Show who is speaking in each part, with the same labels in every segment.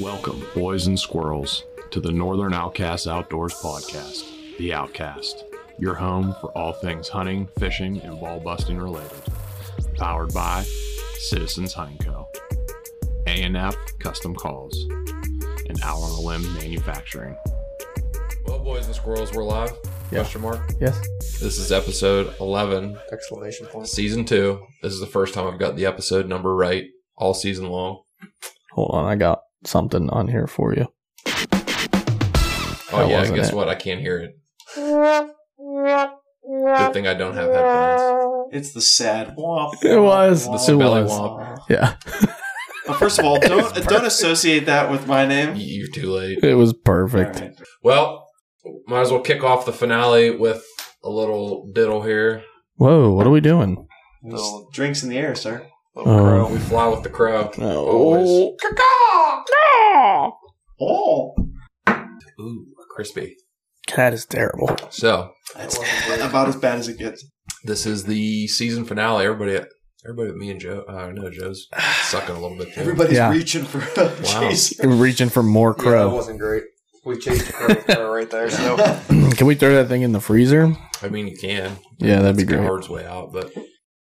Speaker 1: Welcome, boys and squirrels, to the Northern Outcasts Outdoors Podcast, The Outcast, your home for all things hunting, fishing, and ball busting related. Powered by Citizens Hunting Co., ANF Custom Calls, and Out on a Limb Manufacturing.
Speaker 2: Well, boys and squirrels, we're live.
Speaker 3: Yeah.
Speaker 2: Question mark.
Speaker 3: Yes.
Speaker 2: This is episode 11,
Speaker 3: Exclamation point.
Speaker 2: season two. This is the first time I've got the episode number right all season long.
Speaker 3: Hold on, I got something on here for you.
Speaker 2: Oh
Speaker 3: That
Speaker 2: yeah,
Speaker 3: wasn't
Speaker 2: guess
Speaker 3: it.
Speaker 2: what? I can't hear it. Good thing I don't have headphones.
Speaker 4: It's the sad womp.
Speaker 3: It was.
Speaker 4: womp,
Speaker 3: It
Speaker 2: belly
Speaker 3: was.
Speaker 2: womp.
Speaker 3: Yeah,
Speaker 4: Well, first of all, don't
Speaker 3: It's
Speaker 4: don't associate that with my
Speaker 2: Y-
Speaker 4: name.
Speaker 2: You're too late.
Speaker 3: it was perfect.
Speaker 4: All right.
Speaker 2: Well, might as well kick off the finale with a little diddle here.
Speaker 3: Whoa, what are we doing?
Speaker 4: Little drinks in the air, sir.
Speaker 3: Oh.
Speaker 2: We fly with the crow. Always.
Speaker 3: Oh.
Speaker 4: Oh,
Speaker 2: Ooh, crispy.
Speaker 3: That is terrible.
Speaker 2: So
Speaker 4: that's about as bad as it gets.
Speaker 2: this is the season finale. Everybody, everybody, but me and Joe. I uh, know Joe's sucking a little bit. Too.
Speaker 4: Everybody's
Speaker 3: Yeah.
Speaker 4: reaching for. Jeez.
Speaker 3: We're reaching for more crow.
Speaker 5: wasn't great. We chased the crow kinda right there. So
Speaker 3: Can we throw that thing in the freezer?
Speaker 2: I mean, you can.
Speaker 3: Yeah, that'd be
Speaker 2: It's a
Speaker 3: great.
Speaker 2: Hard's way out, but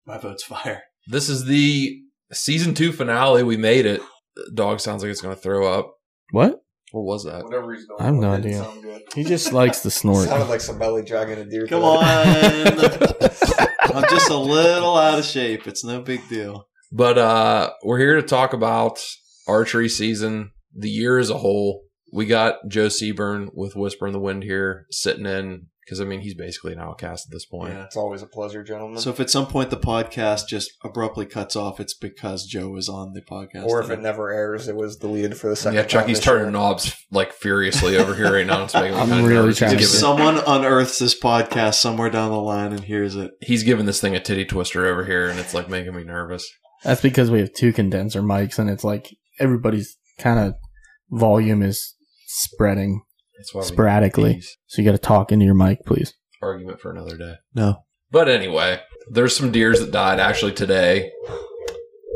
Speaker 4: My vote's fire.
Speaker 2: this is the season two finale. We made it. Dog sounds like it's gonna throw up.
Speaker 3: What?
Speaker 2: What was that?
Speaker 5: whatever he's doing,
Speaker 3: I have no
Speaker 5: it didn't
Speaker 3: idea.
Speaker 5: sound good.
Speaker 3: He just likes to snort.
Speaker 5: Sounded like some belly dragging a deer.
Speaker 4: Come
Speaker 5: through.
Speaker 4: on. I'm just a little out of shape. It's no big deal.
Speaker 2: But uh we're here to talk about archery season, the year as a whole. We got Joe Seaburn with Whisper in the Wind here sitting in because I mean he's basically an outcast at this point.
Speaker 4: Yeah.
Speaker 5: It's always a pleasure, gentlemen.
Speaker 4: So if at some point the podcast just abruptly cuts off, it's because Joe is on the podcast.
Speaker 5: or if it never airs, it was deleted for the second.
Speaker 2: Yeah,
Speaker 5: time
Speaker 2: Chucky's
Speaker 5: this
Speaker 2: turning
Speaker 5: year.
Speaker 2: knobs like furiously over here right now. It's making me
Speaker 3: I'm
Speaker 2: kind of
Speaker 3: really
Speaker 2: nervous.
Speaker 3: trying to
Speaker 4: If
Speaker 3: Give it-
Speaker 2: He's giving,
Speaker 4: someone unearths this podcast somewhere down the line and hears it,
Speaker 2: he's giving this thing a titty twister over here, and it's like making me nervous.
Speaker 3: That's because we have two condenser mics, and it's like everybody's kind of volume is spreading.
Speaker 2: That's why we-
Speaker 3: Sporadically. So you got to talk into your mic, please.
Speaker 2: Argument for another day.
Speaker 4: no.
Speaker 2: But anyway, there's some deers that died actually today.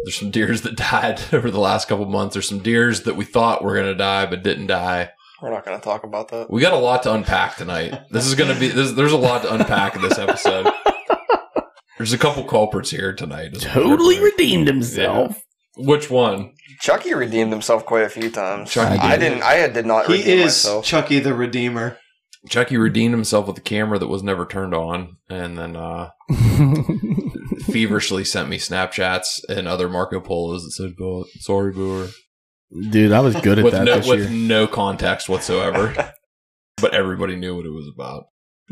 Speaker 2: There's some deers that died over the last couple months. There's some deers that we thought were going to die but didn't die.
Speaker 5: We're not going to talk about that.
Speaker 2: We got a lot to unpack tonight. This is going to be this, there's a lot to unpack in this episode. There's a couple culprits here tonight. is what we're doing.
Speaker 3: redeemed
Speaker 2: Which one?
Speaker 5: Chucky redeemed himself quite a few times.
Speaker 2: Chucky
Speaker 5: I
Speaker 2: did.
Speaker 5: didn't. I had- did not.
Speaker 4: He
Speaker 5: redeem
Speaker 4: is
Speaker 5: Myself.
Speaker 4: Chucky the Redeemer.
Speaker 2: Chucky redeemed himself with a camera that was never turned on, and then uh, feverishly sent me Snapchats and other Marco Polos that said, "Well, "Sorry, Brewer."
Speaker 3: Dude, I was good at
Speaker 2: with
Speaker 3: that
Speaker 2: no
Speaker 3: this
Speaker 2: with
Speaker 3: year.
Speaker 2: no context whatsoever. but everybody knew what it was about.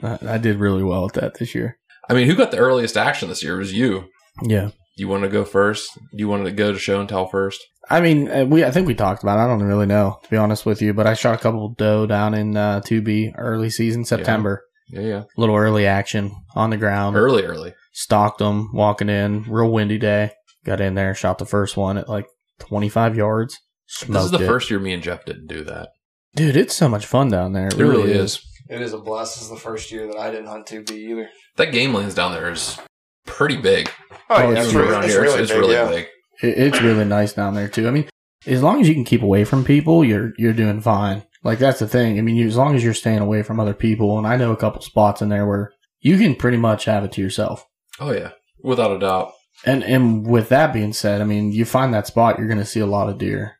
Speaker 3: I, I did really well at that this year.
Speaker 2: I mean, who got the earliest action this year? It was you.
Speaker 3: Yeah.
Speaker 2: You wanted to go first? You wanted to go to show and tell first?
Speaker 3: I mean, uh, we I think we talked about. it. I don't really know to be honest with you, but I shot a couple doe down in uh, 2B early season September.
Speaker 2: Yeah, yeah.
Speaker 3: Little early action on the ground.
Speaker 2: Early, early.
Speaker 3: Stalked them walking in. Real windy day. Got in there, shot the first one at like 25 yards. Smoked
Speaker 2: this is the
Speaker 3: it.
Speaker 2: first year me and Jeff didn't do that.
Speaker 3: Dude, it's so much fun down there. It,
Speaker 2: It, really is.
Speaker 5: It is a blast. This is the first year that I didn't hunt 2B either.
Speaker 2: That game lands down there is pretty big.
Speaker 3: Oh, yeah,
Speaker 5: it's,
Speaker 3: it's
Speaker 2: Even
Speaker 5: really,
Speaker 2: around
Speaker 5: it's
Speaker 2: here,
Speaker 5: really
Speaker 2: it's, it's
Speaker 5: big,
Speaker 2: really
Speaker 5: yeah.
Speaker 2: big.
Speaker 3: It, it's really nice down there too. I mean, as long as you can keep away from people, you're you're doing fine. Like that's the thing. I mean, you, as long as you're staying away from other people, and I know a couple spots in there where you can pretty much have it to yourself.
Speaker 2: Oh yeah, without a doubt.
Speaker 3: And and with that being said, I mean, you find that spot, you're going to see a lot of deer.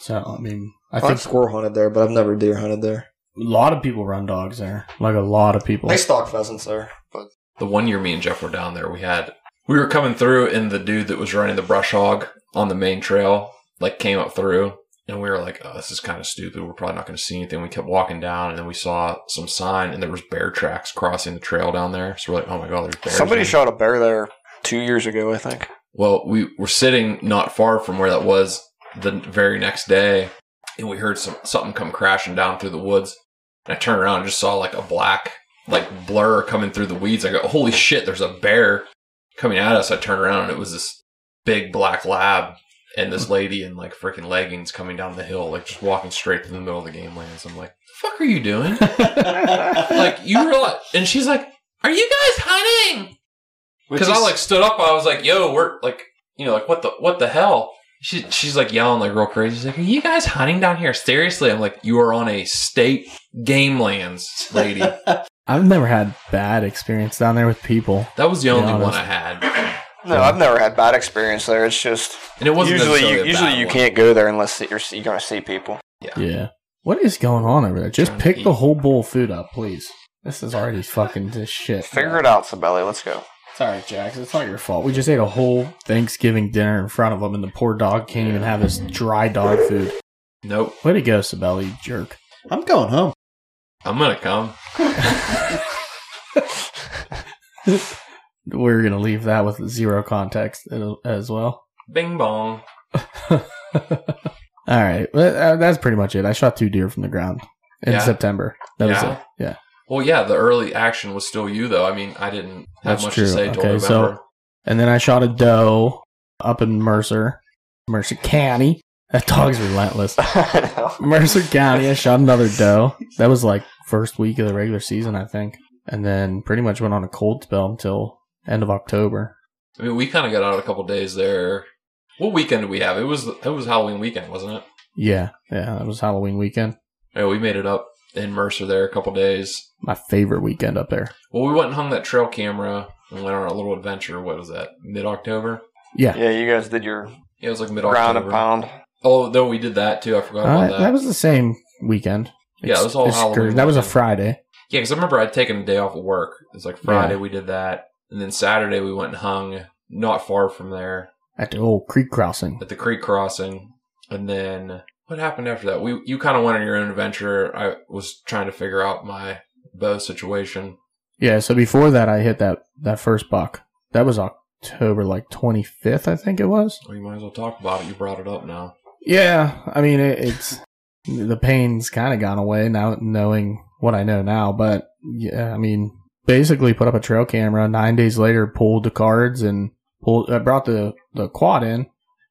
Speaker 3: So I mean, I
Speaker 5: I
Speaker 3: think
Speaker 5: have squirrel hunted there, but I've never deer hunted there.
Speaker 3: a lot of people run dogs there. Like a lot of people.
Speaker 5: They stalk pheasants there, but
Speaker 2: the one year me and Jeff were down there, we had we were coming through, and the dude that was running the brush hog on the main trail like came up through, and we were like, "Oh, this is kind of stupid. We're probably not going to see anything." We kept walking down, and then we saw some sign, and there was bear tracks crossing the trail down there. So we're like, "Oh my god, there's bears!"
Speaker 5: somebody
Speaker 2: in."
Speaker 5: shot a bear there two years ago, I think.
Speaker 2: Well, we were sitting not far from where that was the very next day, and we heard some something come crashing down through the woods. And I turned around and just saw like a black like blur coming through the weeds. I go, "Holy shit! There's a bear coming at us!" I turned around and it was this big black lab and this lady in like freaking leggings coming down the hill, like just walking straight through the middle of the game lands. I'm like, "The fuck are you doing?" like you realize? And she's like, "Are you guys hunting?"
Speaker 4: Which
Speaker 2: Because I
Speaker 4: is-
Speaker 2: like stood up, I was like, "Yo, we're like, you know, like what the what the hell?" She she's like yelling like real crazy. She's like, "Are you guys hunting down here? Seriously?" I'm like, "You are on a state game lands, lady."
Speaker 3: I've never had bad experience down there with people.
Speaker 2: that was the only
Speaker 3: Yeah,
Speaker 2: one
Speaker 3: that's-
Speaker 2: I had,
Speaker 5: No, I've never had bad experience there. It's just
Speaker 2: and it wasn't
Speaker 5: usually
Speaker 2: necessarily
Speaker 5: you,
Speaker 2: a
Speaker 5: usually
Speaker 2: bad
Speaker 5: you
Speaker 2: one.
Speaker 5: can't go there unless you're you're going to see people.
Speaker 3: Yeah. What is going on over there? Just
Speaker 2: Trying to
Speaker 3: pick the
Speaker 2: eat.
Speaker 3: whole bowl of food up, please. This is already fucking just shit.
Speaker 5: Figure it out, Sabelli. Let's go.
Speaker 3: It's all right, Jax. It's not your fault. We just ate a whole Thanksgiving dinner in front of him, and the poor dog can't even have his dry dog food.
Speaker 2: Nope,
Speaker 3: Way to go, Sabelli, you jerk.
Speaker 4: I'm going home.
Speaker 2: I'm gonna come.
Speaker 3: We're gonna leave that with zero context a- as well.
Speaker 2: Bing bong.
Speaker 3: All right, well, uh, that's pretty much it. I shot two deer from the ground in
Speaker 2: Yeah.
Speaker 3: September. That
Speaker 2: Yeah.
Speaker 3: was it. Yeah,
Speaker 2: Well, yeah, the early action was still you though. I mean, I didn't have
Speaker 3: That's
Speaker 2: much
Speaker 3: true.
Speaker 2: to say. till
Speaker 3: Okay, so-
Speaker 2: November.
Speaker 3: and then I shot a doe up in Mercer, Mercer County. That dog's relentless.
Speaker 5: I know.
Speaker 3: Mercer County. I shot another doe. That was like first week of the regular season, I think, and then pretty much went on a cold spell until end of October.
Speaker 2: I mean, we kind of got out a couple days there. What weekend did we have? It was it was Halloween weekend, wasn't it?
Speaker 3: Yeah, yeah, that was Halloween weekend.
Speaker 2: Yeah, we made it up in Mercer there a couple days.
Speaker 3: My favorite weekend up there.
Speaker 2: Well, we went and hung that trail camera and went on our little adventure. What was that? Mid October?
Speaker 3: Yeah.
Speaker 5: Yeah, you guys did your
Speaker 2: Yeah, it was like mid
Speaker 5: ground and
Speaker 2: October.
Speaker 5: pound.
Speaker 2: Oh, no, we did that too. I forgot
Speaker 3: Uh,
Speaker 2: about
Speaker 3: that.
Speaker 2: that.
Speaker 3: was the same weekend.
Speaker 2: Yeah, it was all
Speaker 3: It's
Speaker 2: Halloween
Speaker 3: great. That was a
Speaker 2: weekend.
Speaker 3: Friday.
Speaker 2: yeah, because I remember I'd taken a day off of work. It was like Friday we did that, and then Saturday we went and hung not far from there
Speaker 3: at the old creek crossing.
Speaker 2: at the creek crossing, and then what happened after that? We you kind of went on your own adventure. I was trying to figure out my bow situation.
Speaker 3: Yeah, so before that, I hit that that first buck. That was October like 25th, I think it was.
Speaker 2: Well, you might as well talk about it. You brought it up now.
Speaker 3: Yeah, I mean it, it's the pain's kind of gone away now, knowing what I know now. But yeah, I mean, basically put up a trail camera. Nine days later, pulled the cards and pulled. I brought the the quad in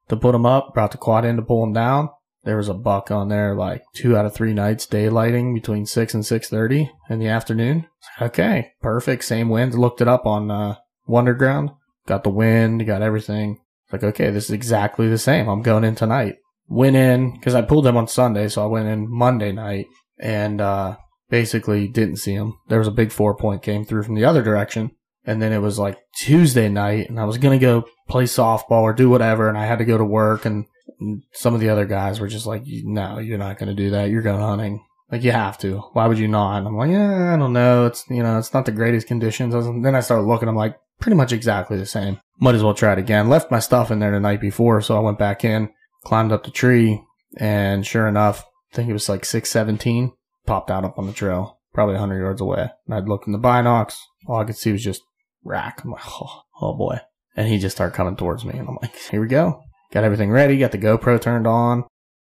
Speaker 3: to put them up. Brought the quad in to pull them down. There was a buck on there, like two out of three nights daylighting between six and six thirty in the afternoon. Okay, perfect. Same wind. Looked it up on uh, Wonderground. Got the wind. Got everything. Like okay, this is exactly the same. I'm going in tonight went in because I pulled them on Sunday, so I went in Monday night and uh, basically didn't see them. There was a big four point came through from the other direction, and then it was like Tuesday night, and I was gonna go play softball or do whatever, and I had to go to work, and and some of the other guys were just like, "No, you're not gonna do that. You're going hunting." Like you have to. Why would you not? And I'm like, yeah, I don't know. It's you know, it's not the greatest conditions. I was- Then I started looking. I'm like, pretty much exactly the same. Might as well try it again. Left my stuff in there the night before, so I went back in climbed up the tree, and sure enough, I think it was like 617, popped out up on the trail, probably 100 yards away. And I'd looked in the binocs, all I could see was just rack. I'm like, oh, oh boy. And he just started coming towards me, and I'm like, here we go. Got everything ready, got the GoPro turned on.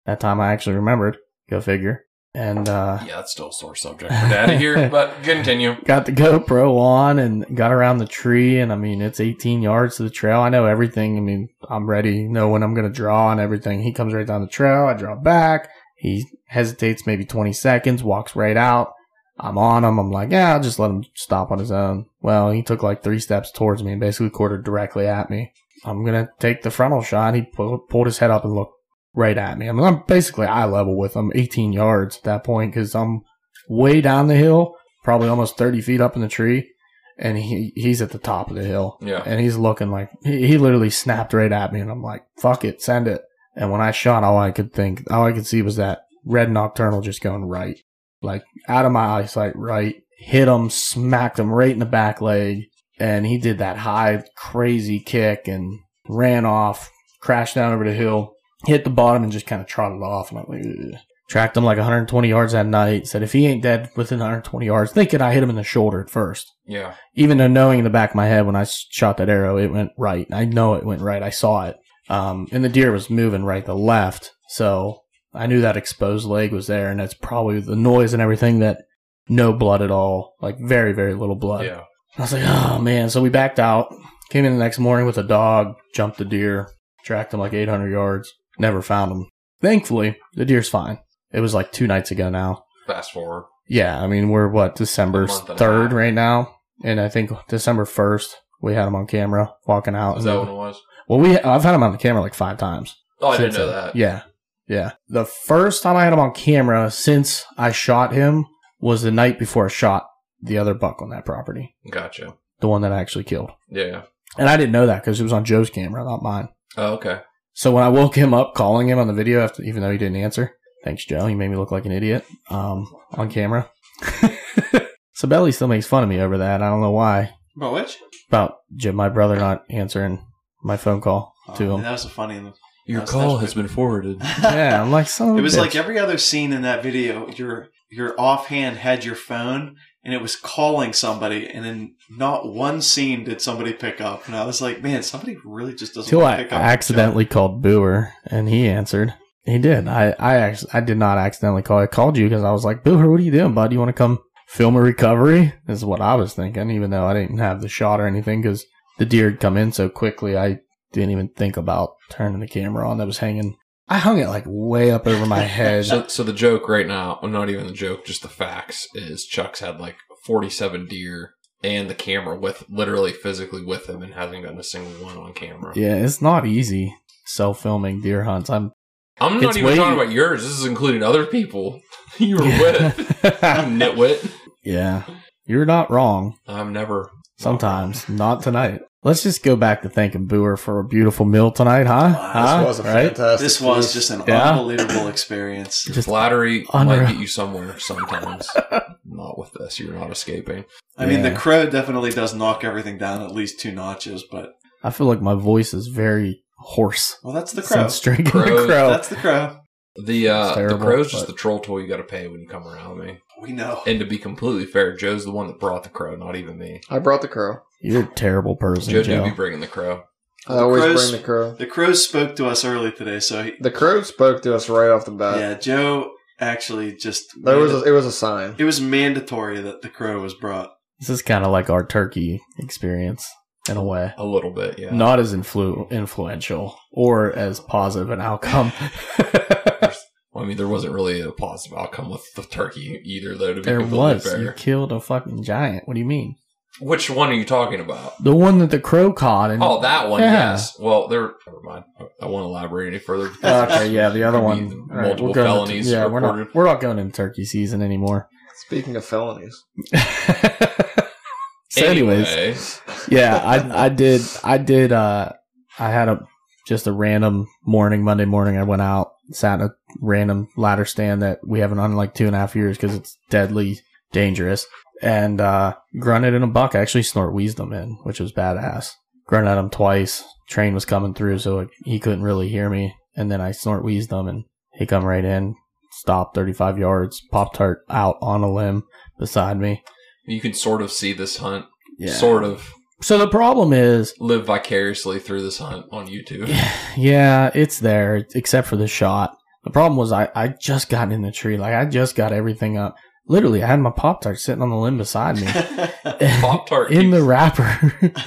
Speaker 3: That time I actually remembered, go figure. And, uh,
Speaker 2: Yeah, it's still a sore subject for Daddy here, but continue.
Speaker 3: got the GoPro on and got around the tree. And I mean, it's 18 yards to the trail. I know everything. I mean, I'm ready, know when I'm going to draw and everything. He comes right down the trail. I draw back. He hesitates maybe 20 seconds, walks right out. I'm on him. I'm like, yeah, I'll just let him stop on his own. Well, he took like three steps towards me and basically quartered directly at me. I'm going to take the frontal shot. He pull, pulled his head up and looked right at me. I mean, I'm basically eye level with him, 18 yards at that point, because I'm way down the hill probably almost 30 feet up in the tree. and he he's at the top of the hill.
Speaker 2: Yeah.
Speaker 3: And he's looking like he, he literally snapped right at me, and I'm like, "Fuck it, send it." And when I shot, all I could think, all I could see was that red nocturnal just going right, like out of my eyesight, right. Hit him, smacked him right in the back leg, and he did that high, crazy kick and ran off, crashed down over the hill, hit the bottom, and just kind of trotted off. And I'm like, "Ugh." tracked him like 120 yards that night. Said if he ain't dead within 120 yards, thinking I hit him in the shoulder at first
Speaker 2: Yeah.
Speaker 3: even though knowing in the back of my head when I s- shot that arrow, it went right. I know it went right. I saw it. Um, and the deer was moving right to left. So I knew that exposed leg was there. And that's probably the noise and everything that no blood at all, like very, very little blood.
Speaker 2: yeah.
Speaker 3: I was like, oh man. So we backed out, came in the next morning with a dog, jumped the deer, tracked him like 800 yards, never found him. Thankfully, the deer's fine. It was like two nights ago now.
Speaker 2: Fast forward.
Speaker 3: Yeah, I mean we're what
Speaker 2: A
Speaker 3: December
Speaker 2: month and a
Speaker 3: third
Speaker 2: half.
Speaker 3: right now, and I think December first we had him on camera walking out.
Speaker 2: Is that what it was?
Speaker 3: well, we I've had him on the camera like five times.
Speaker 2: Oh, I didn't
Speaker 3: since
Speaker 2: know
Speaker 3: then.
Speaker 2: that.
Speaker 3: Yeah, yeah. The first time I had him on camera since I shot him was the night before I shot the other buck on that property,
Speaker 2: Gotcha.
Speaker 3: the one that I actually killed,
Speaker 2: Yeah.
Speaker 3: and I didn't know that because it was on Joe's camera, not mine.
Speaker 2: Oh, okay.
Speaker 3: So when I woke him up, calling him on the video, after, even though he didn't answer, thanks Joe, he made me look like an idiot um, on camera. Sabelli still makes fun of me over that. I don't know why
Speaker 4: About which?
Speaker 3: about Jim, my brother not answering my phone call
Speaker 4: Oh,
Speaker 3: to
Speaker 4: man,
Speaker 3: him.
Speaker 4: That was a funny one.
Speaker 2: Your
Speaker 4: That's-
Speaker 2: call has
Speaker 4: that's
Speaker 2: been forwarded.
Speaker 3: yeah, I'm like son. of a
Speaker 4: It was
Speaker 3: bitch.
Speaker 4: like every other scene in that video. Your your offhand had your phone and it was calling somebody, and in not one scene did somebody pick up. And I was like, man, somebody really just doesn't.
Speaker 3: Till
Speaker 4: wanna
Speaker 3: I
Speaker 4: pick up.
Speaker 3: accidentally called Booer and he answered. He did. I I actually I did not accidentally call. I called you because I was like, Booer, what are you doing, bud? You want to come film a recovery? Is what I was thinking, even though I didn't have the shot or anything because the deer had come in so quickly. I didn't even think about turning the camera on that was hanging. I hung it like way up over my head.
Speaker 2: So, so the joke right now, well, not even the joke, just the facts, is Chuck's had like 47 deer and the camera with literally physically with him and hasn't gotten a single one on camera.
Speaker 3: yeah, it's not easy self filming deer hunts. I'm
Speaker 2: I'm not
Speaker 3: It's
Speaker 2: even
Speaker 3: way-
Speaker 2: talking about yours. This is including other people you were with. I'm nitwit.
Speaker 3: yeah, you're not wrong.
Speaker 2: I'm never.
Speaker 3: Sometimes, not tonight. Let's just go back to thanking Boer for a beautiful meal tonight, huh?
Speaker 4: Wow,
Speaker 3: Huh?
Speaker 6: this was a
Speaker 3: right?
Speaker 6: fantastic.
Speaker 4: This was just an
Speaker 3: Yeah.
Speaker 4: unbelievable experience.
Speaker 3: Just
Speaker 2: Flattery
Speaker 3: Unreal.
Speaker 2: might get you somewhere sometimes. not with this. You're not escaping.
Speaker 4: I mean, the
Speaker 3: Yeah.
Speaker 4: crow definitely does knock everything down at least two notches, but
Speaker 3: I feel like my voice is very hoarse
Speaker 4: well, that's the crow.
Speaker 3: since drinking
Speaker 2: Crow.
Speaker 3: the crow.
Speaker 4: That's the crow.
Speaker 2: The uh,
Speaker 3: It's terrible,
Speaker 2: the crow's just
Speaker 3: but-
Speaker 2: the troll tool you got to pay when you come around me.
Speaker 4: We know.
Speaker 2: And to be completely fair, Joe's the one that brought the crow, not even me.
Speaker 6: I brought the crow.
Speaker 3: You're a terrible person,
Speaker 2: Joe
Speaker 3: Joe.
Speaker 2: do be bringing the crow.
Speaker 6: I always
Speaker 4: crow's-
Speaker 6: bring the crow.
Speaker 4: The crow spoke to us early today, so he,
Speaker 6: The crow spoke to us right off the bat.
Speaker 4: yeah, Joe actually just
Speaker 6: Uh, There was a, it was a sign.
Speaker 4: it was mandatory that the crow was brought.
Speaker 3: This is kind of like our turkey experience in a way.
Speaker 2: A little bit, yeah.
Speaker 3: Not as influ- influential or as positive an outcome.
Speaker 2: Well, I mean, there wasn't really a positive outcome with the turkey e-, either, though. To be
Speaker 3: there
Speaker 2: completely
Speaker 3: was. You
Speaker 2: fair,
Speaker 3: killed a fucking giant. What do you mean?
Speaker 2: which one are you talking about?
Speaker 3: The one that the crow caught. And-
Speaker 2: Oh, that one.
Speaker 3: Yeah.
Speaker 2: Yes. Well, there. Never mind. I won't elaborate any further.
Speaker 3: Okay, yeah, the other
Speaker 2: Could be
Speaker 3: one.
Speaker 2: the
Speaker 3: All right,
Speaker 2: multiple
Speaker 3: we're going into-
Speaker 2: felonies
Speaker 3: yeah, we're not,
Speaker 2: reported.
Speaker 3: we're not going in turkey season anymore.
Speaker 6: Speaking of felonies,
Speaker 3: so, anyways,
Speaker 2: Anyway,
Speaker 3: yeah, I I did I did uh I had a just a random morning Monday morning. I went out sat in a random ladder stand that we haven't on in like two and a half years because it's deadly dangerous. And uh grunted in a buck. I actually snort wheezed him in, which was badass. Grunted at him twice. Train was coming through, so like, he couldn't really hear me. And then I snort wheezed him, and he come right in. Stopped 35 yards, pop tart out on a limb beside me.
Speaker 2: you can sort of see this hunt, sort of
Speaker 3: So the problem is,
Speaker 2: live vicariously through this hunt on YouTube.
Speaker 3: yeah, it's there, except for the shot. The problem was I, I just got in the tree. Like, I just got everything up. Literally, I had my Pop Tart sitting on the limb beside me.
Speaker 2: Pop Tart
Speaker 3: in the wrapper.
Speaker 2: The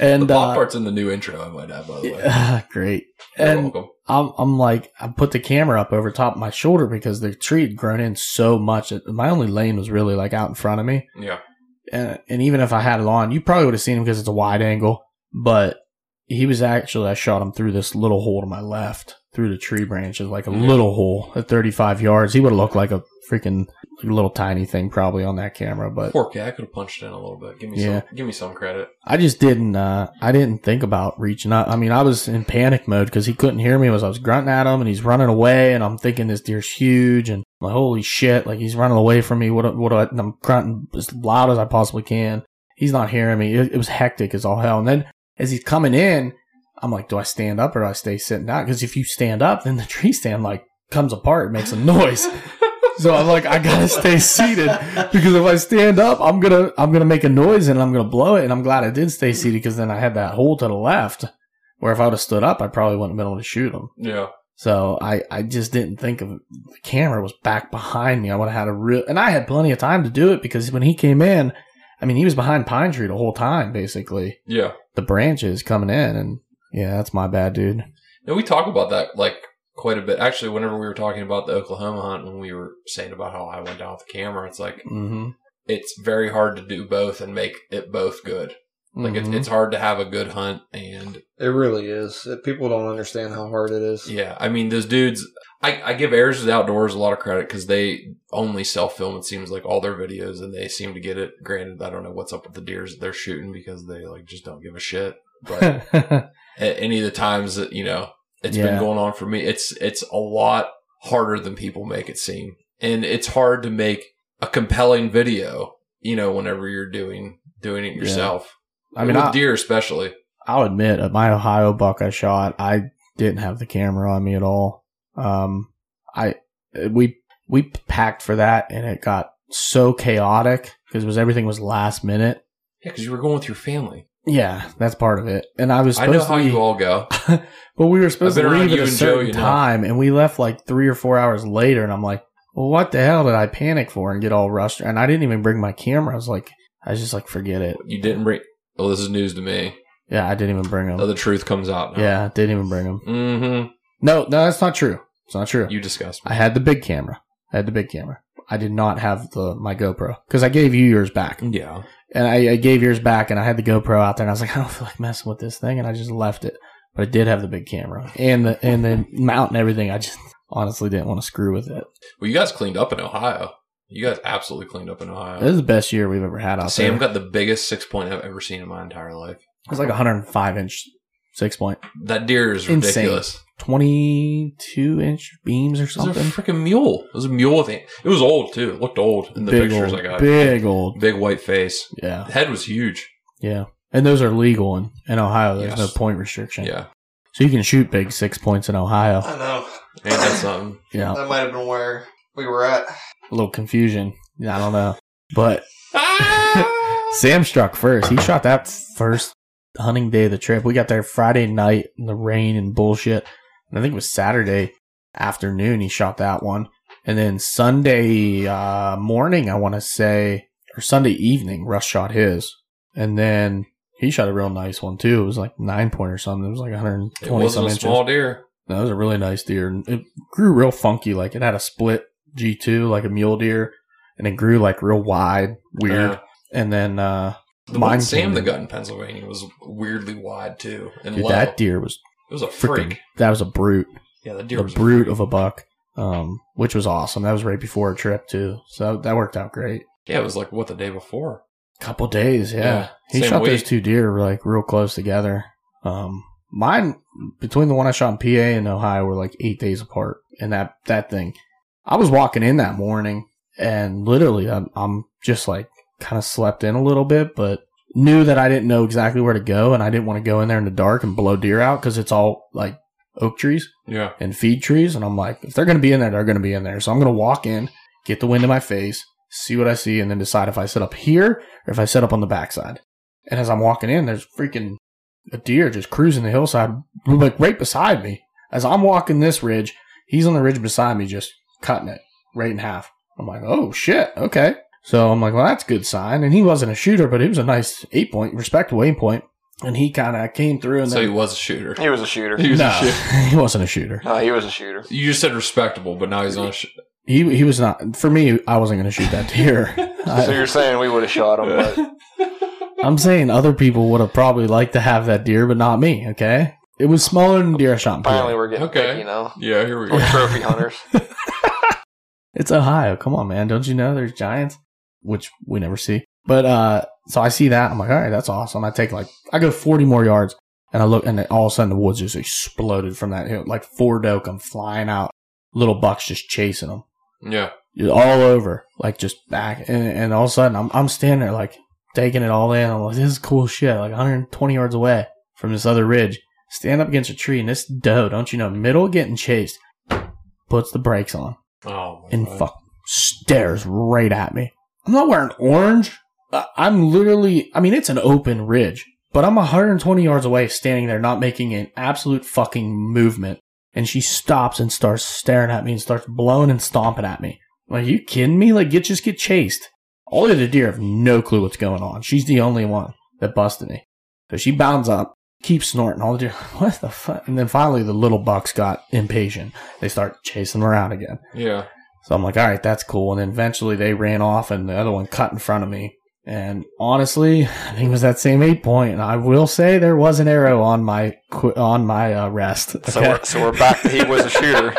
Speaker 3: and,
Speaker 2: Pop
Speaker 3: uh,
Speaker 2: Tart's in the new intro. I might add by the way.
Speaker 3: yeah, great.
Speaker 2: You're
Speaker 3: And
Speaker 2: welcome.
Speaker 3: I'm, I'm like, I put the camera up over top of my shoulder because the tree had grown in so much. That my only lane was really like out in front of me.
Speaker 2: Yeah.
Speaker 3: and, and even if I had it on, you probably would have seen him because it's a wide angle. But he was actually, I shot him through this little hole to my left, through the tree branches, like a
Speaker 2: Mhm.
Speaker 3: little hole at 35 yards. He would have looked like a freaking little tiny thing probably on that camera, but
Speaker 2: Poor guy. I could have punched in a little bit. Give me
Speaker 3: Yeah.
Speaker 2: some. Give me some credit.
Speaker 3: I just didn't. Uh, I didn't think about reaching out. I mean, I was in panic mode because he couldn't hear me. As I was grunting at him, and he's running away, and I'm thinking this deer's huge, and I'm like, holy shit, like he's running away from me. What? do- What? do I, and I'm grunting as loud as I possibly can. He's not hearing me. It, it was hectic as all hell. And then as he's coming in, I'm like, do I stand up or do I stay sitting down? Because if you stand up, then the tree stand like comes apart, and makes a noise. So I'm like, I gotta stay seated because if I stand up, I'm gonna I'm gonna make a noise and I'm gonna blow it. And I'm glad I did stay seated because then I had that hole to the left. Where if I would have stood up, I probably wouldn't have been able to shoot him.
Speaker 2: Yeah.
Speaker 3: So I I just didn't think of the camera was back behind me. I would have had a real and I had plenty of time to do it because when he came in, I mean he was behind pine tree the whole time basically.
Speaker 2: Yeah.
Speaker 3: The branches coming in and yeah, that's my bad, dude.
Speaker 2: No, we talk about that like quite a bit. Actually, whenever we were talking about the Oklahoma hunt, when we were saying about how I went down with the camera, it's like
Speaker 3: Mm-hmm.
Speaker 2: it's very hard to do both and make it both good. Like
Speaker 3: Mm-hmm.
Speaker 2: it's it's hard to have a good hunt and
Speaker 6: It really is. It- People don't understand how hard it is.
Speaker 2: yeah, I mean those dudes. I, I give Airs Outdoors a lot of credit because they only self film. It seems like all their videos and they seem to get it. Granted, I don't know what's up with the deers that they're shooting because they like just don't give a shit.
Speaker 3: Mm-hmm.
Speaker 2: But at any of the times that you know it's been
Speaker 3: Yeah.
Speaker 2: going on for me it's it's a lot harder than people make it seem and it's hard to make a compelling video you know whenever you're doing doing it
Speaker 3: Yeah.
Speaker 2: yourself
Speaker 3: I mean,
Speaker 2: with
Speaker 3: I-
Speaker 2: deer especially
Speaker 3: I'll admit, at my Ohio buck I shot, I didn't have the camera on me at all. Um, I we we packed for that, and it got so chaotic because was everything was last minute.
Speaker 2: yeah because you were going with your family
Speaker 3: Yeah, that's part of it. And I was
Speaker 2: i
Speaker 3: supposed
Speaker 2: know how
Speaker 3: to be,
Speaker 2: you all go
Speaker 3: but we were supposed
Speaker 2: I've
Speaker 3: to
Speaker 2: been around
Speaker 3: leave at
Speaker 2: you
Speaker 3: a
Speaker 2: and Joe,
Speaker 3: certain
Speaker 2: you know.
Speaker 3: time, and we left like three or four hours later. And I'm like, well, what the hell did I panic for and get all rushed? And I didn't even bring my camera. I was like, I was just like, forget it.
Speaker 2: you didn't bring well this is news to me
Speaker 3: Yeah, I didn't even bring
Speaker 2: now
Speaker 3: them.
Speaker 2: the truth comes out now.
Speaker 3: Yeah, didn't even bring them.
Speaker 2: mm-hmm
Speaker 3: No, no, that's not true. It's not true.
Speaker 2: you discussed me
Speaker 3: I had the big camera. I had the big camera. I did not have the my GoPro because I gave you yours back, and
Speaker 2: yeah
Speaker 3: I, I gave yours back, and I had the GoPro out there, and I was like, I don't feel like messing with this thing, and I just left it. But I did have the big camera and the and the mount and everything. I just honestly didn't want to screw with it.
Speaker 2: well you guys cleaned up in ohio you guys absolutely cleaned up in ohio
Speaker 3: This is the best year we've ever had out
Speaker 2: sam
Speaker 3: there.
Speaker 2: got the biggest six point i've ever seen in my entire life
Speaker 3: It was like 105 inch six point,
Speaker 2: That deer is
Speaker 3: Insane.
Speaker 2: ridiculous.
Speaker 3: 22 inch beams or
Speaker 2: It was a
Speaker 3: something.
Speaker 2: freaking mule. It was a mule with it. It was old too. It looked old in the
Speaker 3: big
Speaker 2: pictures
Speaker 3: old,
Speaker 2: I got. Big,
Speaker 3: big old,
Speaker 2: white face.
Speaker 3: yeah,
Speaker 2: The head was huge.
Speaker 3: yeah. And those are legal in, in Ohio. There's
Speaker 2: Yes.
Speaker 3: no point restriction.
Speaker 2: Yeah,
Speaker 3: So you can shoot big six points in Ohio.
Speaker 6: I know.
Speaker 2: ain't that something?
Speaker 3: Yeah.
Speaker 6: That might have been where we were at.
Speaker 3: A little confusion. I don't know. But Sam struck first. He shot that first hunting day of the trip. We got there Friday night in the rain and bullshit. And I think it was Saturday afternoon he shot that one. And then Sunday uh, morning, I want to say, or Sunday evening, Russ shot his. And then he shot a real nice one too. It was like nine point or something. It was like 120
Speaker 2: It wasn't
Speaker 3: some
Speaker 2: a
Speaker 3: inches.
Speaker 2: small deer.
Speaker 3: No, it was a really nice deer. and It grew real funky, like it had a split G two, like a mule deer, and it grew like real wide, weird.
Speaker 2: Yeah.
Speaker 3: And then uh
Speaker 2: The
Speaker 3: mine
Speaker 2: one
Speaker 3: came
Speaker 2: Sam
Speaker 3: in.
Speaker 2: that got in Pennsylvania was weirdly wide too, and
Speaker 3: dude,
Speaker 2: low.
Speaker 3: that deer was
Speaker 2: it was a
Speaker 3: freaking.
Speaker 2: freak.
Speaker 3: That was a brute,
Speaker 2: Yeah, that deer
Speaker 3: a
Speaker 2: was
Speaker 3: brute
Speaker 2: freak.
Speaker 3: of a buck, um, which was awesome. That was right before our trip too, so that worked out great.
Speaker 2: Yeah, it was like what the day before.
Speaker 3: Couple days, yeah.
Speaker 2: Yeah,
Speaker 3: he
Speaker 2: same
Speaker 3: shot those
Speaker 2: week.
Speaker 3: two deer like real close together. Um, mine between the one I shot in PA and Ohio were like eight days apart, and that that thing. I was walking in that morning, and literally, I'm, I'm just like kind of slept in a little bit, but knew that I didn't know exactly where to go, and I didn't want to go in there in the dark and blow deer out because it's all like oak trees
Speaker 2: Yeah,
Speaker 3: and feed trees. And I'm like, if they're going to be in there, they're going to be in there. So I'm going to walk in, get the wind in my face, see what I see, and then decide if I set up here or if I set up on the backside. And as I'm walking in, there's freaking a deer just cruising the hillside, like right beside me. As I'm walking this ridge, he's on the ridge beside me, just cutting it right in half. I'm like, oh shit, okay. So I'm like, well, that's a good sign. And he wasn't a shooter, but he was a nice eight point, respectable eight point. And he kind of came through and
Speaker 2: so he
Speaker 3: then,
Speaker 2: was a shooter.
Speaker 5: He was a shooter.
Speaker 2: He was a
Speaker 3: No,
Speaker 2: shooter.
Speaker 3: he wasn't a shooter.
Speaker 5: No, he was a shooter.
Speaker 2: You just said respectable, but now he's on. A sh-
Speaker 3: he he was not for me. I wasn't going to shoot that deer.
Speaker 5: So
Speaker 3: I,
Speaker 5: you're saying we would have shot him, but
Speaker 3: I'm saying other people would have probably liked to have that deer, but not me. Okay, it was smaller than deer I shot. In
Speaker 5: finally
Speaker 3: PA.
Speaker 5: we're getting
Speaker 2: Okay.
Speaker 5: picky now.
Speaker 2: yeah, here we go.
Speaker 5: We're trophy hunters.
Speaker 3: It's Ohio. Come on, man. Don't you know there's giants? Which we never see. But uh so I see that. I'm like, all right, that's awesome. I take like I go 40 more yards and I look and then all of a sudden the woods just exploded from that hill. Like four doe come flying out. Little bucks just chasing them.
Speaker 2: Yeah.
Speaker 3: all over, like just back, and, and all of a sudden I'm I'm standing there like taking it all in. I'm like, this is cool shit. Like 120 yards away from this other ridge, stand up against a tree, and this doe, don't you know, middle of getting chased, puts the brakes on
Speaker 2: Oh, my
Speaker 3: and
Speaker 2: God.
Speaker 3: fuck stares right at me. I'm not wearing orange. I- I'm literally. I mean, it's an open ridge, but I'm 120 yards away, standing there, not making an absolute fucking movement. And she stops and starts staring at me and starts blowing and stomping at me. Like, you kidding me? Like, you just get chased. All the other deer have no clue what's going on. She's the only one that busted me. So she bounds up, keeps snorting. All the deer, what the fuck? And then finally, the little bucks got impatient. They start chasing them around again.
Speaker 2: Yeah.
Speaker 3: So I'm like, all right, that's cool. And then eventually they ran off and the other one cut in front of me. And honestly, I think it was that same eight point. And I will say there was an arrow on my qu- on my uh, rest.
Speaker 5: So,
Speaker 3: Okay?
Speaker 5: we're, so we're back. to He was a shooter.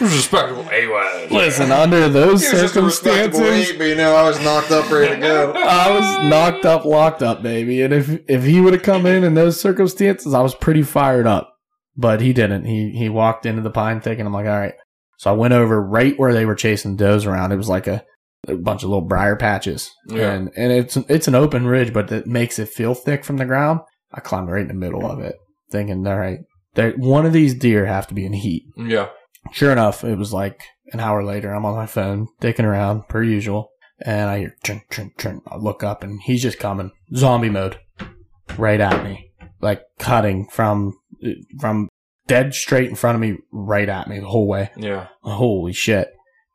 Speaker 2: Respectable AWAS.
Speaker 3: Listen, under those
Speaker 6: He was just a respectable
Speaker 3: circumstances,
Speaker 6: eight, but you know, I was knocked up, ready to go.
Speaker 3: I was knocked up, locked up, baby. And if if he would have come in in those circumstances, I was pretty fired up. But he didn't. He he walked into the pine thicket. and I'm like, all right. So I went over right where they were chasing does around. It was like a, a bunch of little briar patches,
Speaker 2: Yeah.
Speaker 3: and and it's it's an open ridge, but it makes it feel thick from the ground. I climbed right in the middle of it, thinking, all right, there one of these deer have to be in heat.
Speaker 2: Yeah.
Speaker 3: Sure enough, it was like an hour later. I'm on my phone, dicking around per usual, and I hear chun chun chun. I look up, and he's just coming, zombie mode, right at me, like cutting from from dead straight in front of me, right at me the whole way.
Speaker 2: Yeah.
Speaker 3: Holy shit!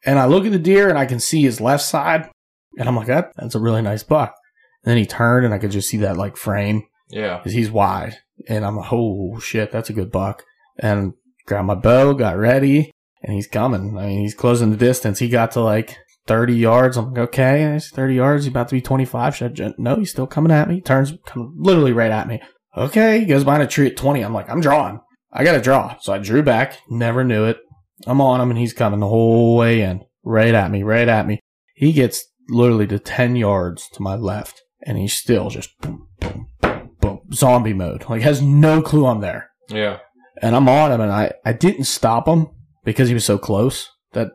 Speaker 3: And I look at the deer, and I can see his left side, and I'm like, that, that's a really nice buck. And then he turned, and I could just see that like frame,
Speaker 2: Yeah.
Speaker 3: 'cause he's wide. And I'm like, oh shit, that's a good buck. And grabbed my bow, got ready, and he's coming. I mean, he's closing the distance. He got to like 30 yards. I'm like, okay, it's 30 yards. He's about to be 25. Should I ju- no, he's still coming at me. Turns come literally right at me. Okay, he goes behind a tree at 20. I'm like, I'm drawing. I got to draw. So I drew back, never knew it. I'm on him, and he's coming the whole way in, right at me, right at me. He gets literally to 10 yards to my left, and he's still just boom, boom, boom, boom, zombie mode. Like, has no clue I'm there
Speaker 2: Yeah.
Speaker 3: and I'm on him, and I, I didn't stop him because he was so close that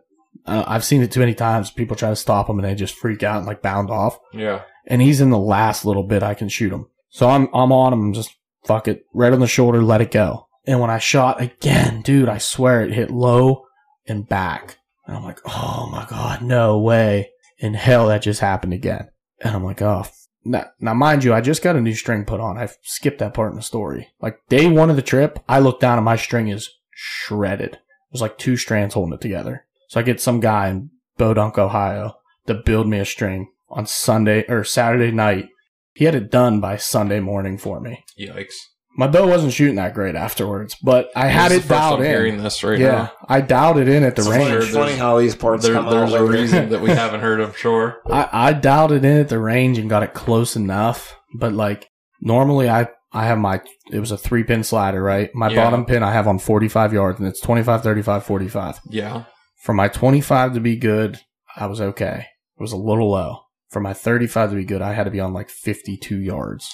Speaker 3: uh, I've seen it too many times. People try to stop him and they just freak out and like bound off.
Speaker 2: Yeah.
Speaker 3: And he's in the last little bit I can shoot him. So I'm I'm on him, just fuck it, right on the shoulder, let it go. And when I shot again, dude, I swear it hit low and back. And I'm like, oh my god, no way in hell that just happened again. And I'm like, oh. f- Now, now, mind you, I just got a new string put on. I skipped that part in the story. Like day one of the trip, I look down and my string is shredded. There's like two strands holding it together. So I get some guy in Bodunk, Ohio, to build me a string on Sunday or Saturday night. He had it done by Sunday morning for me.
Speaker 2: Yikes.
Speaker 3: My bow wasn't shooting that great afterwards, but I had
Speaker 2: This
Speaker 3: it
Speaker 2: is the first
Speaker 3: dialed
Speaker 2: I'm hearing
Speaker 3: in.
Speaker 2: this right
Speaker 3: yeah,
Speaker 2: now.
Speaker 3: I dialed it in at the
Speaker 2: It's
Speaker 3: range.
Speaker 2: funny-
Speaker 6: It's funny how these parts
Speaker 2: There,
Speaker 6: come out
Speaker 2: there's a
Speaker 6: later.
Speaker 2: reason that we haven't heard of, sure.
Speaker 3: I, I dialed it in at the range and got it close enough, but like normally I, I have my, it was a three pin slider, right? My
Speaker 2: Yeah.
Speaker 3: bottom pin I have on 45 yards and it's 25, 35, 45.
Speaker 2: Yeah.
Speaker 3: For my 25 to be good, I was okay. It was a little low. For my 35 to be good, I had to be on like 52 yards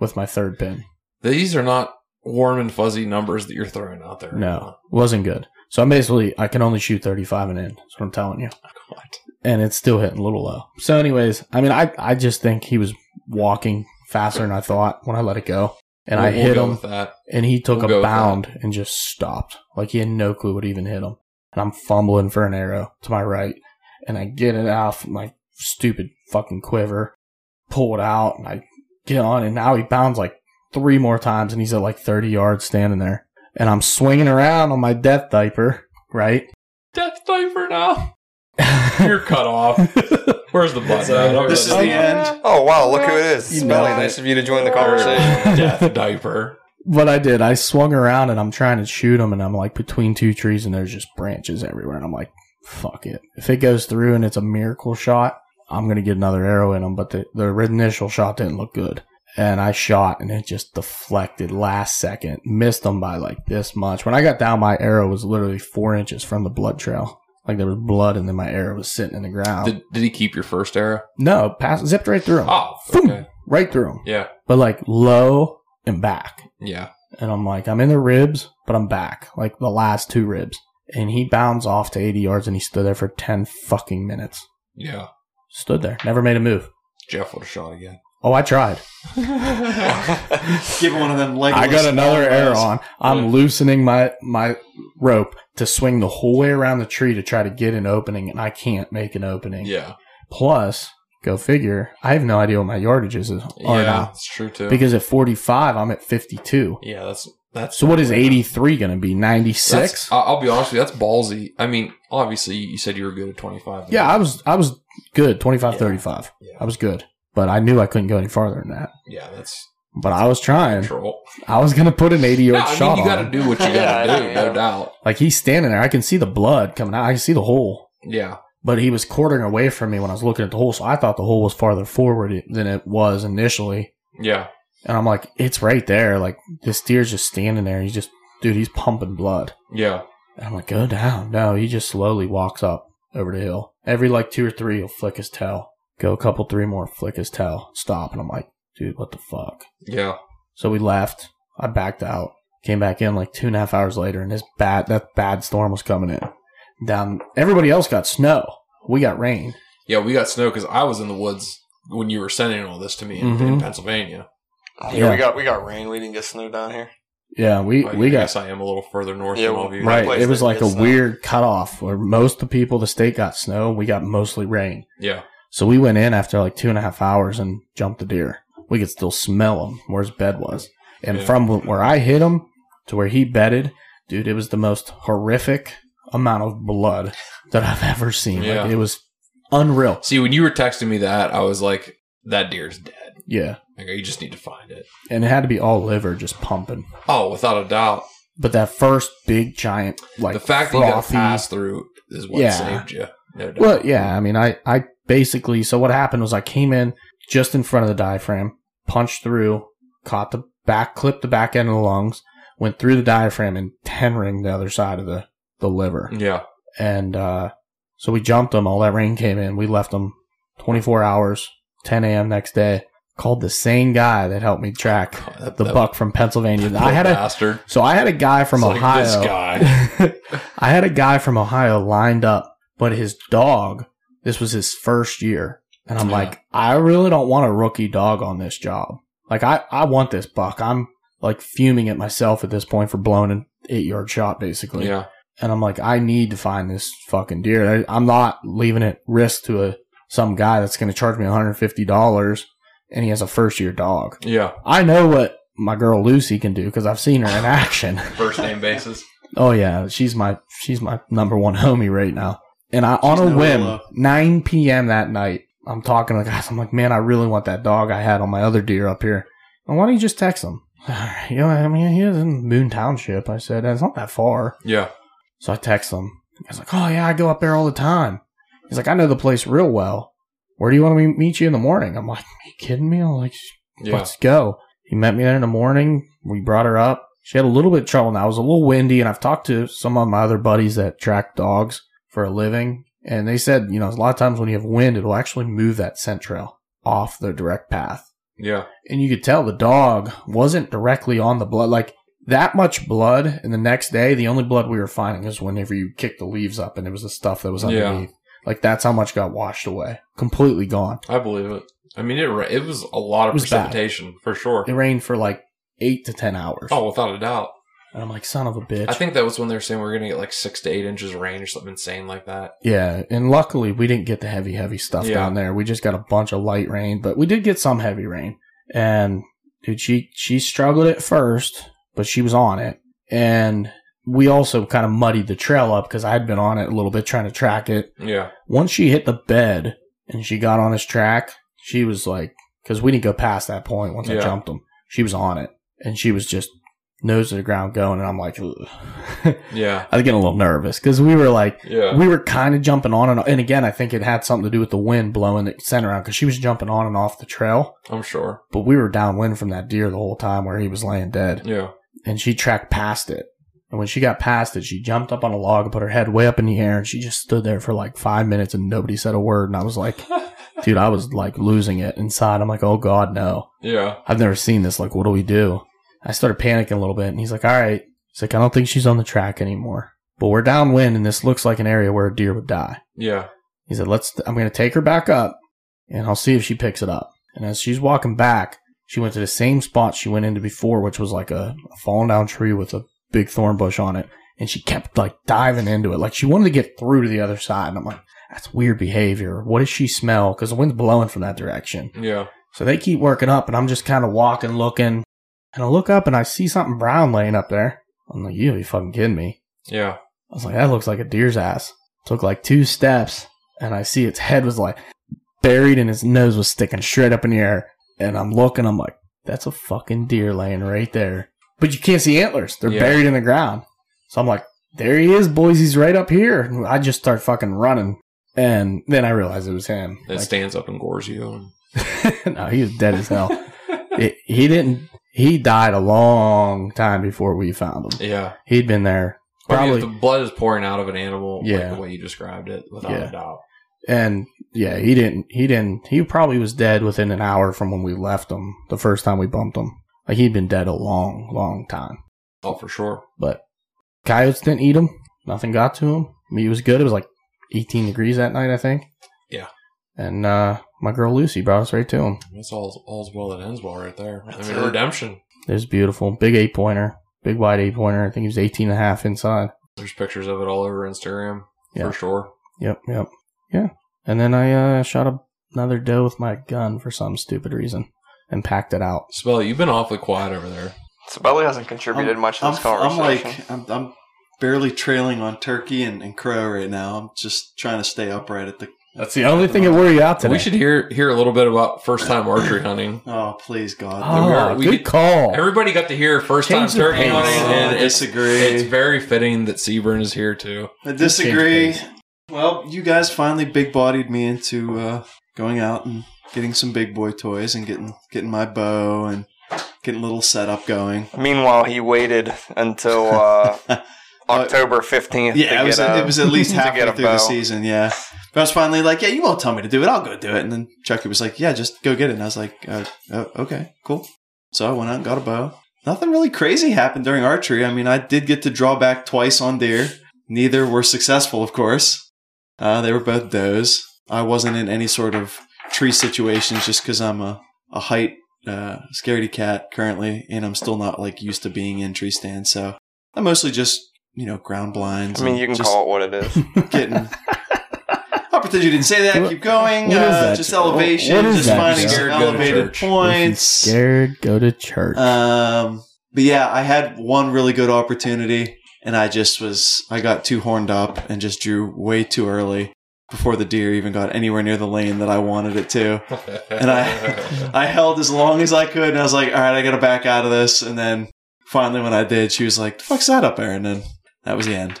Speaker 3: with my third pin.
Speaker 2: These are not warm and fuzzy numbers that you're throwing out there.
Speaker 3: No, wasn't good. So I'm basically, I can only shoot 35 and in. That's what I'm telling you.
Speaker 2: Oh, God.
Speaker 3: and it's still hitting a little low. So, anyways, I mean, I, I just think he was walking faster than I thought when I let it go. And I
Speaker 2: We'll- we'll
Speaker 3: hit
Speaker 2: go
Speaker 3: him,
Speaker 2: with that.
Speaker 3: and he took
Speaker 2: we'll go
Speaker 3: a
Speaker 2: with
Speaker 3: bound and just stopped. Like he had no clue what even hit him. And I'm fumbling for an arrow to my right, and I get it off my stupid fucking quiver, pull it out, and I get on, and now he bounds like three more times, and he's at like 30 yards standing there. And I'm swinging around on my death diaper, right?
Speaker 2: Death diaper now. You're cut off. Where's the button?
Speaker 6: Sorry,
Speaker 4: This is the end.
Speaker 5: Oh wow! Look who it is.
Speaker 3: You
Speaker 5: It's
Speaker 3: know
Speaker 5: Smelly.
Speaker 3: it.
Speaker 5: Nice of you to join the conversation.
Speaker 2: Death diaper.
Speaker 3: But I did. I swung around and I'm trying to shoot him, and I'm like between two trees, and there's just branches everywhere. And I'm like, fuck it. If it goes through and it's a miracle shot, I'm gonna get another arrow in him. But the the initial shot didn't look good, and I shot, and it just deflected last second, missed him by like this much. When I got down, my arrow was literally four inches from the blood trail. Like there was blood, and then my arrow was sitting in the ground.
Speaker 2: Did, did he keep your first arrow?
Speaker 3: no, pass zipped right through him.
Speaker 2: Oh,
Speaker 3: Boom!
Speaker 2: okay.
Speaker 3: right through him.
Speaker 2: Yeah.
Speaker 3: But like low and back,
Speaker 2: Yeah.
Speaker 3: and I'm like, I'm in the ribs, but I'm back, like the last two ribs. And he bounds off to 80 yards, and he stood there for 10 fucking minutes.
Speaker 2: Yeah.
Speaker 3: Stood there, never made a move.
Speaker 2: Jeff would have shot again.
Speaker 3: Oh, I tried.
Speaker 4: Give him one of them legs.
Speaker 3: I got another arrow on. I'm
Speaker 2: Yeah.
Speaker 3: loosening my my rope to swing the whole way around the tree to try to get an opening, and I can't make an opening.
Speaker 2: yeah.
Speaker 3: Plus, go figure. I have no idea what my yardages is- are
Speaker 2: yeah.
Speaker 3: now
Speaker 2: That's true too.
Speaker 3: because at 45, I'm at 52.
Speaker 2: yeah, that's that's
Speaker 3: So what is 83 going to be? 96?
Speaker 2: That's- I- I'll be honest with you. That's ballsy. I mean, obviously, you said you were good at twenty five.
Speaker 3: Yeah, I was I was good. 25, 35.
Speaker 2: Yeah.
Speaker 3: I was good, but I knew I couldn't go any farther than that.
Speaker 2: yeah, that's
Speaker 3: But I was trying.
Speaker 2: control.
Speaker 3: I was going to put an 80
Speaker 2: No,
Speaker 3: yard
Speaker 2: I mean,
Speaker 3: shot
Speaker 2: you
Speaker 3: on
Speaker 2: got to
Speaker 3: him.
Speaker 2: do what you got to
Speaker 5: Yeah,
Speaker 2: do,
Speaker 5: yeah.
Speaker 2: no doubt.
Speaker 3: Like he's standing there. I can see the blood coming out. I can see the hole.
Speaker 2: Yeah,
Speaker 3: but he was quartering away from me when I was looking at the hole. So I thought the hole was farther forward than it was initially.
Speaker 2: yeah,
Speaker 3: And I'm like, it's right there. Like this deer's just standing there. He's just, dude, he's pumping blood.
Speaker 2: yeah,
Speaker 3: And I'm like, go down. No, he just slowly walks up over the hill. Every like two or three, he'll flick his tail. Go a couple, three more, flick his tail. Stop. And I'm like, dude, what the fuck?
Speaker 2: yeah.
Speaker 3: So we left. I backed out. Came back in like two and a half hours later, and this bad that bad storm was coming in. Down. Everybody else got snow. We got rain.
Speaker 2: Yeah, we got snow because I was in the woods when you were sending all this to me in, in
Speaker 3: Mhm.
Speaker 2: Pennsylvania.
Speaker 5: Oh, Yeah,
Speaker 3: Yeah.
Speaker 5: we got we got rain. We didn't get snow down here. Oh,
Speaker 3: Yeah, we
Speaker 2: I,
Speaker 3: we
Speaker 2: I
Speaker 3: got
Speaker 2: guess I am a little further north
Speaker 5: Yeah,
Speaker 2: than all of you.
Speaker 5: Right.
Speaker 3: Right.
Speaker 5: place
Speaker 3: It was
Speaker 5: that
Speaker 3: like a
Speaker 5: gets snow.
Speaker 3: weird cutoff where most of the people, the state got snow. We got mostly rain.
Speaker 2: Yeah,
Speaker 3: So we went in after like two and a half hours and jumped the deer. We could still smell him where his bed was. And
Speaker 2: Yeah.
Speaker 3: from where I hit him to where he bedded, dude, it was the most horrific amount of blood that I've ever seen.
Speaker 2: Yeah.
Speaker 3: Like it was unreal.
Speaker 2: See, when you were texting me that, I was like, "That deer's dead."
Speaker 3: Yeah.
Speaker 2: Like, you just need to find it.
Speaker 3: And it had to be all liver just pumping.
Speaker 2: Oh, without a doubt,
Speaker 3: But that first big giant like
Speaker 2: the fact that you got to
Speaker 3: frothy-
Speaker 2: pass through is what
Speaker 3: Yeah.
Speaker 2: saved you. No doubt.
Speaker 3: Well, yeah. I mean, I, I basically, so what happened was I came in just in front of the diaphragm, punched through, caught the back, clipped the back end of the lungs, went through the diaphragm and ten ringed the other side of the, the liver.
Speaker 2: Yeah,
Speaker 3: And, uh, so we jumped them. All that rain came in. We left them 24 hours, 10 a.m. next day. Called the same guy that helped me track
Speaker 2: God, that-
Speaker 3: the
Speaker 2: that
Speaker 3: buck from Pennsylvania.
Speaker 2: poor
Speaker 3: I had a,
Speaker 2: bastard.
Speaker 3: so I had a guy from
Speaker 2: It's like,
Speaker 3: Ohio.
Speaker 2: this guy.
Speaker 3: I had a guy from Ohio lined up, but his dog, this was his first year. And I'm
Speaker 2: Yeah.
Speaker 3: like, I really don't want a rookie dog on this job. Like, I, I want this buck. I'm like fuming at myself at this point for blowing an eight yard shot, basically.
Speaker 2: Yeah,
Speaker 3: And I'm like, I need to find this fucking deer. I, I'm not leaving it risk to a, some guy that's going to charge me $150 and he has a first year dog.
Speaker 2: yeah.
Speaker 3: I know what my girl Lucy can do because I've seen her in action.
Speaker 2: First name basis.
Speaker 3: Oh yeah, she's my she's my number one homie right now. And I on
Speaker 4: She's
Speaker 3: a
Speaker 4: no
Speaker 3: whim,
Speaker 4: Willow.
Speaker 3: 9 p.m. that night, I'm talking to the guys. I'm like, man, I really want that dog I had on my other deer up here. And why don't you just text him? All right, you know, I mean, he is in Moon Township. I said that's not that far.
Speaker 2: Yeah,
Speaker 3: So I text him. He's like, oh yeah, I go up there all the time. He's like, I know the place real well. Where do you want me to meet you in the morning? I'm like, are you kidding me? I'm like,
Speaker 2: yeah.
Speaker 3: Let's go. He met me there in the morning. We brought her up. She had a little bit of trouble now. It was a little windy, and I've talked to some of my other buddies that track dogs for a living, and they said, you know, a lot of times when you have wind, it'll actually move that scent trail off the direct path.
Speaker 2: Yeah,
Speaker 3: And you could tell the dog wasn't directly on the blood. Like that much blood, and the next day, the only blood we were finding was whenever you kicked the leaves up, and it was the stuff that was
Speaker 2: Yeah.
Speaker 3: underneath. Like that's how much got washed away. Completely gone.
Speaker 2: I believe it. I mean, it ra- it was a lot of
Speaker 3: It was bad.
Speaker 2: precipitation for sure.
Speaker 3: It rained for like eight to ten hours.
Speaker 2: Oh, without a doubt.
Speaker 3: And I'm like, son of a bitch.
Speaker 2: I think that was when they were saying we are going to get like six to eight inches of rain or something insane like that.
Speaker 3: yeah, and luckily we didn't get the heavy, heavy stuff
Speaker 2: Yeah.
Speaker 3: down there. We just got a bunch of light rain, but we did get some heavy rain. And dude, she she struggled at first, but she was on it. And we also kind of muddied the trail up because I had been on it a little bit trying to track it.
Speaker 2: Yeah,
Speaker 3: Once she hit the bed and she got on his track, she was like, because we didn't go past that point once
Speaker 2: Yeah.
Speaker 3: I jumped him. She was on it, and she was just nose to the ground going, and I'm like, Ugh.
Speaker 2: yeah,
Speaker 3: I was getting a little nervous because we were like,
Speaker 2: yeah,
Speaker 3: we were kind of jumping on and and again, I think it had something to do with the wind blowing the scent around because she was jumping on and off the trail,
Speaker 2: I'm sure.
Speaker 3: but we were downwind from that deer the whole time where he was laying dead,
Speaker 2: Yeah,
Speaker 3: and she tracked past it, And when she got past it, she jumped up on a log and put her head way up in the air and she just stood there for like five minutes and nobody said a word. And I was like, dude, I was like losing it inside. I'm like, oh God, no.
Speaker 2: Yeah.
Speaker 3: I've never seen this. Like, what do we do? I started panicking a little bit, and he's like, all right. He's like, I don't think she's on the track anymore, but we're downwind, and this looks like an area where a deer would die.
Speaker 2: Yeah.
Speaker 3: He said, let's, I'm going to take her back up, and I'll see if she picks it up. And as she's walking back, she went to the same spot she went into before, which was like a, a fallen down tree with a big thorn bush on it. And she kept like diving into it. Like she wanted to get through to the other side. And I'm like, that's weird behavior. What does she smell? Cause the wind's blowing from that direction.
Speaker 2: Yeah.
Speaker 3: So they keep working up, and I'm just kind of walking, looking, and I look up and I see something brown laying up there. I'm like, you be fucking kidding me.
Speaker 2: Yeah.
Speaker 3: I was like, that looks like a deer's ass. Took like two steps, and I see its head was like buried, and its nose was sticking straight up in the air. And I'm looking, I'm like, that's a fucking deer laying right there. But you can't see antlers; they're
Speaker 2: Yeah.
Speaker 3: buried in the ground. So I'm like, there he is, boys. He's right up here. And I just start fucking running, and then I realized it was him.
Speaker 2: It
Speaker 3: Like,
Speaker 2: stands up and gores you. And,
Speaker 3: no, he was dead as hell. It- he didn't. He died a long time before we found him.
Speaker 2: yeah.
Speaker 3: He'd been there
Speaker 2: Probably.
Speaker 3: probably,
Speaker 2: if the blood is pouring out of an animal,
Speaker 3: Yeah.
Speaker 2: like the way you described it, without
Speaker 3: Yeah.
Speaker 2: a doubt.
Speaker 3: and yeah, he didn't. He didn't. He probably was dead within an hour from when we left him the first time we bumped him. Like he'd been dead a long, long time.
Speaker 2: Oh, for sure.
Speaker 3: But coyotes didn't eat him. Nothing got to him. I mean, he was good. It was like 18 degrees that night, I think.
Speaker 2: Yeah.
Speaker 3: And uh, my girl Lucy brought us right to him.
Speaker 2: That's all. All's well that ends well, right there.
Speaker 6: That's
Speaker 2: I
Speaker 6: it.
Speaker 2: mean, redemption.
Speaker 3: It was beautiful. Big eight pointer. Big wide eight pointer. I think he was 18 and a half inside.
Speaker 2: There's pictures of it all over Instagram
Speaker 3: Yeah.
Speaker 2: for sure.
Speaker 3: Yep, yep. Yeah. And then I uh, shot a, another doe with my gun for some stupid reason and packed it out.
Speaker 2: Spell, you've been awfully quiet over there.
Speaker 5: Sabelli hasn't contributed much to
Speaker 4: I'm,
Speaker 5: this
Speaker 4: I'm
Speaker 5: conversation.
Speaker 4: like, I'm, I'm barely trailing on turkey and, and crow right now. I'm just trying to stay upright at the.
Speaker 3: That's the only thing that wore you out today.
Speaker 2: We should hear hear a little bit about first time archery hunting.
Speaker 4: Oh, please, God.
Speaker 3: Oh,
Speaker 2: we are- we
Speaker 3: good
Speaker 2: could-
Speaker 3: call.
Speaker 2: Everybody got to hear first time
Speaker 3: Change the
Speaker 2: turkey
Speaker 3: pace.
Speaker 2: hunting, and
Speaker 4: I
Speaker 2: it's
Speaker 4: disagree.
Speaker 2: it's very fitting that Seaburn is here too.
Speaker 4: I disagree.
Speaker 3: Change
Speaker 4: Well, you guys finally big bodied me into uh, going out and getting some big boy toys and getting getting my bow and getting a little setup going.
Speaker 5: Meanwhile, he waited until uh, October 15th. to
Speaker 4: Yeah, it
Speaker 5: get
Speaker 4: was
Speaker 5: a,
Speaker 4: it was at least
Speaker 5: to get
Speaker 4: halfway
Speaker 5: a
Speaker 4: through the
Speaker 5: bow.
Speaker 4: season. Yeah, but I was finally like, yeah, you won't tell me to do it. I'll go do it. And then Chucky was like, yeah, just go get it. And I was like, uh, oh, okay, cool. So I went out and got a bow. Nothing really crazy happened during archery. I mean, I did get to draw back twice on deer. Neither were successful, of course. Uh, they were both does. I wasn't in any sort of tree situations just because I'm a a height uh, scaredy cat currently, and I'm still not like used to being in tree stands. So I mostly just you know ground blinds.
Speaker 5: I mean,
Speaker 4: and
Speaker 5: you can
Speaker 4: just
Speaker 5: call it what it is.
Speaker 4: getting. I'll pretend you didn't say that. Keep going.
Speaker 3: What is
Speaker 4: uh,
Speaker 3: that?
Speaker 4: Just elevation.
Speaker 3: What is
Speaker 4: just
Speaker 3: that,
Speaker 4: finding
Speaker 3: Joe?
Speaker 4: some
Speaker 2: Scared, go to
Speaker 4: elevated
Speaker 2: church.
Speaker 3: If you
Speaker 4: points.
Speaker 3: scared, go to church.
Speaker 5: uh,
Speaker 4: Um, but yeah, I had one really good opportunity, and I just was I got too horned up and just drew way too early before the deer even got anywhere near the lane that I wanted it to. And I I held as long as I could, and I was like, all right, I got to back out of this. And then finally, when I did, she was like, "The fuck's that up there?" And then that was the end.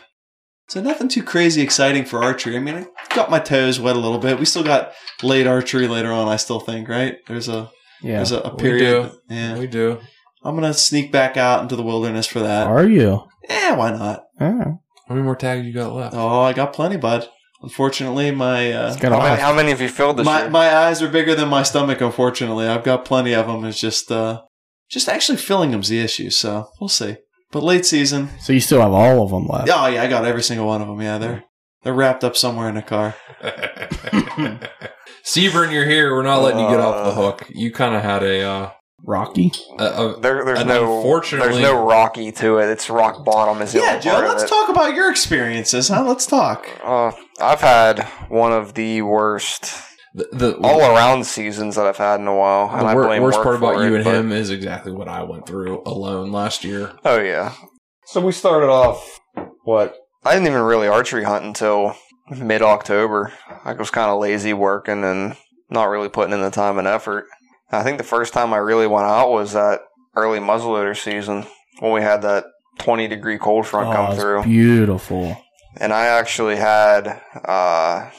Speaker 4: So nothing too crazy exciting for archery. I mean, I got my toes wet a little bit. We still got late archery later on. I still think right. There's a
Speaker 3: yeah.
Speaker 5: uh,
Speaker 4: there's a, a
Speaker 2: We
Speaker 4: period. Yeah.
Speaker 2: we do.
Speaker 4: I'm gonna sneak back out into the wilderness for that.
Speaker 3: Are you?
Speaker 4: Yeah, why not?
Speaker 3: Oh,
Speaker 2: How many more tags you got left?
Speaker 4: Oh, I got plenty, bud. Unfortunately, my uh,
Speaker 3: it's got a
Speaker 5: how, many,
Speaker 3: lot.
Speaker 5: how many of you filled this
Speaker 4: my
Speaker 5: year?
Speaker 4: my eyes are bigger than my stomach. Unfortunately, I've got plenty of them. It's just uh, just actually filling them's the issue. So we'll see. But late season,
Speaker 3: So you still have all of them left.
Speaker 4: oh yeah, I got every single one of them. Yeah, they're they're wrapped up somewhere in a car.
Speaker 2: Seaburn, you're here. We're not letting you get
Speaker 5: Uh,
Speaker 2: off the hook. You kind of had a, uh,
Speaker 3: Rocky.
Speaker 2: a, a
Speaker 5: There, there's
Speaker 2: And
Speaker 5: no,
Speaker 2: unfortunately-
Speaker 5: there's no rocky to it. It's rock bottom. Is the
Speaker 4: Yeah,
Speaker 5: only
Speaker 4: Joe,
Speaker 5: part of
Speaker 4: let's
Speaker 5: it.
Speaker 4: talk about your experiences, huh? Let's talk.
Speaker 5: Uh, I've had one of the worst
Speaker 2: the, the
Speaker 5: all around seasons that I've had in a while, Oh, and
Speaker 2: the
Speaker 5: I
Speaker 2: wor-
Speaker 5: blame
Speaker 2: worst
Speaker 5: work
Speaker 2: part about
Speaker 5: for
Speaker 2: you
Speaker 5: it,
Speaker 2: and
Speaker 5: but-
Speaker 2: him is exactly what I went through alone last year.
Speaker 5: Oh yeah. So we started off what I didn't even really archery hunt until mid October. I was kind of lazy working and not really putting in the time and effort. I think the first time I really went out was that early muzzleloader season when we had that 20 degree cold front
Speaker 3: Oh,
Speaker 5: come
Speaker 3: it's
Speaker 5: through
Speaker 3: Beautiful.
Speaker 5: and I actually had uh,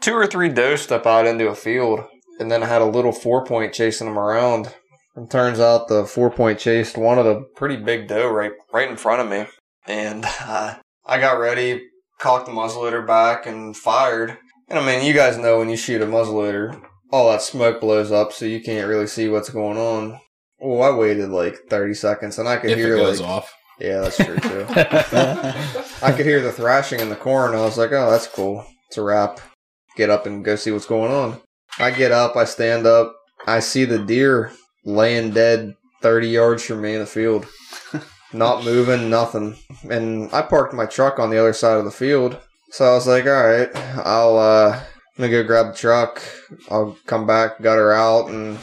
Speaker 5: two or three doe step out into a field, and then I had a little four point chasing them around. And turns out the four point chased one of the pretty big doe right right in front of me. and uh, I got ready, cocked the muzzleloader back, and fired. And I mean, you guys know when you shoot a muzzleloader, all that smoke blows up, so you can't really see what's going on. Well, I waited like thirty seconds, and I could
Speaker 2: If it
Speaker 5: hear
Speaker 2: goes
Speaker 5: like,
Speaker 2: off,
Speaker 5: yeah, that's true too. I could hear the thrashing in the corn. I was like, oh, that's cool. It's a wrap. Get up and go see what's going on. I get up, I stand up, I see the deer laying dead 30 yards from me in the field. Not moving, nothing. And I parked my truck on the other side of the field. So I was like, all right, I'll, uh, I'm gonna go grab the truck. I'll come back, gut her out, and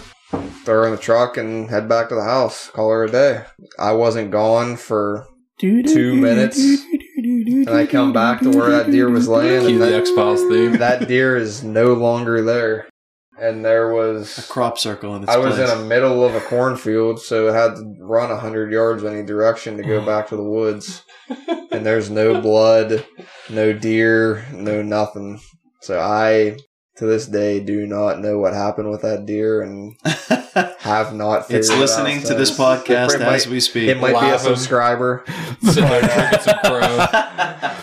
Speaker 5: throw her in the truck and head back to the house. Call her a day. I wasn't gone for two minutes, and I come back to where that deer was laying.
Speaker 2: cue
Speaker 5: and
Speaker 2: the
Speaker 5: that-
Speaker 2: X Files theme.
Speaker 5: that deer is no longer there. And there
Speaker 4: A
Speaker 5: was
Speaker 4: crop circle in its
Speaker 5: I was
Speaker 4: place.
Speaker 5: in a middle of a cornfield, so it had to run hundred yards any direction to go back to the woods. And there's no blood, no deer, no nothing. So I to this day do not know what happened with that deer and have not figured
Speaker 4: it's
Speaker 5: it out
Speaker 4: listening to this
Speaker 5: since.
Speaker 4: podcast
Speaker 5: It
Speaker 4: as
Speaker 5: might,
Speaker 4: we speak.
Speaker 5: it might be a
Speaker 2: Laughing.
Speaker 5: subscriber.
Speaker 2: Sit there drinking some crow.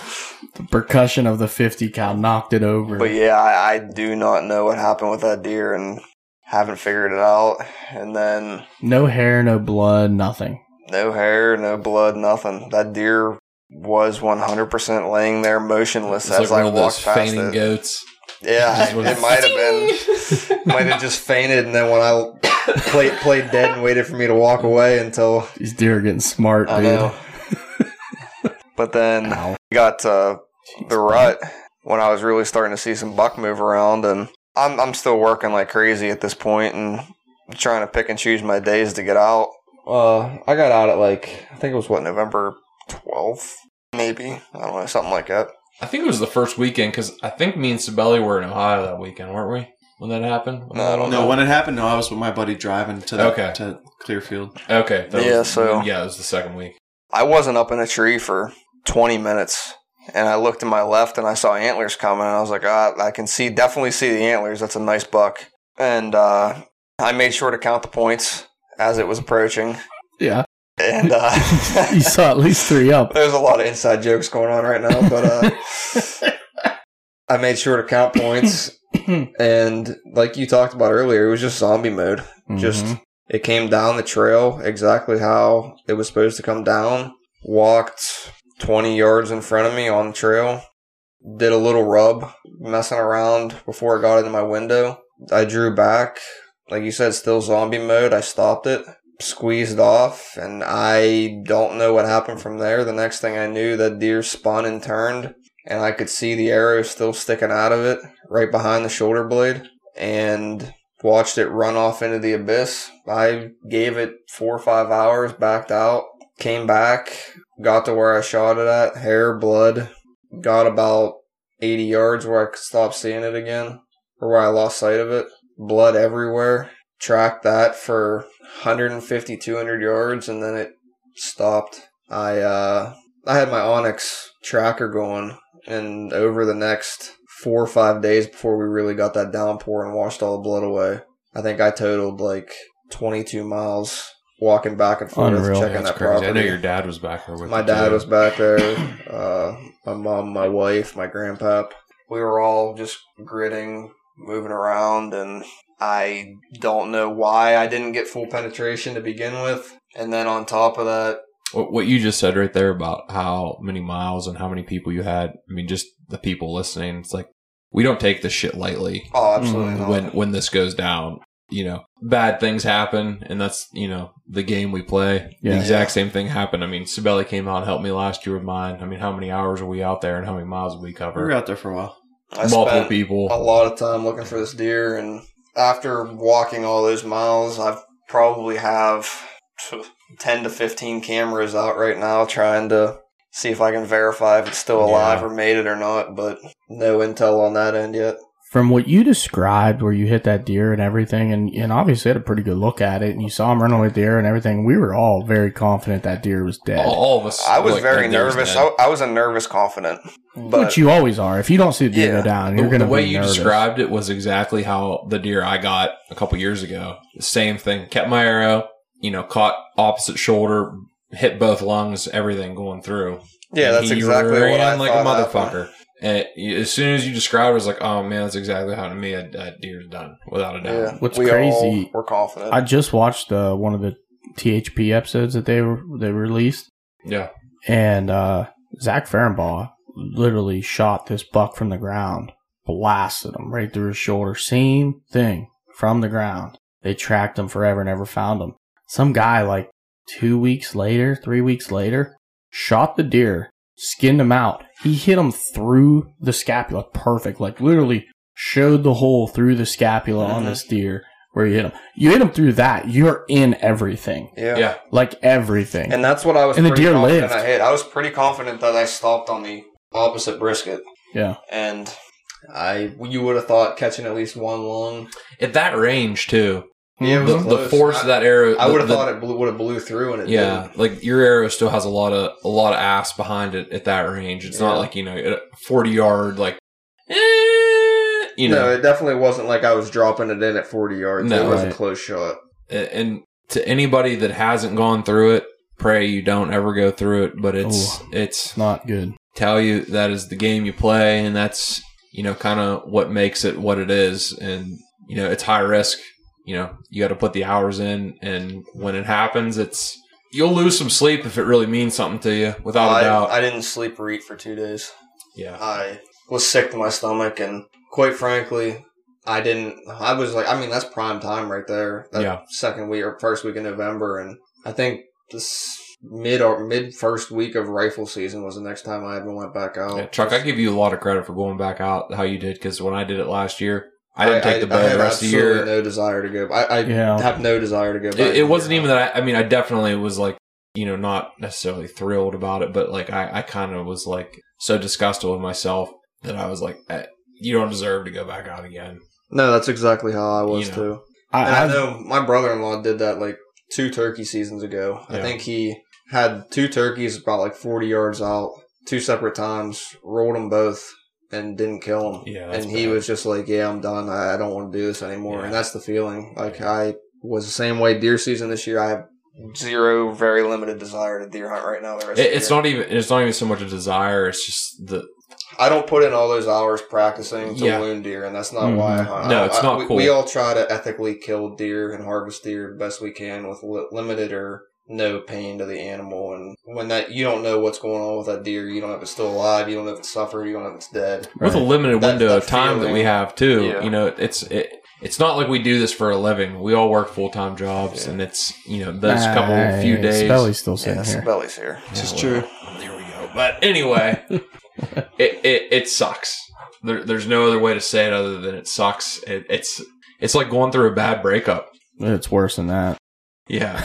Speaker 3: The percussion of the 50 cal knocked it over.
Speaker 5: But yeah, I, I do not know what happened with that deer and haven't figured it out. And then
Speaker 3: No hair, no blood, nothing.
Speaker 5: no hair, no blood, nothing. That deer was 100% laying there motionless
Speaker 2: It's
Speaker 5: as
Speaker 2: like
Speaker 5: I
Speaker 2: one of those
Speaker 5: walked past
Speaker 2: fainting
Speaker 5: it.
Speaker 2: goats.
Speaker 5: yeah,
Speaker 2: Just
Speaker 5: it,
Speaker 2: one of-
Speaker 5: might have been. might have just fainted, and then when I played played dead and waited for me to walk away until
Speaker 3: These deer are getting smart,
Speaker 5: I
Speaker 3: dude.
Speaker 5: know. but then we got to the rut when I was really starting to see some buck move around, and I'm I'm still working like crazy at this point and trying to pick and choose my days to get out. Uh, I got out at like I think it was what November twelfth, maybe I don't know something like that.
Speaker 2: I think it was the first weekend because I think me and Sibeli were in Ohio that weekend, weren't we? When that happened?
Speaker 5: No, I don't
Speaker 4: no, when it happened, no, I was with my buddy driving to the,
Speaker 2: Okay.
Speaker 4: to Clearfield.
Speaker 2: Okay. that
Speaker 5: Yeah,
Speaker 2: was-
Speaker 5: so-
Speaker 2: yeah, it was the second week.
Speaker 5: I wasn't up in a tree for 20 minutes. And I looked to my left and I saw antlers coming. And I was like, ah, I can see, definitely see the antlers. That's a nice buck. And uh, I made sure to count the points as it was approaching.
Speaker 3: Yeah.
Speaker 5: And uh,
Speaker 3: you saw at least three up.
Speaker 5: there's a lot of inside jokes going on right now. But uh, I made sure to count points. and like you talked about earlier, it was just zombie mode. Just
Speaker 3: Mhm.
Speaker 5: it came down the trail exactly how it was supposed to come down. Walked 20 yards in front of me on the trail. Did a little rub messing around before I got into my window. I drew back. Like you said, still zombie mode. I stopped it, squeezed off, and I don't know what happened from there. The next thing I knew, that deer spun and turned, and I could see the arrow still sticking out of it right behind the shoulder blade. And watched it run off into the abyss. I gave it four or five hours, backed out, came back, got to where I shot it at, hair, blood, got about 80 yards where I could stop seeing it again, or where I lost sight of it, blood everywhere, tracked that for 150, 200 yards, and then it stopped. I, uh, I had my Onyx tracker going, and over the next four or five days before we really got that downpour and washed all the blood away, I think I totaled like 22 miles walking back and forth,
Speaker 3: Unreal.
Speaker 5: checking
Speaker 2: That's
Speaker 5: that
Speaker 2: crazy.
Speaker 5: property.
Speaker 2: I know your dad was back there with
Speaker 5: My
Speaker 2: you,
Speaker 5: dad
Speaker 2: too.
Speaker 5: was back there. Uh, my mom, my wife, my grandpap. We were all just gritting, moving around, and I don't know why I didn't get full penetration to begin with. And then on top of that,
Speaker 2: What, what you just said right there about how many miles and how many people you had. I mean, just the people listening. It's like we don't take this shit lightly.
Speaker 5: oh, absolutely
Speaker 3: Mm,
Speaker 5: not.
Speaker 2: When when this goes down, you know, bad things happen, and that's you know the game we play.
Speaker 3: Yeah.
Speaker 2: The exact same thing happened. I mean, Sibeli came out and helped me last year with mine. I mean, how many hours were we out there, and how many miles did we
Speaker 4: We
Speaker 2: cover?
Speaker 4: were out there for a while.
Speaker 5: I
Speaker 2: Multiple
Speaker 5: spent
Speaker 2: people.
Speaker 5: a lot of time looking for this deer, and after walking all those miles, I probably have 10 to 15 cameras out right now trying to see if I can verify if it's still alive
Speaker 2: Yeah.
Speaker 5: or made it or not, but no intel on that end yet.
Speaker 3: From what you described, where you hit that deer and everything, and, and obviously had a pretty good look at it, and you saw him running with the deer and everything, we were all very confident that deer was dead.
Speaker 2: All, all of us.
Speaker 5: I was
Speaker 2: like,
Speaker 5: very
Speaker 2: that there was
Speaker 5: nervous.
Speaker 2: dead.
Speaker 5: I, I was a nervous confident. But
Speaker 3: Which you always are. If you don't see the deer
Speaker 5: Yeah.
Speaker 3: go down, you're
Speaker 2: the,
Speaker 3: going to
Speaker 2: the way
Speaker 3: be
Speaker 2: you
Speaker 3: nervous.
Speaker 2: described it was exactly how the deer I got a couple years ago. Same thing. Kept my arrow, you know, caught opposite shoulder, hit both lungs, everything going through.
Speaker 5: Yeah,
Speaker 2: And
Speaker 5: that's
Speaker 2: he
Speaker 5: exactly what I
Speaker 2: ran like a
Speaker 5: thought
Speaker 2: motherfucker. And it- as soon as you described, it, I was like, "Oh man, that's exactly how to me a, a deer's done, without a doubt."
Speaker 5: Yeah.
Speaker 3: What's
Speaker 5: we
Speaker 3: crazy-
Speaker 5: All were confident.
Speaker 3: I just watched uh, one of the THP episodes that they were, they released,
Speaker 2: Yeah.
Speaker 3: and uh, Zach Fehrenbaugh literally shot this buck from the ground, blasted him right through his shoulder. Same thing from the ground. They tracked him forever, never found him. Some guy like two weeks later, three weeks later, shot the deer, skinned him out. He hit him through the scapula, perfect, like literally showed the hole through the scapula on
Speaker 5: Mhm.
Speaker 3: this deer where you hit him. You hit him through that, you're in everything,
Speaker 5: yeah.
Speaker 2: Yeah.
Speaker 3: like everything.
Speaker 5: And that's what I was
Speaker 3: And the
Speaker 5: pretty
Speaker 3: deer
Speaker 5: confident
Speaker 3: lived.
Speaker 5: I hit. I was pretty confident that I stopped on the opposite brisket.
Speaker 3: yeah,
Speaker 5: And I you would have thought catching at least one lung.
Speaker 2: At that range too,
Speaker 5: Yeah, it was
Speaker 2: the, the
Speaker 5: close.
Speaker 2: force
Speaker 5: I,
Speaker 2: of that arrow.
Speaker 5: I
Speaker 2: the-
Speaker 5: would have
Speaker 2: the-
Speaker 5: thought it blew, would have blew through, and it
Speaker 2: Yeah, like your arrow still has a lot of a lot of ass behind it at that range. It's
Speaker 5: Yeah.
Speaker 2: not like you know at a forty yard like, eh, you
Speaker 5: didn't. no,
Speaker 2: know.
Speaker 5: it definitely wasn't like I was dropping it in at forty yards.
Speaker 2: No.
Speaker 5: it was a
Speaker 3: Right.
Speaker 5: close shot.
Speaker 2: A- and to anybody that hasn't gone through it, pray you don't ever go through it. But it's
Speaker 3: Ooh.
Speaker 2: it's
Speaker 3: not good.
Speaker 2: tell you that is the game you play, and that's you know kind of what makes it what it is. And you know it's high risk. You know you got to put the hours in, and when it happens, it's you'll lose some sleep if it really means something to you, without a doubt.
Speaker 5: I, I didn't sleep or eat for two days.
Speaker 2: yeah.
Speaker 5: I was sick to my stomach, and quite frankly, I didn't. I was like, I mean, that's prime time right there. That
Speaker 2: Yeah.
Speaker 5: Second week or first week in November, and I think this mid or mid first week of rifle season was the next time I ever went back out.
Speaker 2: Yeah, Chuck, I give you a lot of credit for going back out how you did because when I did it last year, I
Speaker 5: I-
Speaker 2: didn't take the
Speaker 5: I- I
Speaker 2: bow
Speaker 5: have
Speaker 2: the rest of the
Speaker 5: absolutely
Speaker 2: year.
Speaker 5: No desire to go. I, I
Speaker 3: Yeah.
Speaker 5: have no desire to go. Back
Speaker 2: it, it wasn't even that. I, I mean, I definitely was like, you know, not necessarily thrilled about it, but like I, I kind of was like so disgusted with myself that I was like, eh, you don't deserve to go back out again.
Speaker 5: No, that's exactly how I was
Speaker 2: You know.
Speaker 5: too.
Speaker 3: I,
Speaker 5: And I,
Speaker 3: I've-
Speaker 5: know my brother in law did that like two turkey seasons ago. I
Speaker 2: Yeah.
Speaker 5: think he had two turkeys about like 40 yards out, two separate times, rolled them both, and didn't kill them.
Speaker 2: Yeah, that's
Speaker 5: and he
Speaker 2: bad.
Speaker 5: was just like, Yeah, I'm done. I, I don't want to do this anymore.
Speaker 2: Yeah.
Speaker 5: And that's the feeling. Like, I was the same way deer season this year. I have zero, very limited desire to deer hunt right now. The rest
Speaker 2: It,
Speaker 5: of the
Speaker 2: it's
Speaker 5: year.
Speaker 2: not even. It's not even so much a desire. It's just the
Speaker 5: I don't put in all those hours practicing to
Speaker 2: Yeah.
Speaker 5: wound deer, and that's not
Speaker 3: Mhm.
Speaker 5: why. I hunt.
Speaker 2: No,
Speaker 5: I-
Speaker 2: it's
Speaker 5: I-
Speaker 2: not
Speaker 5: we,
Speaker 2: cool.
Speaker 5: We all try to ethically kill deer and harvest deer the best we can with li- limited or no pain to the animal. And when that you don't know what's going on with that deer, you don't know if it's still alive, you don't know if it's suffered, you don't know if it's dead.
Speaker 2: with a
Speaker 3: Right.
Speaker 2: limited
Speaker 5: That-
Speaker 2: window
Speaker 5: that
Speaker 2: of time that
Speaker 5: feeling.
Speaker 2: we have too.
Speaker 5: Yeah.
Speaker 2: You know, it's it, it's not like we do this for a living. We all work full time jobs,
Speaker 5: Yeah.
Speaker 2: and it's you know those
Speaker 3: Nah,
Speaker 2: couple
Speaker 3: hey,
Speaker 2: few days.
Speaker 3: Spelly's still sitting
Speaker 5: Yeah,
Speaker 3: here.
Speaker 5: belly's here.
Speaker 2: This
Speaker 5: is
Speaker 2: There we go. But anyway, it, it it sucks. There, there's no other way to say it other than it sucks. It, it's it's like going through a bad breakup.
Speaker 3: It's worse than that.
Speaker 2: Yeah.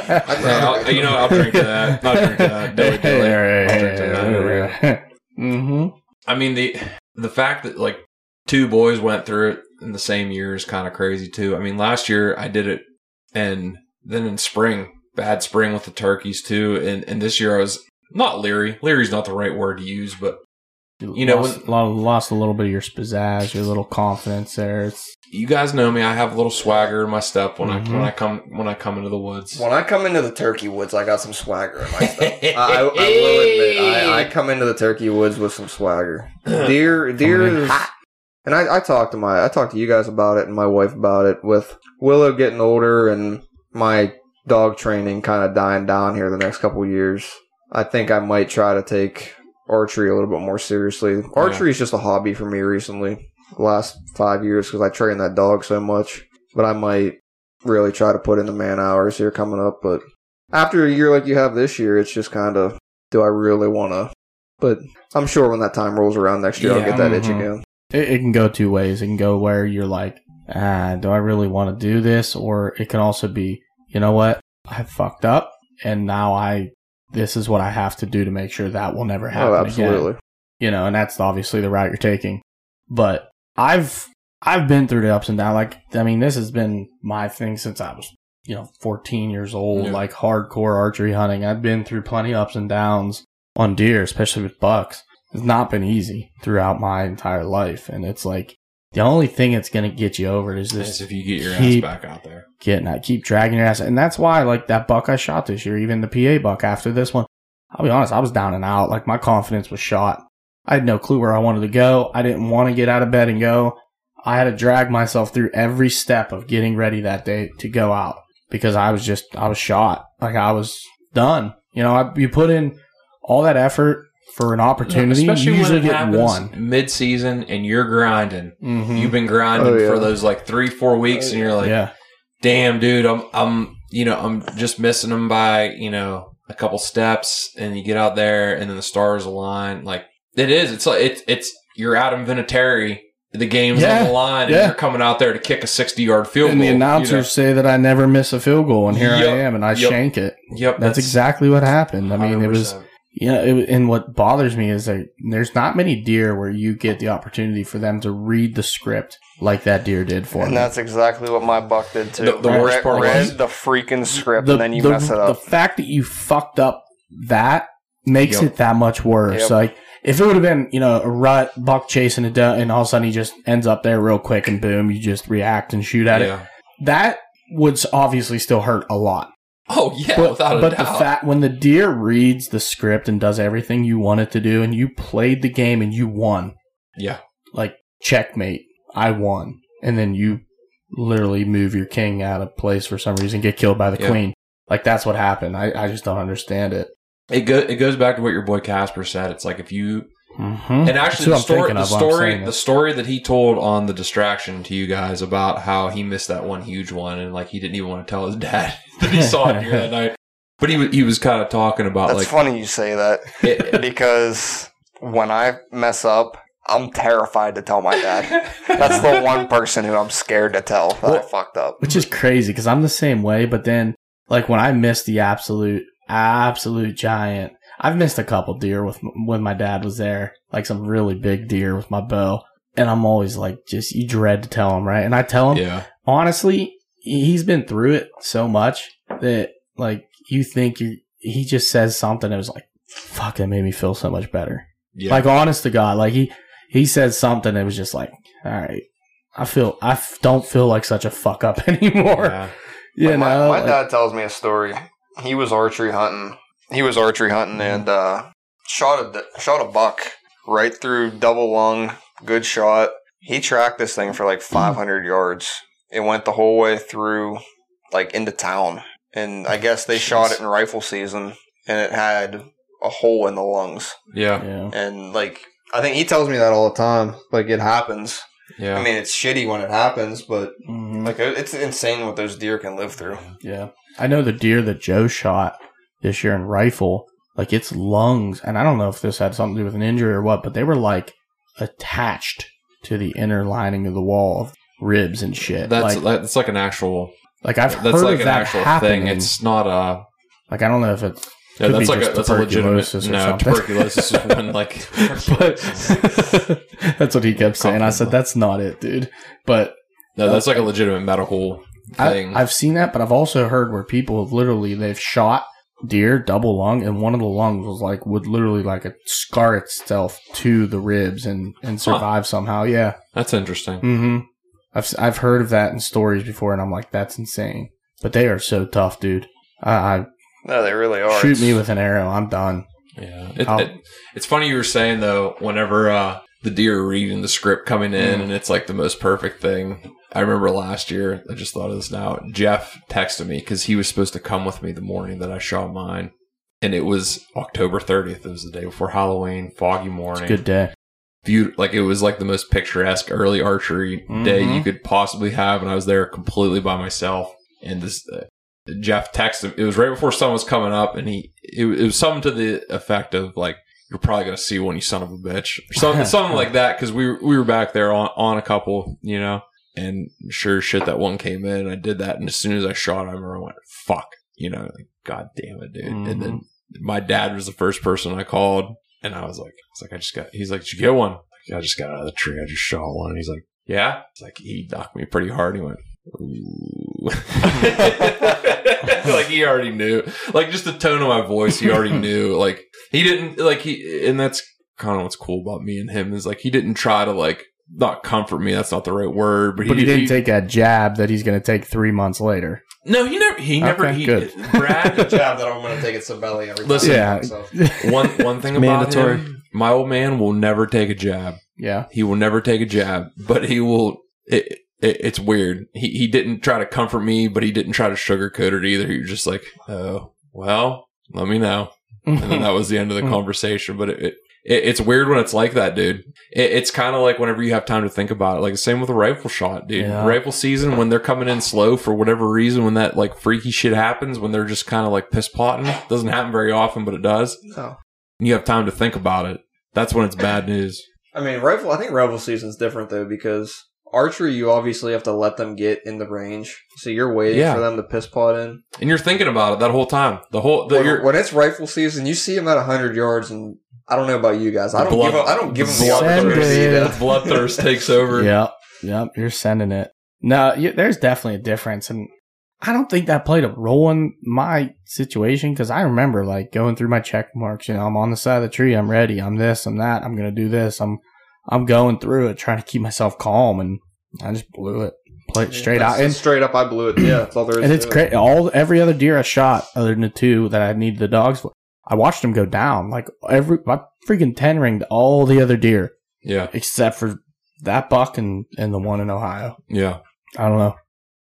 Speaker 2: Yeah, I'll- you know, I'll drink to that. I'll drink to that. Dilly dilly. I'll drink to that.
Speaker 3: hmm
Speaker 2: I mean the the fact that like two boys went through it in the same year is kind of crazy too. I mean last year I did it and then in spring bad spring with the turkeys too and and this year I was not leery. Leary's not the right word to use, but You know,
Speaker 3: lost,
Speaker 2: when-
Speaker 3: lo- lost a little bit of your spazazz, your little confidence there. It's,
Speaker 2: you guys know me. I have a little swagger in my step when
Speaker 3: Mhm.
Speaker 2: I when I come when I come into the woods.
Speaker 5: When I come into the turkey woods, I got some swagger in my stuff. I, I, I will admit, I, I come into the turkey woods with some swagger. Deer, deer
Speaker 3: Coming in
Speaker 5: is, and I, I talked to my, I talked to you guys about it and my wife about it with Willow getting older and my dog training kind of dying down here the next couple years. I think I might try to take archery a little bit more seriously. Archery is just a hobby for me recently, the last five years because I train that dog so much. But I might really try to put in the man hours here coming up. But after a year like you have this year, it's just kind of do I really want to? But I'm sure when that time rolls around next year, I'll
Speaker 2: Yeah, mm-hmm.
Speaker 5: get that itch
Speaker 3: mhm.
Speaker 5: again. Oh,
Speaker 3: it, it can go two ways. It can go where you're like, ah, do I really want to do this? Or it can also be, you know what? I fucked up, and now I, this is what I have to do to make sure that will never happen.
Speaker 5: Oh,
Speaker 3: Again.
Speaker 5: absolutely.
Speaker 3: you know, and that's obviously the route you're taking. But I've I've been through the ups and downs. Like I mean, this has been my thing since I was you know 14 years old,
Speaker 2: Yeah.
Speaker 3: like hardcore archery hunting. I've been through plenty of ups and downs on deer, especially with bucks. It's not been easy throughout my entire life, and it's like The only thing that's going to get you over it is
Speaker 2: As
Speaker 3: this
Speaker 2: if you get your
Speaker 3: keep-
Speaker 2: ass back out there.
Speaker 3: getting out. Keep dragging your ass. And that's why, like, that buck I shot this year, even the PA buck after this one, I'll be honest, I was down and out. Like, my confidence was shot. I had no clue where I wanted to go. I didn't want to get out of bed and go. I had to drag myself through every step of getting ready that day to go out because I was just, I was shot. Like, I was done. You know, I, you put in all that effort for an opportunity, you usually get one.
Speaker 2: mid season and you're grinding.
Speaker 3: Mm-hmm.
Speaker 2: You've been grinding
Speaker 6: Oh, yeah.
Speaker 2: for those like three, four weeks, and you're like,
Speaker 3: yeah.
Speaker 2: damn, dude, I'm, I'm, you know, I'm just missing them by, you know, a couple steps, and you get out there, and then the stars align. Like it is. It's like it's, it's you're Adam Vinatieri. The game's
Speaker 3: Yeah,
Speaker 2: on the line,
Speaker 3: yeah.
Speaker 2: and you're coming out there to kick a 60 yard field
Speaker 3: And
Speaker 2: goal.
Speaker 3: the
Speaker 2: you know?
Speaker 3: announcers say that I never miss a field goal, and here
Speaker 2: Yep,
Speaker 3: I am, and I
Speaker 2: yep.
Speaker 3: shank it.
Speaker 2: Yep,
Speaker 3: That's, exactly what happened. I mean, it was
Speaker 2: 100%.
Speaker 3: yeah. It, wa- and what bothers me is that there's not many deer where you get the opportunity for them to read the script like that deer did for
Speaker 6: And
Speaker 3: me.
Speaker 6: that's exactly what my buck did too.
Speaker 2: The- the worst
Speaker 6: Read-
Speaker 2: part
Speaker 6: read
Speaker 2: was-
Speaker 6: the freaking script, and then you
Speaker 3: the,
Speaker 6: mess it up.
Speaker 3: The fact that you fucked up that makes
Speaker 2: Yep.
Speaker 3: it that much worse.
Speaker 6: Yep.
Speaker 3: Like if it would have been, you know, a rut buck chasing a doe, and all of a sudden he just ends up there real quick, and boom, you just react and shoot at it.
Speaker 2: yeah.
Speaker 3: That would obviously still hurt a lot.
Speaker 2: Oh yeah, without a
Speaker 3: but
Speaker 2: doubt.
Speaker 3: the fact when the deer reads the script and does everything you want it to do, and you played the game and you won,
Speaker 2: yeah,
Speaker 3: like checkmate, I won, and then you literally move your king out of place for some reason, get killed by the
Speaker 2: Yeah.
Speaker 3: queen. Like that's what happened. I, I just don't understand it.
Speaker 2: it go, it goes back to what your boy Casper said. It's like if you
Speaker 3: Mm-hmm.
Speaker 2: and actually the story the story the story that he told on the distraction to you guys about how he missed that one huge one and like he didn't even want to tell his dad that he saw it here that night. But he was he was kind of talking about
Speaker 6: That's
Speaker 2: like
Speaker 6: funny you say that
Speaker 2: it-
Speaker 6: because when I mess up, I'm terrified to tell my dad. That's the one person who I'm scared to tell that I
Speaker 3: Well-
Speaker 6: fucked up.
Speaker 3: which is crazy because I'm the same way. But then, like when I missed the absolute, absolute giant, I've missed a couple deer with when my dad was there, like some really big deer with my bow, and I'm always like, just you dread to tell him, right? And I tell him
Speaker 2: yeah
Speaker 3: honestly, he- he's been through it so much that like you think you, he just says something that was like, fuck, that made me feel so much better.
Speaker 2: yeah
Speaker 3: Like honest to God, like he he said something that was just like, all right, I feel I f- don't feel like such a fuck up anymore.
Speaker 2: yeah.
Speaker 3: You
Speaker 6: Like, my,
Speaker 3: know,
Speaker 6: my
Speaker 3: like-
Speaker 6: dad tells me a story. He was archery hunting. He was archery hunting
Speaker 2: Mm-hmm.
Speaker 6: and uh, shot a d- shot a buck right through double lung. Good shot. He tracked this thing for
Speaker 2: Mm.
Speaker 6: like 500 yards. It went the whole way through, like into town. And I guess they shot it in rifle season, and it had a hole in the lungs.
Speaker 2: yeah
Speaker 3: yeah.
Speaker 6: And like, I think he tells me that all the time. Like, it happens.
Speaker 2: yeah Mm-hmm.
Speaker 6: I mean, it's shitty when it happens, but
Speaker 3: Mhm.
Speaker 6: like, it- it's insane what those deer can live through.
Speaker 3: yeah. I know the deer that Joe shot this year in rifle, like its lungs, and I don't know if this had something to do with an injury or what, but they were like attached to the inner lining of the wall of ribs and shit.
Speaker 2: that's
Speaker 3: like,
Speaker 2: that's like an actual
Speaker 3: like I've
Speaker 2: that's
Speaker 3: heard
Speaker 2: like
Speaker 3: of
Speaker 2: an
Speaker 3: that
Speaker 2: actual
Speaker 3: happening.
Speaker 2: thing. It's not a
Speaker 3: like I don't know if it's
Speaker 2: yeah,
Speaker 3: Could be
Speaker 2: that's like a
Speaker 3: just
Speaker 2: that's a legitimate
Speaker 3: tuberculosis or
Speaker 2: no
Speaker 3: something.
Speaker 2: tuberculosis is when like
Speaker 3: but that's what he kept saying. I said,
Speaker 2: Comfortable.
Speaker 3: "That's not it, dude." But
Speaker 2: no that's like a legitimate medical
Speaker 3: I,
Speaker 2: thing
Speaker 3: I've seen that, but I've also heard where people have literally they've shot deer double lung, and one of the lungs was like would literally like a scar itself to the ribs and and survive somehow. Yeah.
Speaker 2: that's interesting
Speaker 3: Mm-hmm. I've s- I've heard of that in stories before, and I'm like, that's insane. But they are so tough, dude. I,
Speaker 6: No, they really
Speaker 3: I
Speaker 6: are.
Speaker 3: shoot
Speaker 6: It's-
Speaker 3: me with an arrow, I'm done.
Speaker 2: Yeah, it,
Speaker 3: I'll-
Speaker 2: it- it's funny you were saying though. Whenever uh, the deer are reading the script coming in,
Speaker 3: Mm.
Speaker 2: and it's like the most perfect thing. I remember last year. I just thought of this now. Jeff texted me because he was supposed to come with me the morning that I shot mine, and it was October 30th. It was the day before Halloween, foggy
Speaker 3: It's a
Speaker 2: morning.
Speaker 3: good day.
Speaker 2: Beaut- like it was like the most picturesque early archery day
Speaker 3: Mhm.
Speaker 2: you could possibly have, and I was there completely by myself. And this uh, Jeff texted. It was right before sun was coming up, and he it, it was something to the effect of like you're probably gonna see one, you son of a bitch, or something, something like that. Because we were- we were back there on on a couple, you know, and sure as shit that one came in. And I did that, and as soon as I shot, I remember I went fuck, you know, like god damn it, dude. And then
Speaker 3: Mm-hmm.
Speaker 2: my dad was the first person I called, and I was like, it's like I just got. He's like, did you get one? Like, I just got out of the tree. I just shot one. And he's like, yeah. It's like he knocked me pretty hard. He went. Ooh. like he already knew like just the tone of my voice he already knew like he didn't like he and that's kind of what's cool about me and him is like he didn't try to like not comfort me. That's not the right word. But,
Speaker 3: But he didn't take that jab that he's going to take three months later.
Speaker 2: No, he never. He never.
Speaker 3: Okay,
Speaker 2: he,
Speaker 3: good.
Speaker 2: Brad.
Speaker 6: Jab that I'm going to take at Sabelli every time.
Speaker 2: Listen.
Speaker 3: Yeah.
Speaker 6: So,
Speaker 2: one one thing about
Speaker 3: Mandatory.
Speaker 2: him, my old man will never take a jab.
Speaker 3: Yeah.
Speaker 2: He will never take a jab, but he will. It, it, it's weird. He he didn't try to comfort me, but he didn't try to sugarcoat it either. He was just like, "Oh, well, let me know." and then that was the end of the
Speaker 3: Mhm.
Speaker 2: conversation. But it, it, it it's weird when it's like that, dude. It, it's kind of like whenever you have time to think about it. Like the same with a rifle shot, dude.
Speaker 3: Yeah.
Speaker 2: Rifle season when they're coming in slow for whatever reason, when that like freaky shit happens, when they're just kind of like piss potting. Doesn't happen very often, but it does.
Speaker 6: no.
Speaker 2: And you have time to think about it. That's when it's bad news.
Speaker 6: I mean, rifle. I think rifle season's different though because archery, you obviously have to let them get in the range, so you're waiting
Speaker 2: Yeah.
Speaker 6: for them to piss pot in.
Speaker 2: And you're thinking about it that whole time. The whole the,
Speaker 6: when,
Speaker 2: you're,
Speaker 6: when it's rifle season, you see them at hundred yards, and I don't know about you guys. I don't
Speaker 2: Blood-
Speaker 6: give. Them, I don't give them the
Speaker 3: bloodthirst.
Speaker 6: opportunity.
Speaker 2: the
Speaker 6: To,
Speaker 2: bloodthirst takes over.
Speaker 3: Yep. Yep. You're sending it. No, you, there's definitely a difference. And I don't think that played a role in my situation because I remember like going through my check marks. You know, I'm on the side of the tree. I'm ready. I'm this. I'm that. I'm going to do this. I'm, I'm going through it trying to keep myself calm. And I just blew it. Played straight out.
Speaker 6: That's-
Speaker 3: And
Speaker 6: straight up, I blew it. Yeah, that's all there is.
Speaker 3: and
Speaker 6: to
Speaker 3: it's
Speaker 6: it.
Speaker 3: great. All every other deer I shot, other than the two that I needed the dogs for, I watched them go down. Like every I freaking ten ringed all the other deer
Speaker 2: Yeah,
Speaker 3: except for that buck and and the one in Ohio.
Speaker 2: yeah.
Speaker 3: I don't know.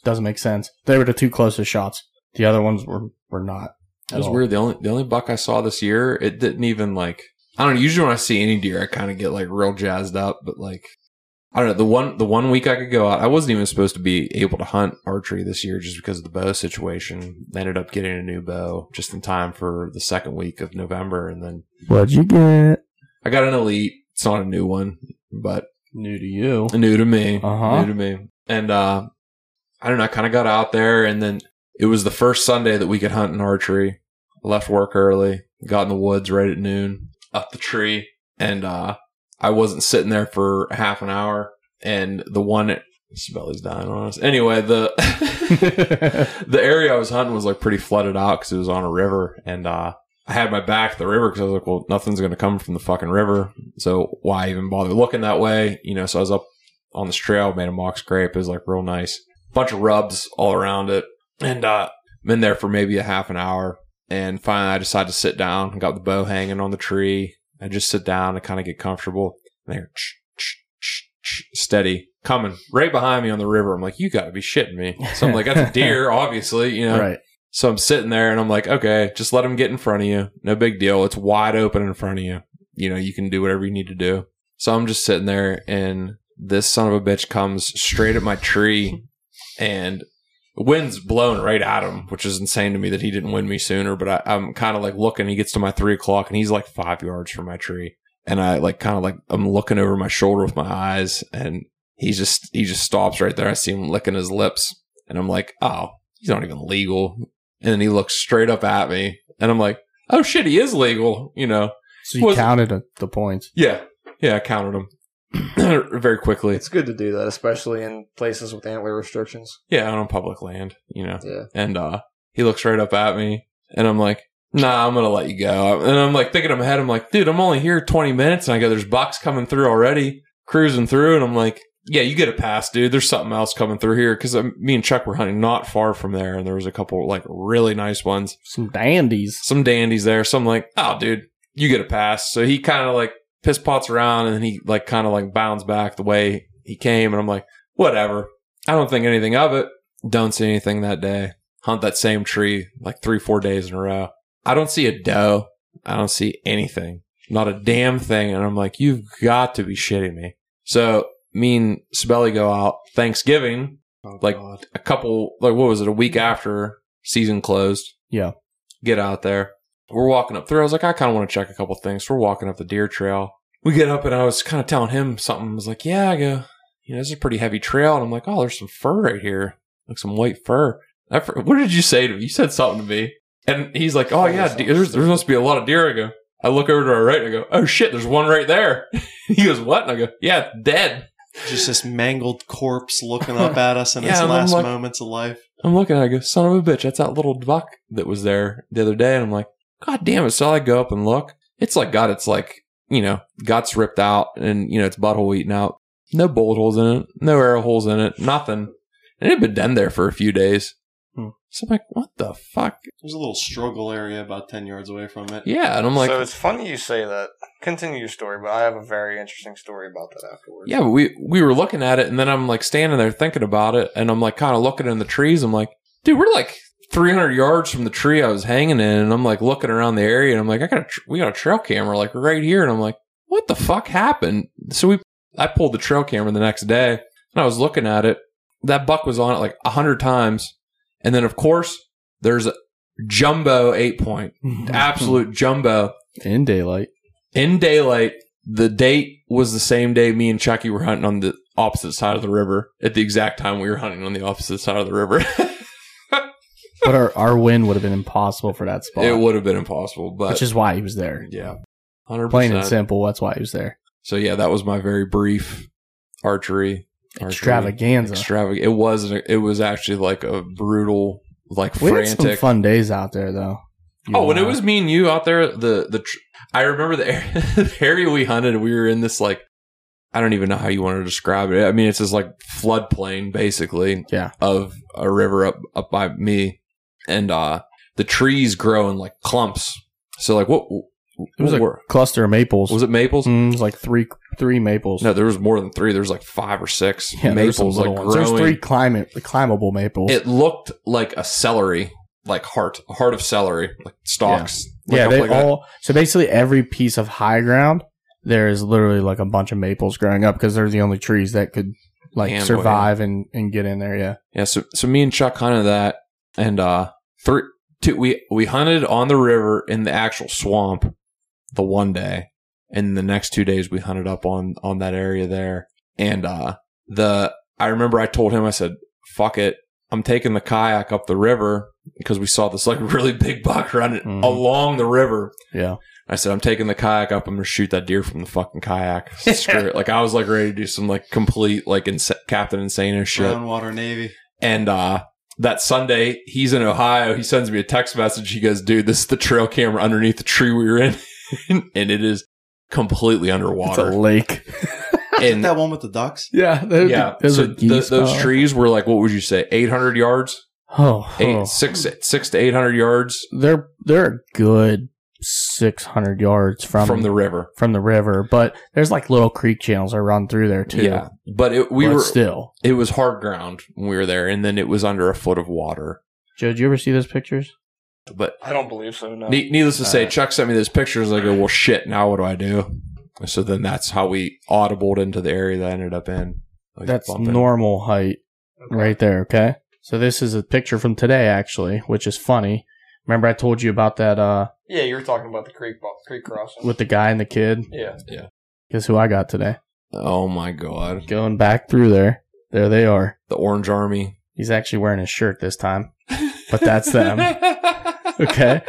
Speaker 3: Doesn't make sense. They were the two closest shots. The other ones were were not.
Speaker 2: It
Speaker 3: at
Speaker 2: was
Speaker 3: all.
Speaker 2: weird. The only the only buck I saw this year, it didn't even like. I don't know. Usually when I see any deer, I kind of get like real jazzed up. But like, I don't know. The one the one week I could go out, I wasn't even supposed to be able to hunt archery this year just because of the bow situation. I ended up getting a new bow just in time for the second week of November, and then
Speaker 3: What'd you get?
Speaker 2: I got an elite. It's not a new one, but
Speaker 3: New to you.
Speaker 2: New to me.
Speaker 3: Uh-huh.
Speaker 2: New to me. And uh I don't know, I kinda got out there and then it was the first Sunday that we could hunt in archery. Left work early, got in the woods right at noon, up the tree, and uh I wasn't sitting there for half an hour and the one Smelly's dying on us. Anyway, the the area I was hunting was like pretty flooded out because it was on a river, and uh, I had my back to the river because I was like, well, nothing's going to come from the fucking river, so why even bother looking that way? You know, so I was up on this trail, made a mock scrape. It was like real nice, bunch of rubs all around it, and uh, been there for maybe a half an hour, and finally I decided to sit down. I got the bow hanging on the tree. I just sit down and kind of get comfortable. And they're steady coming right behind me on the river. I'm like, you got to be shitting me. So I'm like, that's a deer, obviously, you know.
Speaker 3: Right.
Speaker 2: So I'm sitting there and I'm like, okay, just let him get in front of you. No big deal. It's wide open in front of you. You know, you can do whatever you need to do. So I'm just sitting there and this son of a bitch comes straight at my tree and the wind's blowing right at him, which is insane to me that he didn't win me sooner. But I, I'm kind of like looking. He gets to my three o'clock and he's like five yards from my tree. And I like kind of like, I'm looking over my shoulder with my eyes and he's just, he just stops right there. I see him licking his lips and I'm like, oh, he's not even legal. And then he looks straight up at me and I'm like, oh shit, he is legal, you know?
Speaker 3: So you
Speaker 2: Was-
Speaker 3: counted the- the points.
Speaker 2: Yeah. Yeah. I counted him very quickly.
Speaker 6: It's good to do that, especially in places with antler restrictions.
Speaker 2: Yeah. And on public land, you know?
Speaker 6: Yeah.
Speaker 2: And uh, he looks right up at me, and I'm like, "Nah, I'm gonna let you go." And I'm like thinking in my head, I'm like, "Dude, I'm only here 20 minutes," and I go, "There's bucks coming through already, cruising through," and I'm like, "Yeah, you get a pass, dude. There's something else coming through here." Because me and Chuck were hunting not far from there, and there was a couple like really nice ones,
Speaker 3: Some dandies.
Speaker 2: some dandies there. So I'm like, "Oh, dude, you get a pass." So he kind of like piss pots around, and then he like kind of like bounds back the way he came, and I'm like, "Whatever." I don't think anything of it. Don't see anything that day hunt that same tree like three, four days in a row. I don't see a doe. I don't see anything, not a damn thing. And I'm like, you've got to be shitting me. So me and Smelly go out Thanksgiving, like a couple, like what was it, a week after season closed.
Speaker 3: Yeah.
Speaker 2: Get out there. We're walking up through. I was like, I kind of want to check a couple things. We're walking up the deer trail. We get up and I was kind of telling him something. I was like, yeah, I go, you know, this is a pretty heavy trail. And I'm like, oh, there's some fur right here, like some white fur. I, fr- what did you say to me? You said something to me. And he's like, oh, yeah, deer, there's, there's supposed to be a lot of deer. I go, I look over to our right and I go, oh shit, there's one right there. he goes, what? And I go, yeah, it's dead.
Speaker 4: Just this mangled corpse looking up at us in
Speaker 2: Yeah,
Speaker 4: its
Speaker 2: and I'm
Speaker 4: last
Speaker 2: like-
Speaker 4: moments of life.
Speaker 2: I'm looking at it, I go, son of a bitch, that's that little buck that was there the other day. And I'm like, God damn it. So I go up and look. It's like, God, it's like, you know, guts ripped out and, you know, its butthole eaten out. No bullet holes in it. No arrow holes in it. Nothing. And it had been dead there for a few days.
Speaker 3: Hmm.
Speaker 2: So I'm like, what the fuck?
Speaker 4: There's a little struggle area about 10 yards away from it.
Speaker 2: Yeah. And I'm like,
Speaker 5: so it's funny you say that. Continue your story, but I have a very interesting story about that afterwards.
Speaker 2: yeah, but we, we were looking at it. And then I'm like standing there thinking about it. And I'm like kind of looking in the trees. I'm like, dude, we're like 300 yards from the tree I was hanging in. And I'm like looking around the area. And I'm like, I got a, tr- we got a trail camera like right here. And I'm like, what the fuck happened? So we, I pulled the trail camera the next day and I was looking at it. That buck was on it like a hundred times. And then of course there's a jumbo eight point.
Speaker 3: Mm-hmm.
Speaker 2: Mm-hmm. absolute jumbo
Speaker 3: in daylight.
Speaker 2: in daylight. The date was the same day me and Chucky were hunting on the opposite side of the river at the exact time we were hunting on the opposite side of the river.
Speaker 3: But our, our win would have been impossible for that spot.
Speaker 2: it would have been impossible, but
Speaker 3: which is why he was there.
Speaker 2: yeah, hundred
Speaker 3: Plain and
Speaker 2: percent.
Speaker 3: simple. That's why he was there.
Speaker 2: So yeah, that was my very brief archery archery
Speaker 3: Extravaganza.
Speaker 2: Extravag- it was it was actually like a brutal, like
Speaker 3: we had some
Speaker 2: frantic.
Speaker 3: fun days out there though. You
Speaker 2: Oh, when it
Speaker 3: know.
Speaker 2: was me and you out there, the the tr- I remember the area, the area we hunted. We were in this like I don't even know how you want to describe it. I mean, it's this like floodplain basically
Speaker 3: Yeah.
Speaker 2: of a river up up by me, and uh the trees grow in like clumps. So like what, what
Speaker 3: it was a
Speaker 2: were-
Speaker 3: cluster of maples.
Speaker 2: was it maples?
Speaker 3: Mm, it was like three three maples.
Speaker 2: No, there was more than three. There was like five or six
Speaker 3: yeah, there were some
Speaker 2: maples like
Speaker 3: little ones. There was
Speaker 2: growing.
Speaker 3: three climate climbable maples.
Speaker 2: It looked like a celery, like heart heart of celery, like stalks. Like
Speaker 3: yeah,
Speaker 2: up
Speaker 3: they
Speaker 2: like that.
Speaker 3: all. So basically, every piece of high ground there is literally like a bunch of maples growing up because they're the only trees that could like
Speaker 2: Handle it.
Speaker 3: survive and and get in there. Yeah,
Speaker 2: Yeah, so so me and Chuck hunted that, and uh, three, two, we we hunted on the river in the actual swamp, the one day, and the next two days we hunted up on on that area there, and uh, the I remember I told him I said, "Fuck it, I'm taking the kayak up the river because we saw this like really big buck running
Speaker 3: Mhm.
Speaker 2: along the river."
Speaker 3: yeah.
Speaker 2: I said, "I'm taking the kayak up. I'm gonna shoot that deer from the fucking kayak." Screw it. Like I was like ready to do some like complete like insa- Captain Insane or shit.
Speaker 4: Brownwater Navy.
Speaker 2: And uh that Sunday, he's in Ohio. He sends me a text message. He goes, "Dude, this is the trail camera underneath the tree we were in, and it is completely
Speaker 3: It's a
Speaker 2: underwater."
Speaker 3: lake.
Speaker 2: and
Speaker 4: That one with the ducks.
Speaker 3: yeah,
Speaker 2: yeah, so th- those trees were like, what would you say, eight hundred yards,
Speaker 3: Oh,
Speaker 2: eight,
Speaker 3: oh.
Speaker 2: six, six to eight hundred yards
Speaker 3: they're they're a good six hundred yards from
Speaker 2: from, the river.
Speaker 3: from the river, but there's like little creek channels that run through there too.
Speaker 2: Yeah, but it, we
Speaker 3: But
Speaker 2: were.
Speaker 3: still.
Speaker 2: it was hard ground when we were there, and then it was under a foot of water.
Speaker 3: Joe, did you ever see those pictures?
Speaker 2: But
Speaker 5: I don't believe so. No.
Speaker 2: Ne- needless to say,
Speaker 5: Uh,
Speaker 2: Chuck sent me those pictures. I go, well, shit. Now what do I do? So then that's how we audibled into the area that I ended up in. Like,
Speaker 3: That's
Speaker 2: bumping.
Speaker 3: normal height right there, okay? So this is a picture from today actually, which is funny. Remember I told you about that uh
Speaker 5: Yeah, you were talking about the creek bo- creek crossing.
Speaker 3: with the guy and the kid?
Speaker 5: yeah,
Speaker 3: Guess who I got today?
Speaker 2: Oh my god,
Speaker 3: Going back through there. There they are.
Speaker 2: the Orange Army.
Speaker 3: He's actually wearing his shirt this time. But that's them. Okay.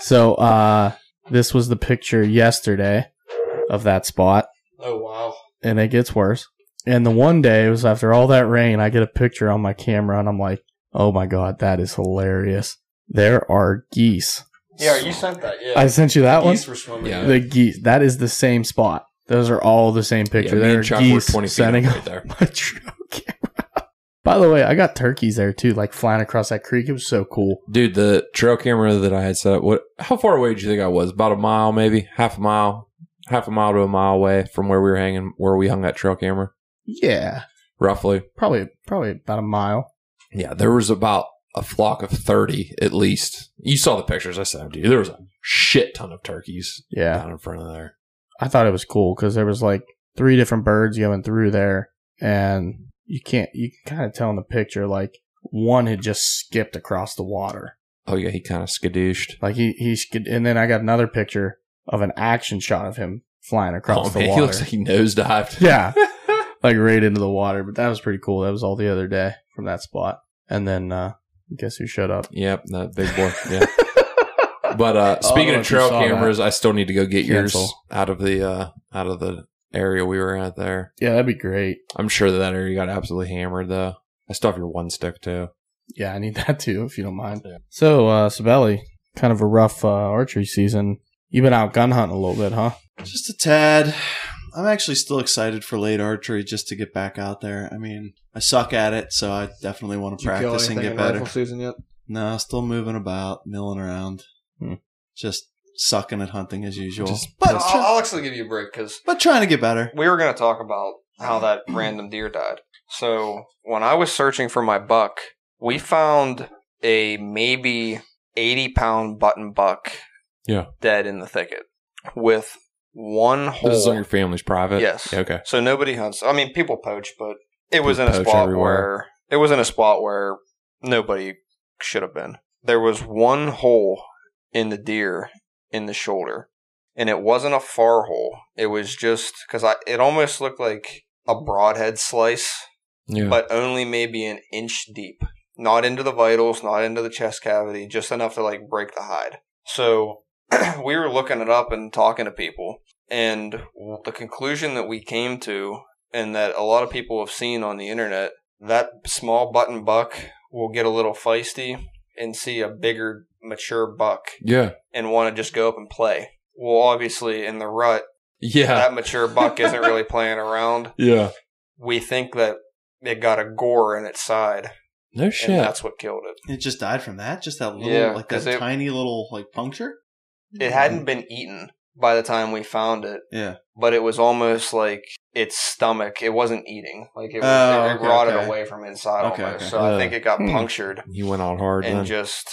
Speaker 3: So uh this was the picture yesterday of that spot.
Speaker 5: Oh wow.
Speaker 3: and it gets worse. And the one day it was after all that rain, I get a picture on my camera and I'm like, oh my god, that is hilarious. There are geese.
Speaker 5: Yeah, you sent that. Yeah.
Speaker 3: I sent you that one.
Speaker 5: Geese were swimming.
Speaker 2: Yeah.
Speaker 3: The geese. That is the same spot. Those are all the same picture.
Speaker 2: Yeah, me
Speaker 3: there
Speaker 2: and
Speaker 3: are
Speaker 2: Chuck were
Speaker 3: geese
Speaker 2: 20 feet
Speaker 3: sending
Speaker 2: up right
Speaker 3: up
Speaker 2: there.
Speaker 3: my trail camera. By the way, I got turkeys there too, like flying across that creek. It was so cool.
Speaker 2: Dude, the trail camera that I had set up. What? How far away did you think I was? About a mile, maybe half a mile, half a mile to a mile away from where we were hanging, where we hung that trail camera,
Speaker 3: Yeah,
Speaker 2: roughly.
Speaker 3: probably probably about a mile.
Speaker 2: Yeah, there was about a flock of 30 at least. You saw the pictures I sent to you. There was a shit ton of turkeys
Speaker 3: Yeah,
Speaker 2: down in front of there.
Speaker 3: I thought it was cool because there was like three different birds going through there, and you can't you can kind of tell in the picture like one had just skipped across the water,
Speaker 2: Oh, yeah, he kind of skadooshed.
Speaker 3: like he he skid- and then I got another picture of an action shot of him flying across
Speaker 2: Oh,
Speaker 3: the
Speaker 2: man,
Speaker 3: water.
Speaker 2: he looks like he nosedived.
Speaker 3: yeah, like right into the water. But that was pretty cool. That was all the other day from that spot, and then uh guess who showed up?
Speaker 2: Yep, that big boy. Yeah. but uh,
Speaker 3: Oh, I don't
Speaker 2: speaking
Speaker 3: know
Speaker 2: of
Speaker 3: if you
Speaker 2: trail
Speaker 3: saw that.
Speaker 2: cameras, I still need to go get yours
Speaker 3: Cancel.
Speaker 2: out of the uh, out of the area we were at there.
Speaker 3: Yeah, that'd be great.
Speaker 2: I'm sure that, that area got absolutely hammered though. I still have your one stick too.
Speaker 3: Yeah, I need that too, if you don't mind. So, uh, Sabelli, kind of a rough uh, archery season. You've been out gun hunting a little bit, huh?
Speaker 4: Just a tad. I'm actually still excited for late archery just to get back out there. I mean, I suck at it, so I definitely want to
Speaker 6: Did you kill
Speaker 4: practice and
Speaker 6: anything
Speaker 4: get
Speaker 6: in
Speaker 4: better.
Speaker 6: rifle season yet?
Speaker 4: No, still moving about, milling around,
Speaker 3: Hmm.
Speaker 4: just sucking at hunting as usual.
Speaker 2: Just
Speaker 4: but
Speaker 5: I'll, I'll actually give you a break because
Speaker 4: but trying to get better.
Speaker 5: we were going to talk about how that random deer died. So when I was searching for my buck, we found a maybe 80 pound button buck
Speaker 2: Yeah.
Speaker 5: dead in the thicket with one hole.
Speaker 2: This is on your family's private.
Speaker 5: Yes.
Speaker 2: Yeah, okay.
Speaker 5: So nobody hunts. I mean, people poach, but it was
Speaker 2: People
Speaker 5: in a
Speaker 2: poach
Speaker 5: spot
Speaker 2: everywhere.
Speaker 5: where it was in a spot where nobody should have been. There was one hole in the deer in the shoulder, and it wasn't a far hole. It was just because I. It almost looked like a broadhead slice,
Speaker 2: Yeah.
Speaker 5: but only maybe an inch deep. Not into the vitals, not into the chest cavity, just enough to like break the hide. So we were looking it up and talking to people, and the conclusion that we came to, and that a lot of people have seen on the internet, that small button buck will get a little feisty and see a bigger, mature buck
Speaker 2: yeah.
Speaker 5: and want to just go up and play. Well, obviously, in the rut,
Speaker 2: Yeah.
Speaker 5: that mature buck isn't really playing around.
Speaker 2: Yeah.
Speaker 5: We think that it got a gore in its side,
Speaker 2: No
Speaker 5: and
Speaker 2: shit.
Speaker 5: that's what killed it.
Speaker 4: It just died from that, just that little,
Speaker 5: Yeah,
Speaker 4: like
Speaker 5: 'cause
Speaker 4: that
Speaker 5: it-
Speaker 4: tiny little like puncture.
Speaker 5: It hadn't been eaten by the time we found it.
Speaker 4: Mm. Yeah,
Speaker 5: but it was almost like its stomach. It wasn't eating. Like it, was,
Speaker 4: Oh,
Speaker 5: it
Speaker 4: okay,
Speaker 5: rotted
Speaker 4: okay.
Speaker 5: away from inside
Speaker 4: Okay,
Speaker 5: almost.
Speaker 4: okay.
Speaker 5: So I
Speaker 2: Uh,
Speaker 5: think it got
Speaker 2: hmm.
Speaker 5: punctured
Speaker 2: He went out hard.
Speaker 5: and
Speaker 2: then.
Speaker 5: just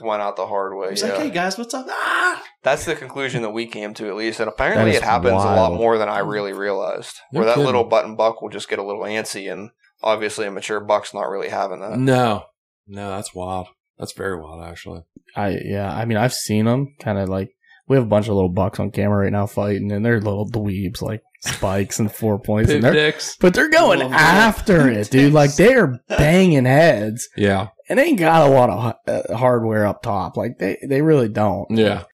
Speaker 5: went out the hard way.
Speaker 4: it's
Speaker 5: Yeah.
Speaker 4: like, hey guys, what's up? Ah!
Speaker 5: That's the conclusion that we came to at least. And apparently
Speaker 2: That is
Speaker 5: it happens a lot
Speaker 2: wild.
Speaker 5: more than I
Speaker 4: Mm.
Speaker 5: really realized.
Speaker 2: No
Speaker 5: where that
Speaker 2: kidding.
Speaker 5: little button buck will just get a little antsy and obviously a mature buck's not really having that.
Speaker 4: Mm,
Speaker 2: no. No, that's wild. That's very wild, actually.
Speaker 3: I yeah, I mean I've seen them kind of like we have a bunch of little bucks on camera right now fighting, and they're little dweebs like spikes and four points,
Speaker 2: Poop
Speaker 3: and they're,
Speaker 2: dicks.
Speaker 3: but they're going
Speaker 4: Love
Speaker 3: after
Speaker 4: that.
Speaker 3: it, dude. Like they are banging heads,
Speaker 2: Yeah.
Speaker 3: and they ain't got a lot of hu- uh, hardware up top. Like they they really don't.
Speaker 2: Yeah.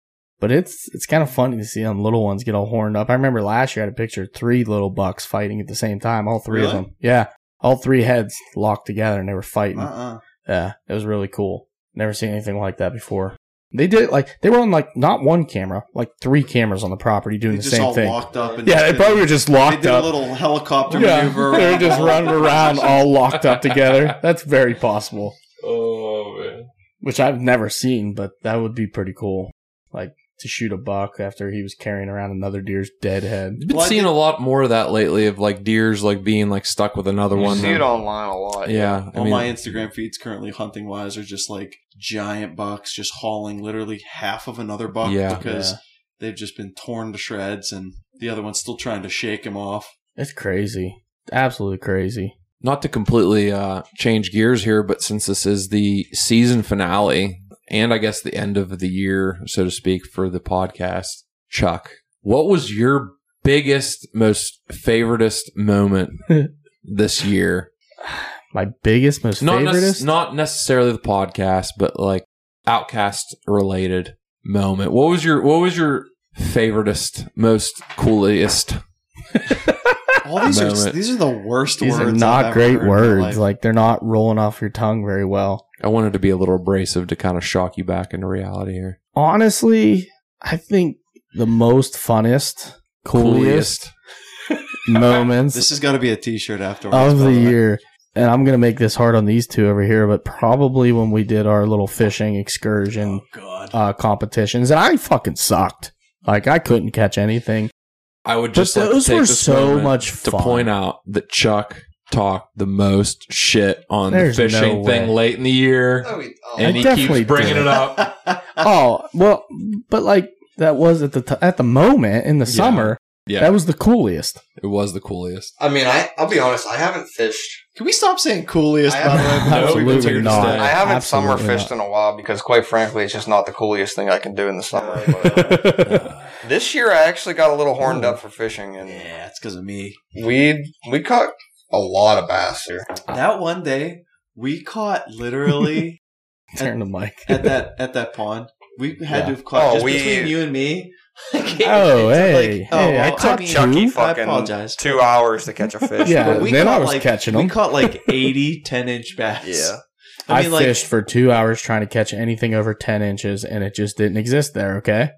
Speaker 3: But it's it's kind of funny to see them little ones get all horned up. I remember last year I had a picture of three little bucks fighting at the same time, all three of
Speaker 4: Really?
Speaker 3: them. Yeah, all three heads locked together, and they were fighting.
Speaker 4: Uh-uh.
Speaker 3: Yeah, it was really cool. Never seen anything like that before. They did it like they were on like not one camera, like three cameras on the property doing the
Speaker 4: They just
Speaker 3: same
Speaker 4: all
Speaker 3: thing.
Speaker 4: walked up and
Speaker 3: yeah, they probably were just
Speaker 4: they
Speaker 3: locked
Speaker 4: did a
Speaker 3: up.
Speaker 4: little helicopter
Speaker 3: yeah, they were
Speaker 4: maneuver. around the
Speaker 3: just
Speaker 4: wall.
Speaker 3: running around all locked up together. That's very possible,
Speaker 2: Oh, man.
Speaker 3: which I've never seen, but that would be pretty cool. Like to shoot a buck after he was carrying around another deer's dead head.
Speaker 2: I've been
Speaker 4: Well, I
Speaker 2: seeing
Speaker 4: think-
Speaker 2: a lot more of that lately of like deers like being like stuck with another
Speaker 5: You
Speaker 2: one.
Speaker 5: see it online a lot.
Speaker 2: Yeah. I
Speaker 4: All
Speaker 2: mean,
Speaker 4: my Instagram feeds currently hunting wise are just like giant bucks just hauling literally half of another buck
Speaker 2: Yeah.
Speaker 4: because
Speaker 3: Yeah.
Speaker 4: they've just been torn to shreds and the other one's still trying to shake him off.
Speaker 3: It's crazy, absolutely crazy.
Speaker 2: not to completely uh, change gears here, but since this is the season finale and I guess the end of the year, so to speak, for the podcast, Chuck, what was your biggest, most favoritist moment this year?
Speaker 3: My biggest, most
Speaker 2: Not, nec-
Speaker 3: favoriteest.
Speaker 2: not necessarily the podcast, but like outcast related moment. What was your What was your favoritist, most coolest?
Speaker 4: All these are
Speaker 2: Moment.
Speaker 4: these are the worst
Speaker 3: These
Speaker 4: words.
Speaker 3: are
Speaker 4: I've
Speaker 3: not
Speaker 4: ever
Speaker 3: great
Speaker 4: heard in my
Speaker 3: words.
Speaker 4: life.
Speaker 3: Like they're not rolling off your tongue very well.
Speaker 2: I wanted to be a little abrasive to kind of shock you back into reality here.
Speaker 3: honestly, I think the most funnest, coolest,
Speaker 4: this
Speaker 3: moments
Speaker 4: has got to be a T-shirt afterwards
Speaker 3: of the
Speaker 4: by way.
Speaker 3: year. And I'm gonna make this hard on these two over here, but probably when we did our little fishing excursion
Speaker 4: Oh God!
Speaker 3: uh, competitions, and I fucking sucked. Like I couldn't catch anything.
Speaker 2: I would
Speaker 3: But
Speaker 2: just like to
Speaker 3: those
Speaker 2: take
Speaker 3: were
Speaker 2: this
Speaker 3: so
Speaker 2: moment
Speaker 3: much
Speaker 2: to
Speaker 3: fun.
Speaker 2: point out that Chuck talked the most shit on
Speaker 3: There's
Speaker 2: the fishing
Speaker 3: no
Speaker 2: thing
Speaker 3: way.
Speaker 2: late in the year,
Speaker 5: Oh, we- oh.
Speaker 2: and
Speaker 3: I
Speaker 2: he
Speaker 3: definitely
Speaker 2: keeps bringing
Speaker 3: did.
Speaker 2: it up.
Speaker 3: Oh well, but like that was at the t- at the moment in the
Speaker 2: Yeah.
Speaker 3: summer.
Speaker 2: Yeah,
Speaker 3: That was the coolest.
Speaker 2: it was the coolest.
Speaker 5: I mean, I, I'll be honest, I haven't fished
Speaker 4: Can we stop saying coolest?
Speaker 5: I
Speaker 4: by the way?
Speaker 5: haven't-
Speaker 4: Because we've been
Speaker 3: Absolutely
Speaker 4: doing
Speaker 3: not.
Speaker 5: I
Speaker 4: this
Speaker 5: haven't
Speaker 3: Absolutely
Speaker 5: summer fished in a while because, quite frankly, it's just not the coolest thing I can do in the summer. But this year, I actually got a little horned up for fishing,
Speaker 4: day.
Speaker 5: and
Speaker 4: Yeah, it's because of me.
Speaker 5: we we caught a lot of bass here.
Speaker 4: That one day we caught literally
Speaker 3: Turn the mic.
Speaker 4: at that at that pond. We had to have
Speaker 5: Oh,
Speaker 4: caught just
Speaker 5: we-
Speaker 4: between you and me.
Speaker 3: Oh,
Speaker 4: It's
Speaker 3: hey, hey, I
Speaker 4: well,
Speaker 3: caught
Speaker 4: mean,
Speaker 3: Chucky
Speaker 4: I apologize.
Speaker 5: two hours to catch a fish.
Speaker 3: Yeah,
Speaker 4: But we
Speaker 3: then I
Speaker 4: caught,
Speaker 3: was
Speaker 4: like-
Speaker 3: catching
Speaker 4: We
Speaker 3: them.
Speaker 4: caught like 80 10 inch bass.
Speaker 5: Yeah.
Speaker 3: I, fished for two hours trying to catch anything over 10 inches and it just didn't exist there, okay?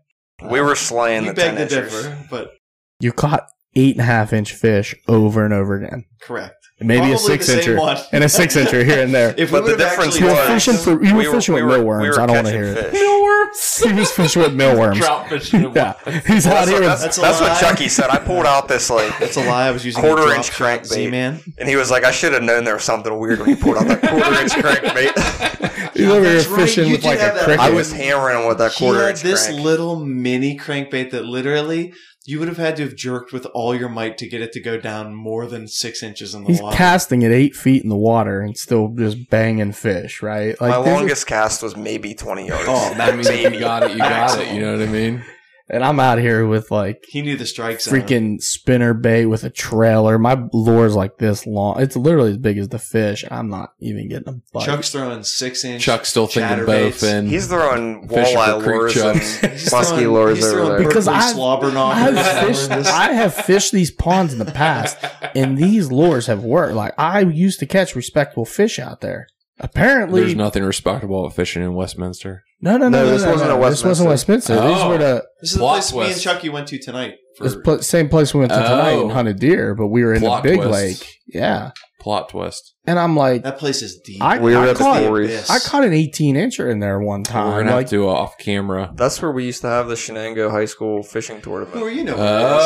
Speaker 5: we were slaying
Speaker 4: you
Speaker 5: the ten
Speaker 4: beg to
Speaker 5: inchers.
Speaker 4: differ, but
Speaker 3: You caught eight and a half inch fish over and over again.
Speaker 4: Correct.
Speaker 3: And maybe a
Speaker 4: Probably the
Speaker 3: six
Speaker 4: same
Speaker 3: incher
Speaker 4: one.
Speaker 3: and a six incher here and there.
Speaker 4: If
Speaker 5: But the
Speaker 4: would've
Speaker 5: difference
Speaker 4: actually
Speaker 3: you were
Speaker 5: was-
Speaker 4: asked
Speaker 3: fishing
Speaker 4: them-
Speaker 3: for you were
Speaker 5: We were-
Speaker 3: fishing
Speaker 5: we
Speaker 3: with
Speaker 5: were-
Speaker 3: millworms.
Speaker 5: we were
Speaker 3: I don't want to
Speaker 5: catching
Speaker 3: hear it.
Speaker 5: fish.
Speaker 3: He was fishing with millworms.
Speaker 1: Trout fishing.
Speaker 3: Yeah, he's out
Speaker 5: That's
Speaker 3: here
Speaker 5: what,
Speaker 3: with
Speaker 5: that's,
Speaker 4: a
Speaker 5: that's what
Speaker 4: lie.
Speaker 5: Chucky said. I pulled out this like,
Speaker 4: That's a lie. I was using
Speaker 5: Quarter
Speaker 4: the drop
Speaker 5: inch
Speaker 4: shot
Speaker 5: crankbait.
Speaker 4: Z-man.
Speaker 5: and he was like, "I should have known there was something weird when he pulled out that quarter inch crankbait."
Speaker 3: he's over here
Speaker 4: That's right,
Speaker 3: fishing
Speaker 4: you
Speaker 3: with
Speaker 4: did
Speaker 3: like
Speaker 4: have
Speaker 3: a
Speaker 4: that.
Speaker 3: cricket.
Speaker 5: I was hammering with that
Speaker 4: He
Speaker 5: quarter
Speaker 4: had
Speaker 5: inch
Speaker 4: this
Speaker 5: crank.
Speaker 4: little mini crankbait that literally you would have had to have jerked with all your might to get it to go down more than six inches in the
Speaker 3: He's
Speaker 4: water.
Speaker 3: casting at eight feet in the water and still just banging fish, right?
Speaker 5: My
Speaker 3: this is-
Speaker 5: longest cast was maybe 20 yards.
Speaker 4: Oh,
Speaker 2: I mean, if you got it, you got it. You know what I mean?
Speaker 3: and I'm out here with like
Speaker 4: he knew the strike zone.
Speaker 3: freaking spinner bait with a trailer. My lure's like this long. It's literally as big as the fish. I'm not even getting a bite.
Speaker 4: Chuck's throwing six inch.
Speaker 2: Chuck's still thinking
Speaker 4: Chatterbaits.
Speaker 3: eh?
Speaker 2: bowfin.
Speaker 5: He's throwing
Speaker 2: Fisher
Speaker 5: walleye
Speaker 2: Creek
Speaker 5: lures
Speaker 2: chucks.
Speaker 5: and
Speaker 6: Musky lures over there.
Speaker 3: Because
Speaker 4: Because I
Speaker 3: I've-
Speaker 4: slobber knockers.
Speaker 3: I've fished, I have fished these ponds in the past, and these lures have worked. Like I used to catch respectable fish out there. Apparently,
Speaker 2: There's nothing respectable about fishing in Westminster.
Speaker 3: no, no, no,
Speaker 6: No,
Speaker 3: no,
Speaker 6: this
Speaker 3: no,
Speaker 6: wasn't
Speaker 3: no.
Speaker 6: a
Speaker 3: This wasn't Westminster. These
Speaker 2: Oh.
Speaker 3: were the
Speaker 4: This is the
Speaker 2: Plot
Speaker 4: place me and
Speaker 2: twist.
Speaker 4: Chucky went to tonight. For,
Speaker 3: It's pl- same place we went to tonight
Speaker 2: Oh.
Speaker 3: and hunted deer, but we were in
Speaker 2: Plot
Speaker 3: the big
Speaker 2: twist.
Speaker 3: lake. Yeah,
Speaker 2: Plot twist.
Speaker 3: and I'm like,
Speaker 4: that place is deep.
Speaker 3: I-
Speaker 6: We
Speaker 3: I
Speaker 6: were at
Speaker 3: caught-
Speaker 6: the quarries.
Speaker 4: Yes.
Speaker 3: I caught an 18 incher in there one
Speaker 2: We're
Speaker 3: time.
Speaker 2: gonna
Speaker 3: Like,
Speaker 2: have to do a off camera.
Speaker 6: That's where we used to have the Shenango High School fishing
Speaker 4: Well,
Speaker 6: tournament.
Speaker 4: you know where it is.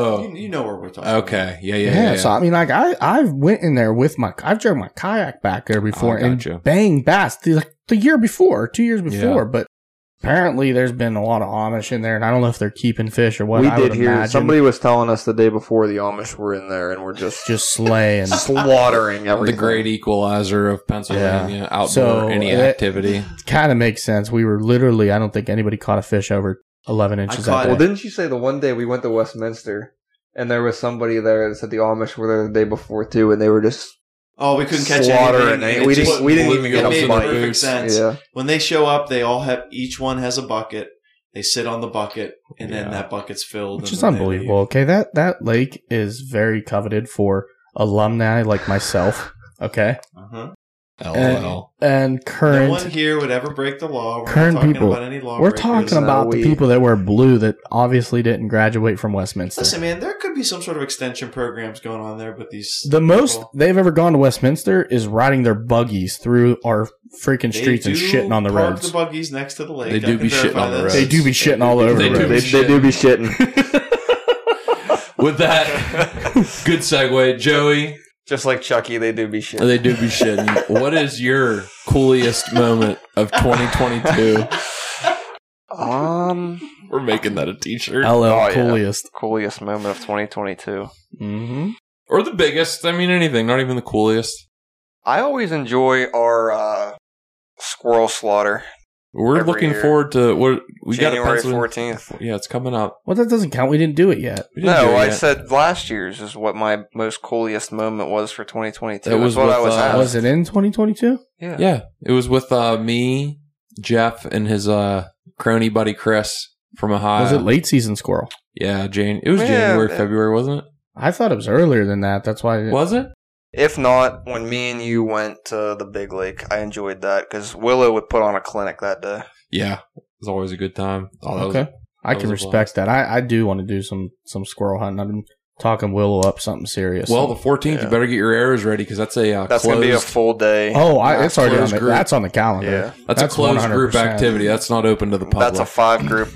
Speaker 2: Oh,
Speaker 4: You, you know where we're talking.
Speaker 2: okay. Yeah, yeah,
Speaker 3: yeah,
Speaker 2: yeah.
Speaker 3: So I mean, like, I I went in there with my I've driven my kayak back there before
Speaker 2: I
Speaker 3: and
Speaker 2: gotcha.
Speaker 3: bang bass the, like the year before, two years
Speaker 2: Yeah.
Speaker 3: before, but. Apparently, there's been a lot of Amish in there, and I don't know if they're keeping fish or what.
Speaker 6: we
Speaker 3: I
Speaker 6: did
Speaker 3: would
Speaker 6: hear
Speaker 3: imagine
Speaker 6: somebody was telling us the day before the Amish were in there and were just
Speaker 3: just slaying.
Speaker 6: slaughtering
Speaker 2: the
Speaker 6: everything.
Speaker 2: great equalizer of Pennsylvania, outdoor
Speaker 3: So,
Speaker 2: any
Speaker 3: uh,
Speaker 2: activity.
Speaker 3: kind of makes sense. We were literally, I don't think anybody caught a fish over 11 inches.
Speaker 4: caught-
Speaker 3: that
Speaker 6: Well,
Speaker 3: day.
Speaker 6: didn't you say the one day we went to Westminster and there was somebody there that said the Amish were there the day before too, and they were just
Speaker 4: Oh, we couldn't catch
Speaker 6: Slaughter
Speaker 4: anything.
Speaker 6: and
Speaker 4: and
Speaker 6: they-
Speaker 4: it
Speaker 6: we
Speaker 4: just-
Speaker 6: didn't- we didn't even
Speaker 4: it
Speaker 6: get a
Speaker 4: made
Speaker 6: bite.
Speaker 4: perfect sense.
Speaker 6: yeah.
Speaker 4: When they show up, they all have each one has a bucket. They sit on the bucket, and then
Speaker 2: Yeah.
Speaker 4: that bucket's filled.
Speaker 3: which
Speaker 4: and
Speaker 3: is
Speaker 4: then they
Speaker 3: unbelievable. Okay, that that lake is very coveted for alumni like myself. Okay,
Speaker 4: leave. Uh-huh.
Speaker 2: Oh,
Speaker 3: and,
Speaker 2: LOL.
Speaker 3: and
Speaker 4: No
Speaker 3: current.
Speaker 4: one here would ever break the law. We're
Speaker 3: current
Speaker 4: not talking
Speaker 3: people.
Speaker 4: about any law.
Speaker 3: we're talking
Speaker 6: no,
Speaker 3: about
Speaker 6: we-
Speaker 3: the people that wear blue that obviously didn't graduate from Westminster.
Speaker 4: Listen, man, there could be some sort of extension programs going on there, but these
Speaker 3: the most
Speaker 4: people,
Speaker 3: they've ever gone to Westminster is riding their buggies through our freaking
Speaker 4: they
Speaker 3: streets and
Speaker 4: do
Speaker 3: shitting on the
Speaker 4: park
Speaker 3: roads.
Speaker 4: The buggies next to the lake.
Speaker 2: They do be shitting on the roads.
Speaker 3: they do be shitting all over
Speaker 2: They
Speaker 3: the
Speaker 2: do
Speaker 6: They,
Speaker 3: roads.
Speaker 6: they do be shitting.
Speaker 2: With that, good segue, Joey.
Speaker 5: just like Chucky, they do be shit.
Speaker 2: They do be shitting. what is your coolest moment of 2022?
Speaker 5: Um,
Speaker 2: We're making that a t-shirt.
Speaker 3: LL
Speaker 5: Oh, yeah.
Speaker 3: coolest.
Speaker 5: coolest moment of 2022.
Speaker 3: Mm-hmm.
Speaker 2: or the biggest. I mean, anything. Not even the coolest.
Speaker 5: I always enjoy our uh, squirrel slaughter.
Speaker 2: We're
Speaker 5: Every
Speaker 2: looking
Speaker 5: year.
Speaker 2: forward to what we got.
Speaker 5: January
Speaker 2: it penciled in-
Speaker 5: 14th.
Speaker 2: Yeah, it's coming up.
Speaker 3: Well, that doesn't count. We didn't do it yet.
Speaker 2: We didn't do
Speaker 5: No,
Speaker 2: it
Speaker 5: I
Speaker 2: yet.
Speaker 5: said last year's is what my most coolest moment was for 2022.
Speaker 2: That
Speaker 5: That's
Speaker 2: was
Speaker 5: what
Speaker 2: with,
Speaker 5: I was
Speaker 2: uh,
Speaker 5: asked.
Speaker 3: Was it in 2022?
Speaker 5: yeah.
Speaker 2: Yeah, it was with uh, me, Jeff, and his uh, crony buddy Chris from Ohio.
Speaker 3: Was it late season squirrel?
Speaker 2: Yeah, Jane. It was
Speaker 5: Yeah,
Speaker 2: January,
Speaker 5: that-
Speaker 2: February, wasn't it?
Speaker 3: I thought it was earlier than that. That's why. I didn't-
Speaker 2: Was it?
Speaker 5: If not, when me and you went to the big lake, I enjoyed that because Willow would put on a clinic that day.
Speaker 2: Yeah, it was always a good time. Oh, that was-
Speaker 3: okay, I
Speaker 2: that
Speaker 3: can
Speaker 2: was a
Speaker 3: respect that. I, I do want to do some some squirrel hunting. I've been talking Willow up something serious.
Speaker 2: well, the 14th,
Speaker 5: Yeah.
Speaker 2: you better get your arrows ready because that's a uh,
Speaker 5: That's
Speaker 2: closed,
Speaker 5: gonna be a full day.
Speaker 3: oh, I,
Speaker 2: that's
Speaker 3: it's already on
Speaker 2: closed
Speaker 3: the,
Speaker 2: group.
Speaker 3: that's on the calendar.
Speaker 2: that's,
Speaker 3: that's
Speaker 2: a closed group
Speaker 3: 100%.
Speaker 2: activity. That's not open to the public.
Speaker 5: That's a five group,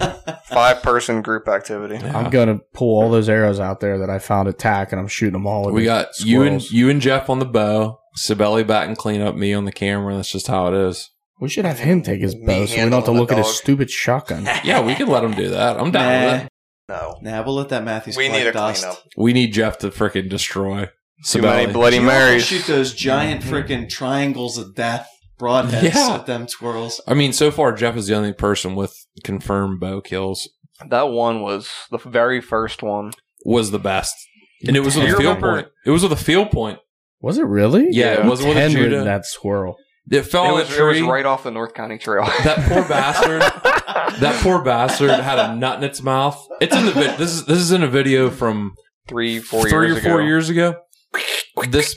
Speaker 5: five person group activity.
Speaker 2: Yeah.
Speaker 3: I'm gonna pull all those arrows out there that I found at tack, and I'm shooting them all. With
Speaker 2: we
Speaker 3: the
Speaker 2: got you and
Speaker 3: squirrels.
Speaker 2: you and Jeff on the bow, Sibeli back and clean up, me on the camera. That's just how it is.
Speaker 3: We should have him take his
Speaker 5: Me
Speaker 3: bow, so we don't have to
Speaker 5: handling
Speaker 3: look at his
Speaker 5: the dog.
Speaker 3: stupid shotgun.
Speaker 2: Yeah, we can let him do that. I'm down with it.
Speaker 5: No,
Speaker 4: Nah, we'll let that Matthews.
Speaker 5: we
Speaker 4: collect
Speaker 5: need a
Speaker 4: dust.
Speaker 5: cleanup.
Speaker 2: We need Jeff to freaking destroy
Speaker 5: Too many
Speaker 2: Sibeli.
Speaker 5: Bloody
Speaker 4: You know how they
Speaker 5: Marys.
Speaker 4: Shoot those giant
Speaker 2: Mm-hmm.
Speaker 4: freaking triangles of death, broadheads
Speaker 2: Yeah.
Speaker 4: at them squirrels.
Speaker 2: I mean, so far Jeff is the only person with confirmed bow kills.
Speaker 5: That one was the very first one.
Speaker 2: Was the best, and it was with
Speaker 5: You
Speaker 2: a field
Speaker 5: remember-
Speaker 2: point. It was with a field point.
Speaker 3: Was it really?
Speaker 2: Yeah, it
Speaker 5: Yeah.
Speaker 2: wasn't with a
Speaker 3: Tended
Speaker 2: Judah.
Speaker 3: that squirrel.
Speaker 2: It fell
Speaker 5: it,
Speaker 2: on a
Speaker 5: was, it was
Speaker 2: tree.
Speaker 5: right off the North County Trail.
Speaker 2: That poor bastard. that poor bastard had a nut in its mouth. It's in the vid- this is this is in a video from
Speaker 5: three, four
Speaker 2: three
Speaker 5: years
Speaker 2: or four
Speaker 5: ago.
Speaker 2: years ago. This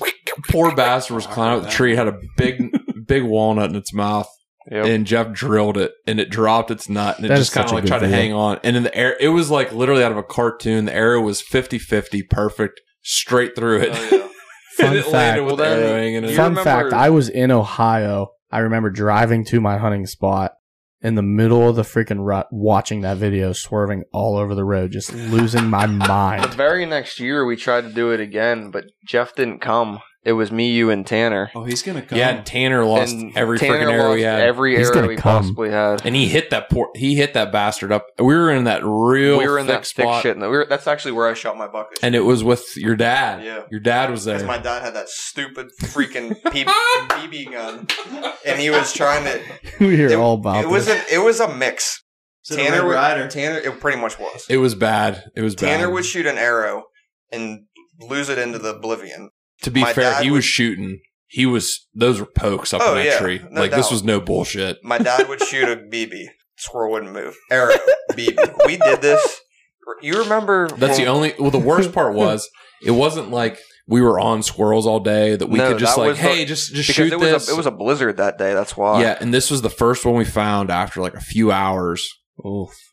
Speaker 2: poor bastard was climbing up the tree, had a big big walnut in its mouth,
Speaker 5: Yep.
Speaker 2: and Jeff drilled it and it dropped its nut and it
Speaker 3: That
Speaker 2: just
Speaker 3: is
Speaker 2: kind
Speaker 3: such
Speaker 2: of
Speaker 3: a
Speaker 2: like
Speaker 3: good
Speaker 2: tried to
Speaker 3: video.
Speaker 2: hang on. And in the air, it was like literally out of a cartoon. The arrow was 50 50, perfect, straight through it.
Speaker 5: Oh,
Speaker 2: and
Speaker 3: Fun
Speaker 2: it
Speaker 3: fact.
Speaker 2: landed with
Speaker 5: Well, then
Speaker 2: arrowing and it,
Speaker 5: you-
Speaker 3: Fun
Speaker 5: remember-
Speaker 3: fact: I was in Ohio. I remember driving to my hunting spot in the middle of the freaking rut, watching that video swerving all over the road, just losing my
Speaker 5: The
Speaker 3: mind.
Speaker 5: very next year, we tried to do it again, but Jeff didn't come. It was me, you, and Tanner.
Speaker 4: Oh, he's gonna come.
Speaker 2: yeah, and Tanner lost
Speaker 5: And
Speaker 2: every
Speaker 5: Tanner
Speaker 2: freaking arrow
Speaker 5: lost
Speaker 2: he had.
Speaker 5: Every
Speaker 3: He's
Speaker 5: arrow
Speaker 3: gonna
Speaker 5: he
Speaker 3: come.
Speaker 5: possibly had.
Speaker 2: and he hit that poor, he hit that bastard up. We were in that real
Speaker 5: we were in
Speaker 2: thick
Speaker 5: that thick
Speaker 2: spot.
Speaker 5: shit. And we were, that's actually where I shot my bucket.
Speaker 2: And uh, it was with your dad.
Speaker 5: Yeah.
Speaker 2: Your dad was there.
Speaker 5: Because my dad had that stupid freaking P- BB gun, and he was trying to.
Speaker 3: we hear
Speaker 5: it,
Speaker 3: all about
Speaker 5: it was
Speaker 3: this.
Speaker 5: a it was a mix.
Speaker 4: Is it a
Speaker 5: Tanner
Speaker 4: Red
Speaker 5: would-
Speaker 4: Rider.
Speaker 5: Tanner, it pretty much was.
Speaker 2: it was bad. It was bad.
Speaker 5: Tanner would shoot an arrow and lose it into the oblivion.
Speaker 2: to be
Speaker 5: my
Speaker 2: fair,
Speaker 5: dad
Speaker 2: he
Speaker 5: would-
Speaker 2: was shooting. He was, those were pokes up
Speaker 5: Oh,
Speaker 2: in that
Speaker 5: yeah,
Speaker 2: tree.
Speaker 5: no
Speaker 2: like, this
Speaker 5: doubt.
Speaker 2: was no bullshit.
Speaker 5: My dad would shoot a BB. Squirrel wouldn't move. Arrow BB. We did this. You remember?
Speaker 2: That's the
Speaker 5: when-
Speaker 2: only. Well, the worst part was it wasn't like we were on squirrels all day that we
Speaker 5: No,
Speaker 2: could just
Speaker 5: that
Speaker 2: like,
Speaker 5: was the-
Speaker 2: hey, just just
Speaker 5: because
Speaker 2: shoot
Speaker 5: it was
Speaker 2: this.
Speaker 5: a it was a blizzard that day. That's why.
Speaker 2: yeah, and this was the first one we found after like a few hours,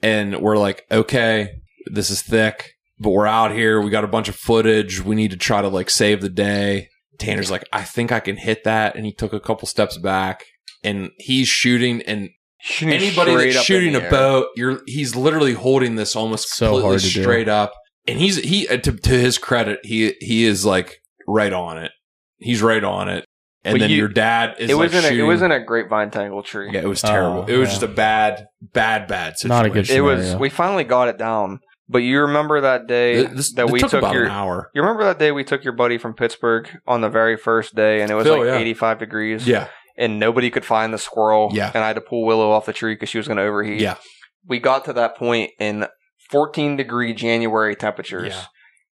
Speaker 2: and we're like, okay, this is thick, but we're out here. We got a bunch of footage. We need to try to like save the day. Tanner's like, I think I can hit that, and he took a couple steps back, and he's shooting and.
Speaker 5: Shooting
Speaker 2: Anybody
Speaker 5: straight
Speaker 2: that's
Speaker 5: up in
Speaker 2: shooting
Speaker 5: the
Speaker 2: a
Speaker 5: air.
Speaker 2: bow, you're he's literally holding this almost
Speaker 3: So
Speaker 2: completely
Speaker 3: hard to do.
Speaker 2: straight up. and he's he uh, to, to his credit he he is like right on it he's right on it and
Speaker 5: But
Speaker 2: then
Speaker 5: you-
Speaker 2: your dad is
Speaker 5: It
Speaker 2: like
Speaker 5: was in a, it
Speaker 2: shooting-
Speaker 5: was in a grapevine tangle tree.
Speaker 2: yeah it was terrible
Speaker 3: Oh,
Speaker 2: it was
Speaker 3: yeah.
Speaker 2: just a bad bad bad situation
Speaker 3: Not a good
Speaker 5: It was.
Speaker 3: scenario.
Speaker 5: We finally got it down. But you remember that day
Speaker 2: It- this-
Speaker 5: that
Speaker 2: it
Speaker 5: we
Speaker 2: took,
Speaker 5: took
Speaker 2: about
Speaker 5: your.
Speaker 2: an hour
Speaker 5: You remember that day we took your buddy from Pittsburgh on the very first day, and it was
Speaker 2: Phil,
Speaker 5: like
Speaker 2: yeah.
Speaker 5: 85 degrees,
Speaker 2: yeah
Speaker 5: and nobody could find the squirrel.
Speaker 2: Yeah.
Speaker 5: and I had to pull Willow off the tree because she was going to overheat.
Speaker 2: Yeah.
Speaker 5: we got to that point in 14 degree January temperatures
Speaker 2: Yeah.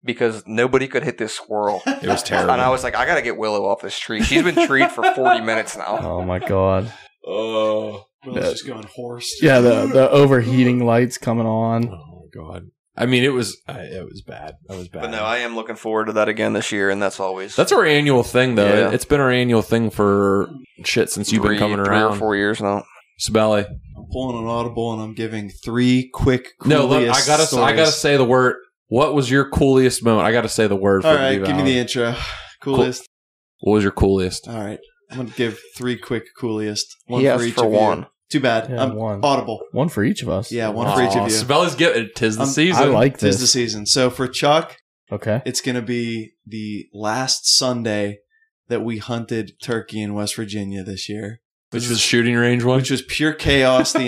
Speaker 5: because nobody could hit this squirrel.
Speaker 2: it was terrible
Speaker 5: And I was like, I gotta get Willow off this tree. She's been treed for 40 minutes now.
Speaker 3: Oh my god!
Speaker 2: oh
Speaker 4: Will's just going horse.
Speaker 3: Yeah, the the overheating lights coming on.
Speaker 2: oh my god I mean it was uh, it was bad that was bad
Speaker 5: But no, I am looking forward to that again this year, and that's always
Speaker 2: that's our annual thing though
Speaker 5: Yeah.
Speaker 2: it's been our annual thing for shit since you've
Speaker 5: three-
Speaker 2: been coming
Speaker 5: three
Speaker 2: around
Speaker 5: or four years now.
Speaker 2: Sibeli
Speaker 4: I'm pulling an audible and I'm giving three quick.
Speaker 2: No, look, I
Speaker 4: coolest
Speaker 2: gotta, I gotta
Speaker 4: stories.
Speaker 2: say the word. What was your coolest moment? I gotta say the word. For
Speaker 4: All
Speaker 2: the
Speaker 4: right,
Speaker 2: Diva
Speaker 4: give me
Speaker 2: Hour.
Speaker 4: the intro. Coolest.
Speaker 2: What was your coolest?
Speaker 4: All right, I'm gonna give three quick coolest.
Speaker 5: He asked for
Speaker 4: of you.
Speaker 5: one.
Speaker 4: Too bad.
Speaker 3: Yeah,
Speaker 4: I'm
Speaker 3: one.
Speaker 4: audible.
Speaker 3: One for each of us.
Speaker 4: Yeah, one for each of you. Um,
Speaker 2: Sabella's giving. Tis the
Speaker 4: I'm-
Speaker 2: season.
Speaker 3: I like
Speaker 4: Tis the
Speaker 3: this.
Speaker 4: season. So for Chuck,
Speaker 3: Okay.
Speaker 4: it's gonna be the last Sunday that we hunted turkey in West Virginia this year,
Speaker 2: which was shooting range one.
Speaker 4: which was pure chaos the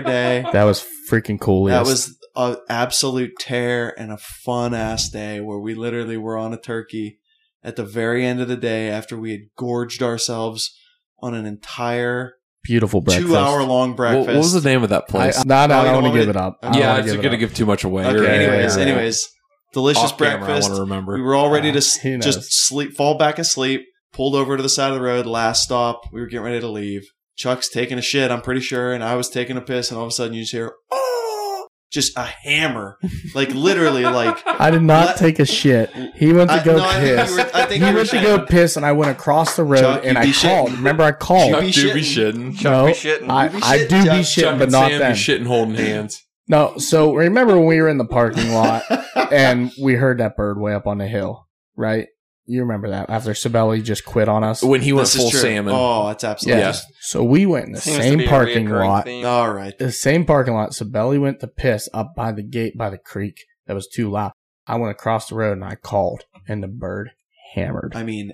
Speaker 4: day.
Speaker 3: That was freaking cool.
Speaker 4: That
Speaker 3: yes.
Speaker 4: was an absolute tear and a fun ass day where we literally were on a turkey at the very end of the day after we had gorged ourselves on an entire
Speaker 3: beautiful breakfast.
Speaker 4: two hour long
Speaker 2: Wha-
Speaker 4: breakfast.
Speaker 2: What, was the name of that
Speaker 3: I,
Speaker 2: place?
Speaker 3: no, no,
Speaker 4: Oh,
Speaker 3: I
Speaker 4: you
Speaker 3: don't want
Speaker 4: want
Speaker 3: to
Speaker 4: me
Speaker 3: give it
Speaker 4: to-
Speaker 3: up. I don't
Speaker 2: yeah,
Speaker 3: wanna
Speaker 2: it's
Speaker 3: it
Speaker 2: gonna
Speaker 3: up.
Speaker 2: give too much away.
Speaker 4: Okay,
Speaker 2: You're right,
Speaker 4: anyways,
Speaker 2: you're right.
Speaker 4: anyways, delicious
Speaker 2: Off camera, I
Speaker 4: breakfast.
Speaker 2: want to remember.
Speaker 4: We were all ready
Speaker 3: Who
Speaker 4: to s-
Speaker 3: knows?
Speaker 4: just sleep, fall back asleep. Pulled over to the side of the road, last stop. We were getting ready to leave. Chuck's taking a shit, I'm pretty sure, and I was taking a piss, and all of a sudden you just hear, oh, just a hammer, like literally, like
Speaker 3: I did not
Speaker 4: Let-
Speaker 3: take a shit. He went to
Speaker 4: I-
Speaker 3: go
Speaker 4: no, I think
Speaker 3: piss.
Speaker 4: you were- I think
Speaker 3: he
Speaker 4: you were
Speaker 3: went to
Speaker 4: shitting.
Speaker 3: go piss, and I went across the road
Speaker 4: Chuck,
Speaker 3: and
Speaker 4: you
Speaker 3: I
Speaker 4: be
Speaker 3: called.
Speaker 4: shitting.
Speaker 3: Remember, I called.
Speaker 2: Chuck
Speaker 4: be
Speaker 2: do be
Speaker 4: shitting.
Speaker 2: shitting.
Speaker 3: no,
Speaker 5: be shitting.
Speaker 3: I,
Speaker 5: You be
Speaker 3: I
Speaker 5: shitting,
Speaker 3: do be
Speaker 5: Chuck.
Speaker 3: shitting,
Speaker 2: Chuck
Speaker 3: but
Speaker 2: and
Speaker 3: not
Speaker 2: Sam
Speaker 3: then.
Speaker 2: be shitting holding hands.
Speaker 3: No, so remember when we were in the parking lot and we heard that bird way up on the hill, right? You remember that after Sabelli just quit on us.
Speaker 2: When he went
Speaker 4: This is
Speaker 2: full
Speaker 4: true.
Speaker 2: salmon.
Speaker 4: Oh, it's absolutely
Speaker 2: yeah.
Speaker 3: So we went in the
Speaker 5: Seems to
Speaker 3: same
Speaker 5: be a
Speaker 3: parking
Speaker 5: reoccurring
Speaker 3: lot.
Speaker 5: theme.
Speaker 4: all right.
Speaker 3: the same parking lot. So Belly went to piss up by the gate by the creek that was too loud. I went across the road and I called, and the bird hammered.
Speaker 4: I mean,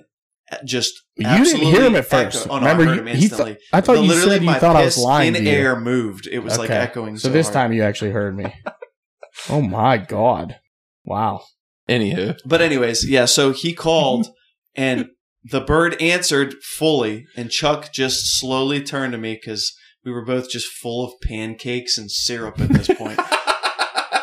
Speaker 4: just
Speaker 3: You didn't hear
Speaker 4: absolutely
Speaker 3: him at first.
Speaker 4: echo- Oh, no, I
Speaker 3: Remember,
Speaker 4: heard
Speaker 3: you-
Speaker 4: him
Speaker 3: he thought-
Speaker 4: instantly.
Speaker 3: I thought
Speaker 4: But
Speaker 3: you
Speaker 4: literally
Speaker 3: said you
Speaker 4: my
Speaker 3: thought I was
Speaker 4: piss
Speaker 3: lying.
Speaker 4: In
Speaker 3: to you.
Speaker 4: air moved. It was like
Speaker 3: Okay.
Speaker 4: echoing. So,
Speaker 3: So, this
Speaker 4: hard.
Speaker 3: time you actually heard me. oh my god! Wow.
Speaker 2: Anywho,
Speaker 4: But anyways, yeah. So he called, and the bird answered fully, and Chuck just slowly turned to me because we were both just full of pancakes and syrup at this point.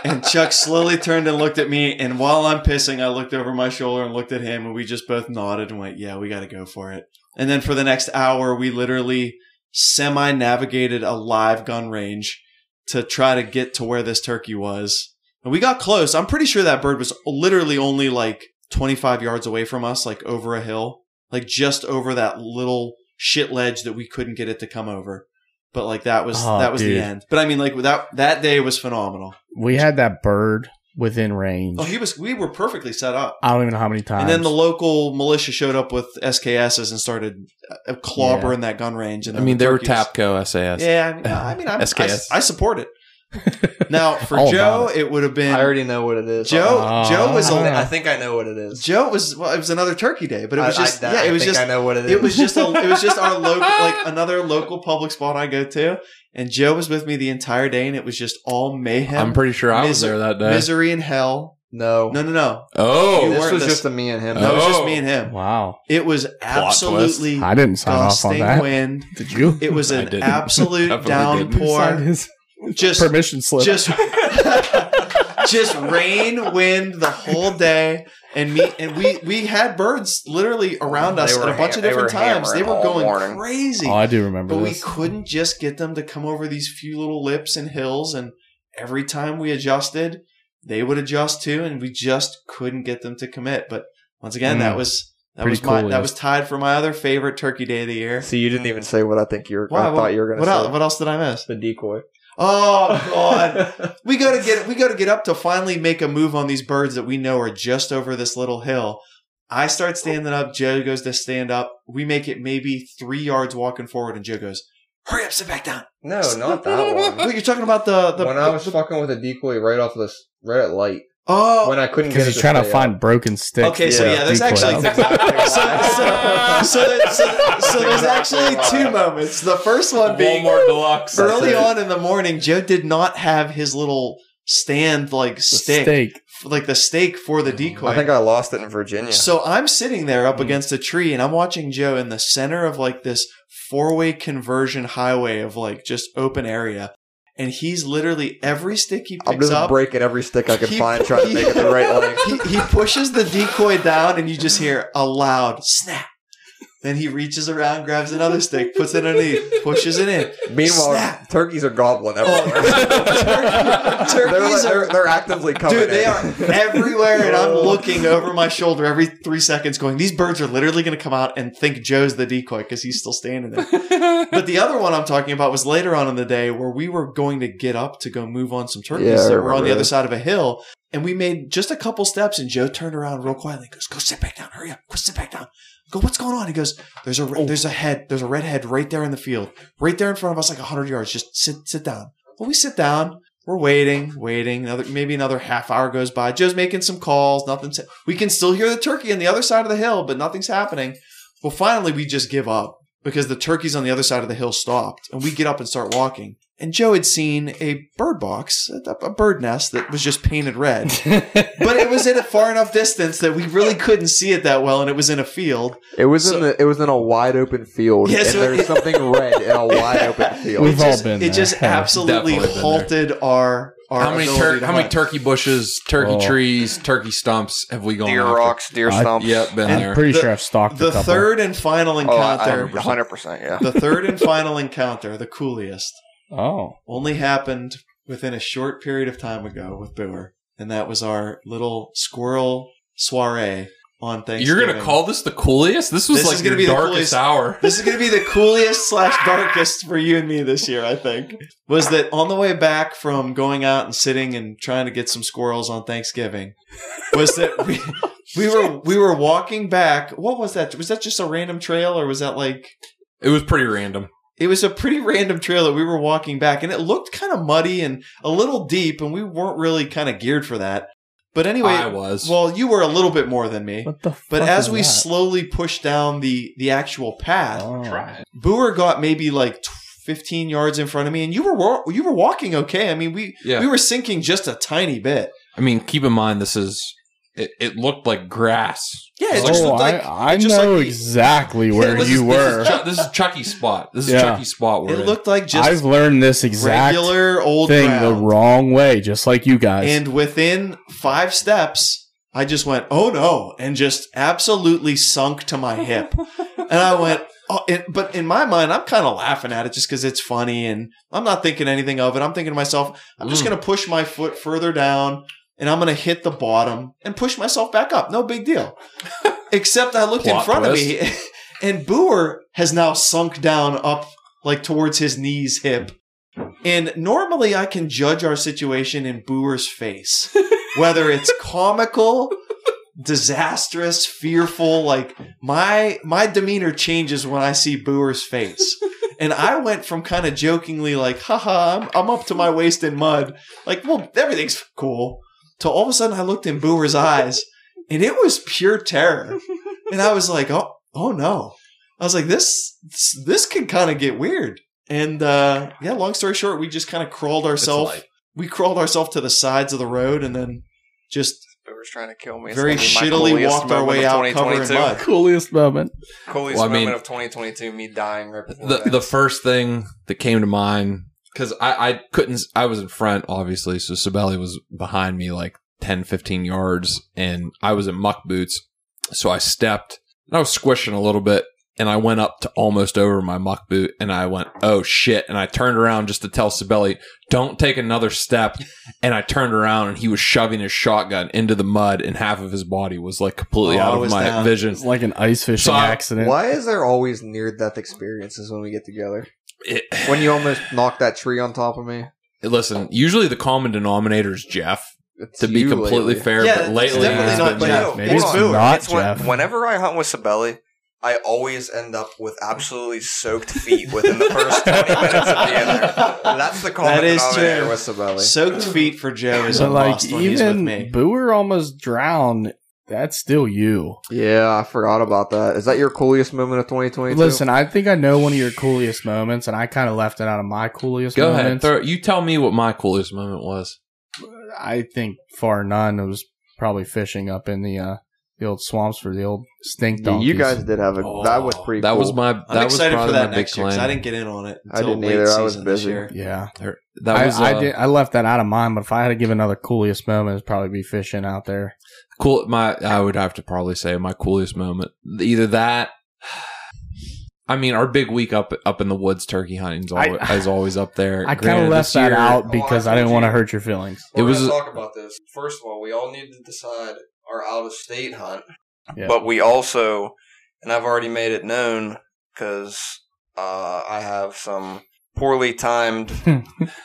Speaker 4: and Chuck slowly turned and looked at me, and while I'm pissing, I looked over my shoulder and looked at him, and we just both nodded and went, "Yeah, we got to go for it." And then for the next hour, we literally semi-navigated a live gun range to try to get to where this turkey was. And we got close. I'm pretty sure that bird was literally only like 25 yards away from us, like over a hill, like just over that little shit ledge that we couldn't get it to come over. But like that was
Speaker 3: Oh,
Speaker 4: that was
Speaker 3: dude.
Speaker 4: the end. But I mean, like that that day was phenomenal.
Speaker 3: We had that bird within range.
Speaker 4: Oh, he was. We were perfectly set up.
Speaker 3: I don't even know how many times.
Speaker 4: And then the local militia showed up with SKSs and started uh, clobbering that gun range. And
Speaker 2: I mean, they were
Speaker 4: turkeys.
Speaker 2: Tapco SAS.
Speaker 4: Yeah, I mean, I, mean, I'm,
Speaker 2: SKS.
Speaker 4: I, I support it. Now for
Speaker 3: All
Speaker 4: Joe,
Speaker 3: about
Speaker 4: it. would have been
Speaker 6: I already know what it is.
Speaker 4: Joe.
Speaker 3: Uh,
Speaker 4: Joe was
Speaker 3: I don't
Speaker 4: a,
Speaker 3: know.
Speaker 6: I think I know what it is.
Speaker 4: Joe was well, it was another turkey day, but it was
Speaker 6: I- I-
Speaker 4: just
Speaker 6: I
Speaker 4: yeah, it was
Speaker 6: think
Speaker 4: just
Speaker 6: I know what it is.
Speaker 4: it was just a, it was just our local like another local public spot I go to, and Joe was with me the entire day, and it was just all mayhem,
Speaker 2: I'm pretty sure I was there
Speaker 4: Miser-
Speaker 2: that day.
Speaker 4: misery and hell.
Speaker 6: no.
Speaker 4: No, no, no,
Speaker 2: Oh,
Speaker 4: You
Speaker 6: this
Speaker 4: weren't
Speaker 6: was
Speaker 4: this-
Speaker 6: just a me and him.
Speaker 4: no, it was just
Speaker 2: Oh.
Speaker 4: me and him.
Speaker 3: wow,
Speaker 4: It was
Speaker 2: twist.
Speaker 4: absolutely
Speaker 3: I didn't sign off on
Speaker 4: gusting
Speaker 3: that.
Speaker 4: wind.
Speaker 3: Did you?
Speaker 4: Uh, It was
Speaker 2: I
Speaker 4: an
Speaker 2: didn't.
Speaker 4: absolute
Speaker 2: Definitely didn't.
Speaker 3: You signed
Speaker 4: downpour.
Speaker 3: his
Speaker 4: Just
Speaker 3: permission slip.
Speaker 4: just just rain wind the whole day and me and we we had birds literally around us
Speaker 6: They
Speaker 4: at a
Speaker 6: were
Speaker 4: bunch
Speaker 6: ham-
Speaker 4: of
Speaker 6: they
Speaker 4: different
Speaker 6: were
Speaker 4: times they
Speaker 6: hammering
Speaker 4: were
Speaker 6: all
Speaker 4: going
Speaker 6: morning.
Speaker 4: crazy
Speaker 3: oh, I do remember
Speaker 4: but we
Speaker 3: this.
Speaker 4: couldn't just get them to come over these few little lips and hills and every time we adjusted they would adjust too and we just couldn't get them to commit but once again
Speaker 3: Mm.
Speaker 4: that was that
Speaker 3: Pretty
Speaker 4: was my
Speaker 3: cool, yeah.
Speaker 4: that was tied for my other favorite turkey day of the year
Speaker 6: See, you didn't even say what I think you were.
Speaker 4: Why,
Speaker 6: I thought you were going to
Speaker 4: what
Speaker 6: say.
Speaker 4: else, what else did i miss
Speaker 6: The decoy.
Speaker 4: oh god we gotta get we gotta get up to finally make a move on these birds that we know are just over this little hill. I start standing up. Joe goes to stand up. We make it maybe three yards walking forward, and Joe goes, "Hurry up, sit back down."
Speaker 6: no, not that one.
Speaker 4: Look, you're talking about the the.
Speaker 6: when I was
Speaker 4: the-
Speaker 6: fucking with a decoy right off this right at light
Speaker 4: oh,
Speaker 6: when I couldn't get
Speaker 3: because
Speaker 6: it
Speaker 3: he's trying to
Speaker 6: stay
Speaker 3: find
Speaker 6: up.
Speaker 3: broken sticks.
Speaker 4: okay. So
Speaker 6: yeah,
Speaker 4: yeah, there's
Speaker 3: decoy
Speaker 4: actually
Speaker 3: out.
Speaker 4: so, so, so, there- so- so there's actually two moments. The first one being
Speaker 2: Walmart Deluxe.
Speaker 4: early on in the morning, Joe did not have his little stand like
Speaker 3: The
Speaker 4: stick,
Speaker 3: steak.
Speaker 4: like the stake for the decoy.
Speaker 6: I think I lost it in Virginia.
Speaker 4: So I'm sitting there up against a tree and I'm watching Joe in the center of like this four way conversion highway of like just open area. And he's literally every stick he
Speaker 6: I'm
Speaker 4: picks
Speaker 6: just
Speaker 4: up.
Speaker 6: breaking every stick I can
Speaker 4: he-
Speaker 6: find, trying to make it the right length.
Speaker 4: He, he pushes the decoy down and you just hear a loud snap. Then he reaches around, grabs another stick, puts it underneath, pushes it in.
Speaker 6: Meanwhile,
Speaker 4: Snap.
Speaker 6: turkeys are gobbling everywhere. they're,
Speaker 4: Oh. Turkeys
Speaker 6: like-
Speaker 4: are-
Speaker 6: they're, they're actively Oh. coming.
Speaker 4: Dude, they
Speaker 6: in.
Speaker 4: are everywhere, and I'm looking over my shoulder every three seconds, going, "These birds are literally going to come out and think Joe's the decoy because he's still standing there." but the other one I'm talking about was later on in the day where we were going to get up to go move on some turkeys
Speaker 6: Yeah, I
Speaker 4: that were on
Speaker 6: remember
Speaker 4: the other
Speaker 6: that.
Speaker 4: side of a hill, and we made just a couple steps, and Joe turned around real quietly, and goes, "Go sit back down, hurry up, go sit back down." I Go, what's going on? He goes, there's a re- there's a head, there's a red head right there in the field, right there in front of us, like hundred yards. Just sit sit down. Well, we sit down. We're waiting, waiting. Another maybe another half hour goes by. Joe's making some calls. Nothing's. We can still hear the turkey on the other side of the hill, but nothing's happening. Well, finally, we just give up because the turkeys on the other side of the hill stopped, and we get up and start walking. And Joe had seen a bird box, a, a bird nest that was just painted red, but it was at a far enough distance that we really couldn't see it that well, and it was in a field.
Speaker 6: It was
Speaker 4: So-
Speaker 6: in the, it was in a wide open field,
Speaker 4: Yeah,
Speaker 6: and
Speaker 4: so
Speaker 6: there's
Speaker 4: it-
Speaker 6: something red in a wide open field.
Speaker 3: We've
Speaker 4: it
Speaker 3: all
Speaker 4: just,
Speaker 3: been
Speaker 4: It
Speaker 3: there.
Speaker 4: just absolutely
Speaker 2: Definitely been
Speaker 4: halted our our.
Speaker 2: How many
Speaker 4: ability
Speaker 2: tur-
Speaker 4: to
Speaker 2: how many
Speaker 4: hunt.
Speaker 2: turkey bushes, turkey
Speaker 3: Oh.
Speaker 2: trees, turkey stumps have we gone?
Speaker 5: Deer
Speaker 2: after?
Speaker 5: rocks, deer
Speaker 3: I-
Speaker 5: stumps.
Speaker 2: Yep, been
Speaker 3: I'm
Speaker 2: there.
Speaker 3: pretty
Speaker 4: The-
Speaker 3: sure I've stalked a
Speaker 4: The
Speaker 3: couple.
Speaker 4: third and final
Speaker 5: Oh,
Speaker 4: encounter.
Speaker 5: I- I- 100%. Yeah.
Speaker 4: the third and final encounter, the coolest,
Speaker 3: Oh,
Speaker 4: only happened within a short period of time ago with Boer, and that was our little squirrel soiree on Thanksgiving.
Speaker 2: You're gonna call this the coolest? This was
Speaker 4: This
Speaker 2: like
Speaker 4: is
Speaker 2: your
Speaker 4: gonna be the
Speaker 2: darkest
Speaker 4: coolest.
Speaker 2: hour.
Speaker 4: this is going to be the coolest slash darkest for you and me this year, I think. Was that on the way back from going out and sitting and trying to get some squirrels on Thanksgiving? Was that we, we were we were walking back? What was that? Was that just a random trail, or was that like
Speaker 2: It was pretty random.
Speaker 4: it was a pretty random trail that we were walking back and it looked kind of muddy and a little deep and we weren't really kind of geared for that but anyway
Speaker 2: I was.
Speaker 4: well you were a little bit more than me
Speaker 3: what the?
Speaker 4: but
Speaker 3: fuck
Speaker 4: as
Speaker 3: is
Speaker 4: we
Speaker 3: that?
Speaker 4: slowly pushed down the the actual path
Speaker 3: Oh.
Speaker 4: Boer got maybe like tw- 15 yards in front of me and you were wa- you were walking okay i mean we
Speaker 2: yeah.
Speaker 4: we were sinking just a tiny bit
Speaker 2: I mean, keep in mind this is. It, it looked like grass.
Speaker 4: yeah it
Speaker 2: Oh,
Speaker 4: just
Speaker 3: oh,
Speaker 4: looked like
Speaker 3: I, I
Speaker 4: just
Speaker 3: know
Speaker 4: like the-
Speaker 3: exactly
Speaker 2: Yeah,
Speaker 3: where
Speaker 2: this
Speaker 3: you
Speaker 2: is-
Speaker 3: were.
Speaker 2: This is, Chuck- this is Chucky's spot. This is
Speaker 3: Yeah.
Speaker 2: Chucky's spot. We're
Speaker 4: it
Speaker 2: in.
Speaker 4: looked like
Speaker 3: I've
Speaker 4: just
Speaker 3: learned this exact
Speaker 4: regular old
Speaker 3: thing the
Speaker 4: ground.
Speaker 3: wrong way, just like you guys.
Speaker 4: And within five steps, I just went, oh no, and just absolutely sunk to my hip. and I went, oh, and, but in my mind, I'm kind of laughing at it just because it's funny and I'm not thinking anything of it. I'm thinking to myself, I'm just
Speaker 2: Mm.
Speaker 4: going to push my foot further down and I'm going to hit the bottom and push myself back up. No big deal. Except I looked in
Speaker 2: Plot
Speaker 4: front of me and Boer has now sunk down up like towards his knees hip. And normally I can judge our situation in Boer's face, whether it's comical, disastrous, fearful, like my my demeanor changes when I see Boer's face. And I went from kind of jokingly like, haha, I'm, I'm up to my waist in mud. Like, well, everything's cool. To all of a sudden I looked in Boer's eyes and it was pure terror. And I was like, oh, oh no. I was like, this, this, this can kind of get weird. And uh, yeah, long story short, we just kind of crawled ourselves.
Speaker 2: life.
Speaker 4: We crawled ourselves to the sides of the road and then just
Speaker 5: Boomer's trying to kill me. It's
Speaker 4: very
Speaker 5: gonna be my
Speaker 4: shittily
Speaker 5: coolest
Speaker 4: walked our
Speaker 5: moment
Speaker 4: way
Speaker 5: of
Speaker 4: out covered in
Speaker 5: 2022.
Speaker 4: mud.
Speaker 3: Coolest moment.
Speaker 5: Coolest
Speaker 2: Well, I mean-
Speaker 5: moment of 2022, me dying right before
Speaker 2: the
Speaker 5: that.
Speaker 2: the first thing that came to mind because I, I couldn't I was in front obviously so Sabelli was behind me like 10 15 yards and I was in muck boots so I stepped and I was squishing a little bit and I went up to almost over my muck boot and I went oh shit and I turned around just to tell Sabelli don't take another step and I turned around and he was shoving his shotgun into the mud and half of his body was like completely
Speaker 4: Oh, I
Speaker 2: out of
Speaker 4: was
Speaker 2: my
Speaker 4: down.
Speaker 2: vision
Speaker 3: It's like an ice fishing
Speaker 2: So I-
Speaker 3: accident.
Speaker 6: Why is there always near death experiences when we get together?
Speaker 2: It-
Speaker 6: When you almost knocked that tree on top of me?
Speaker 2: listen usually the common denominator is Jeff
Speaker 6: It's
Speaker 2: to be
Speaker 6: you
Speaker 2: completely
Speaker 6: lately.
Speaker 2: fair,
Speaker 4: Yeah,
Speaker 2: but
Speaker 4: it's
Speaker 2: lately
Speaker 4: definitely
Speaker 2: it's
Speaker 4: not
Speaker 2: been
Speaker 4: Jeff.
Speaker 2: Jeff.
Speaker 3: Maybe it's
Speaker 5: Hold
Speaker 6: Booer.
Speaker 3: not
Speaker 5: It's when-
Speaker 3: Jeff.
Speaker 5: whenever I hunt with Sabelli, I always end up with absolutely soaked feet within the first 20 minutes of being there. That's the common
Speaker 4: That is
Speaker 5: denominator.
Speaker 4: true.
Speaker 6: With Sabelli.
Speaker 4: Soaked feet for Joe is a
Speaker 3: But
Speaker 4: like
Speaker 3: like
Speaker 4: when he's with
Speaker 3: even
Speaker 4: me.
Speaker 3: Booer almost drowned. That's still you.
Speaker 6: Yeah, I forgot about that. Is that your coolest moment of 2022?
Speaker 3: Listen, I think I know one of your coolest moments, and I kind of left it out of my coolest
Speaker 2: Go ahead.
Speaker 3: moments.
Speaker 2: Throw, you tell me what my coolest moment was.
Speaker 3: I think far none. It was probably fishing up in the uh, the old swamps for the old stink
Speaker 6: Yeah,
Speaker 3: donkeys.
Speaker 6: you guys did have a that was pretty.
Speaker 2: That
Speaker 6: cool.
Speaker 2: was my.
Speaker 4: Oh. I'm
Speaker 2: that was
Speaker 4: excited
Speaker 2: probably
Speaker 4: for that
Speaker 2: my big
Speaker 4: next year because
Speaker 2: claim.
Speaker 4: I didn't get in on it.
Speaker 6: I
Speaker 4: until
Speaker 6: didn't
Speaker 4: late
Speaker 6: either. I
Speaker 4: season
Speaker 6: was
Speaker 4: this
Speaker 6: busy.
Speaker 4: year.
Speaker 3: yeah.
Speaker 2: There- That was
Speaker 3: I, I
Speaker 2: uh,
Speaker 3: did. I left that out of mine, but if I had to give another coolest moment, it'd probably be fishing out there.
Speaker 2: cool. My I would have to probably say my coolest moment. Either that. I mean, our big week up up in the woods turkey hunting is
Speaker 3: I-
Speaker 2: always, is always up there.
Speaker 3: I kind
Speaker 2: Granted,
Speaker 3: of left
Speaker 2: this
Speaker 3: that
Speaker 2: year-
Speaker 3: out because
Speaker 5: Oh, I
Speaker 3: I didn't
Speaker 5: told
Speaker 3: want to
Speaker 5: you.
Speaker 3: hurt your feelings.
Speaker 2: It
Speaker 5: We're
Speaker 2: was
Speaker 5: going
Speaker 2: a-
Speaker 5: to talk about this. First of all, we all need to decide our out of state hunt.
Speaker 3: Yeah.
Speaker 5: But we also, and I've already made it known because uh, I have some poorly timed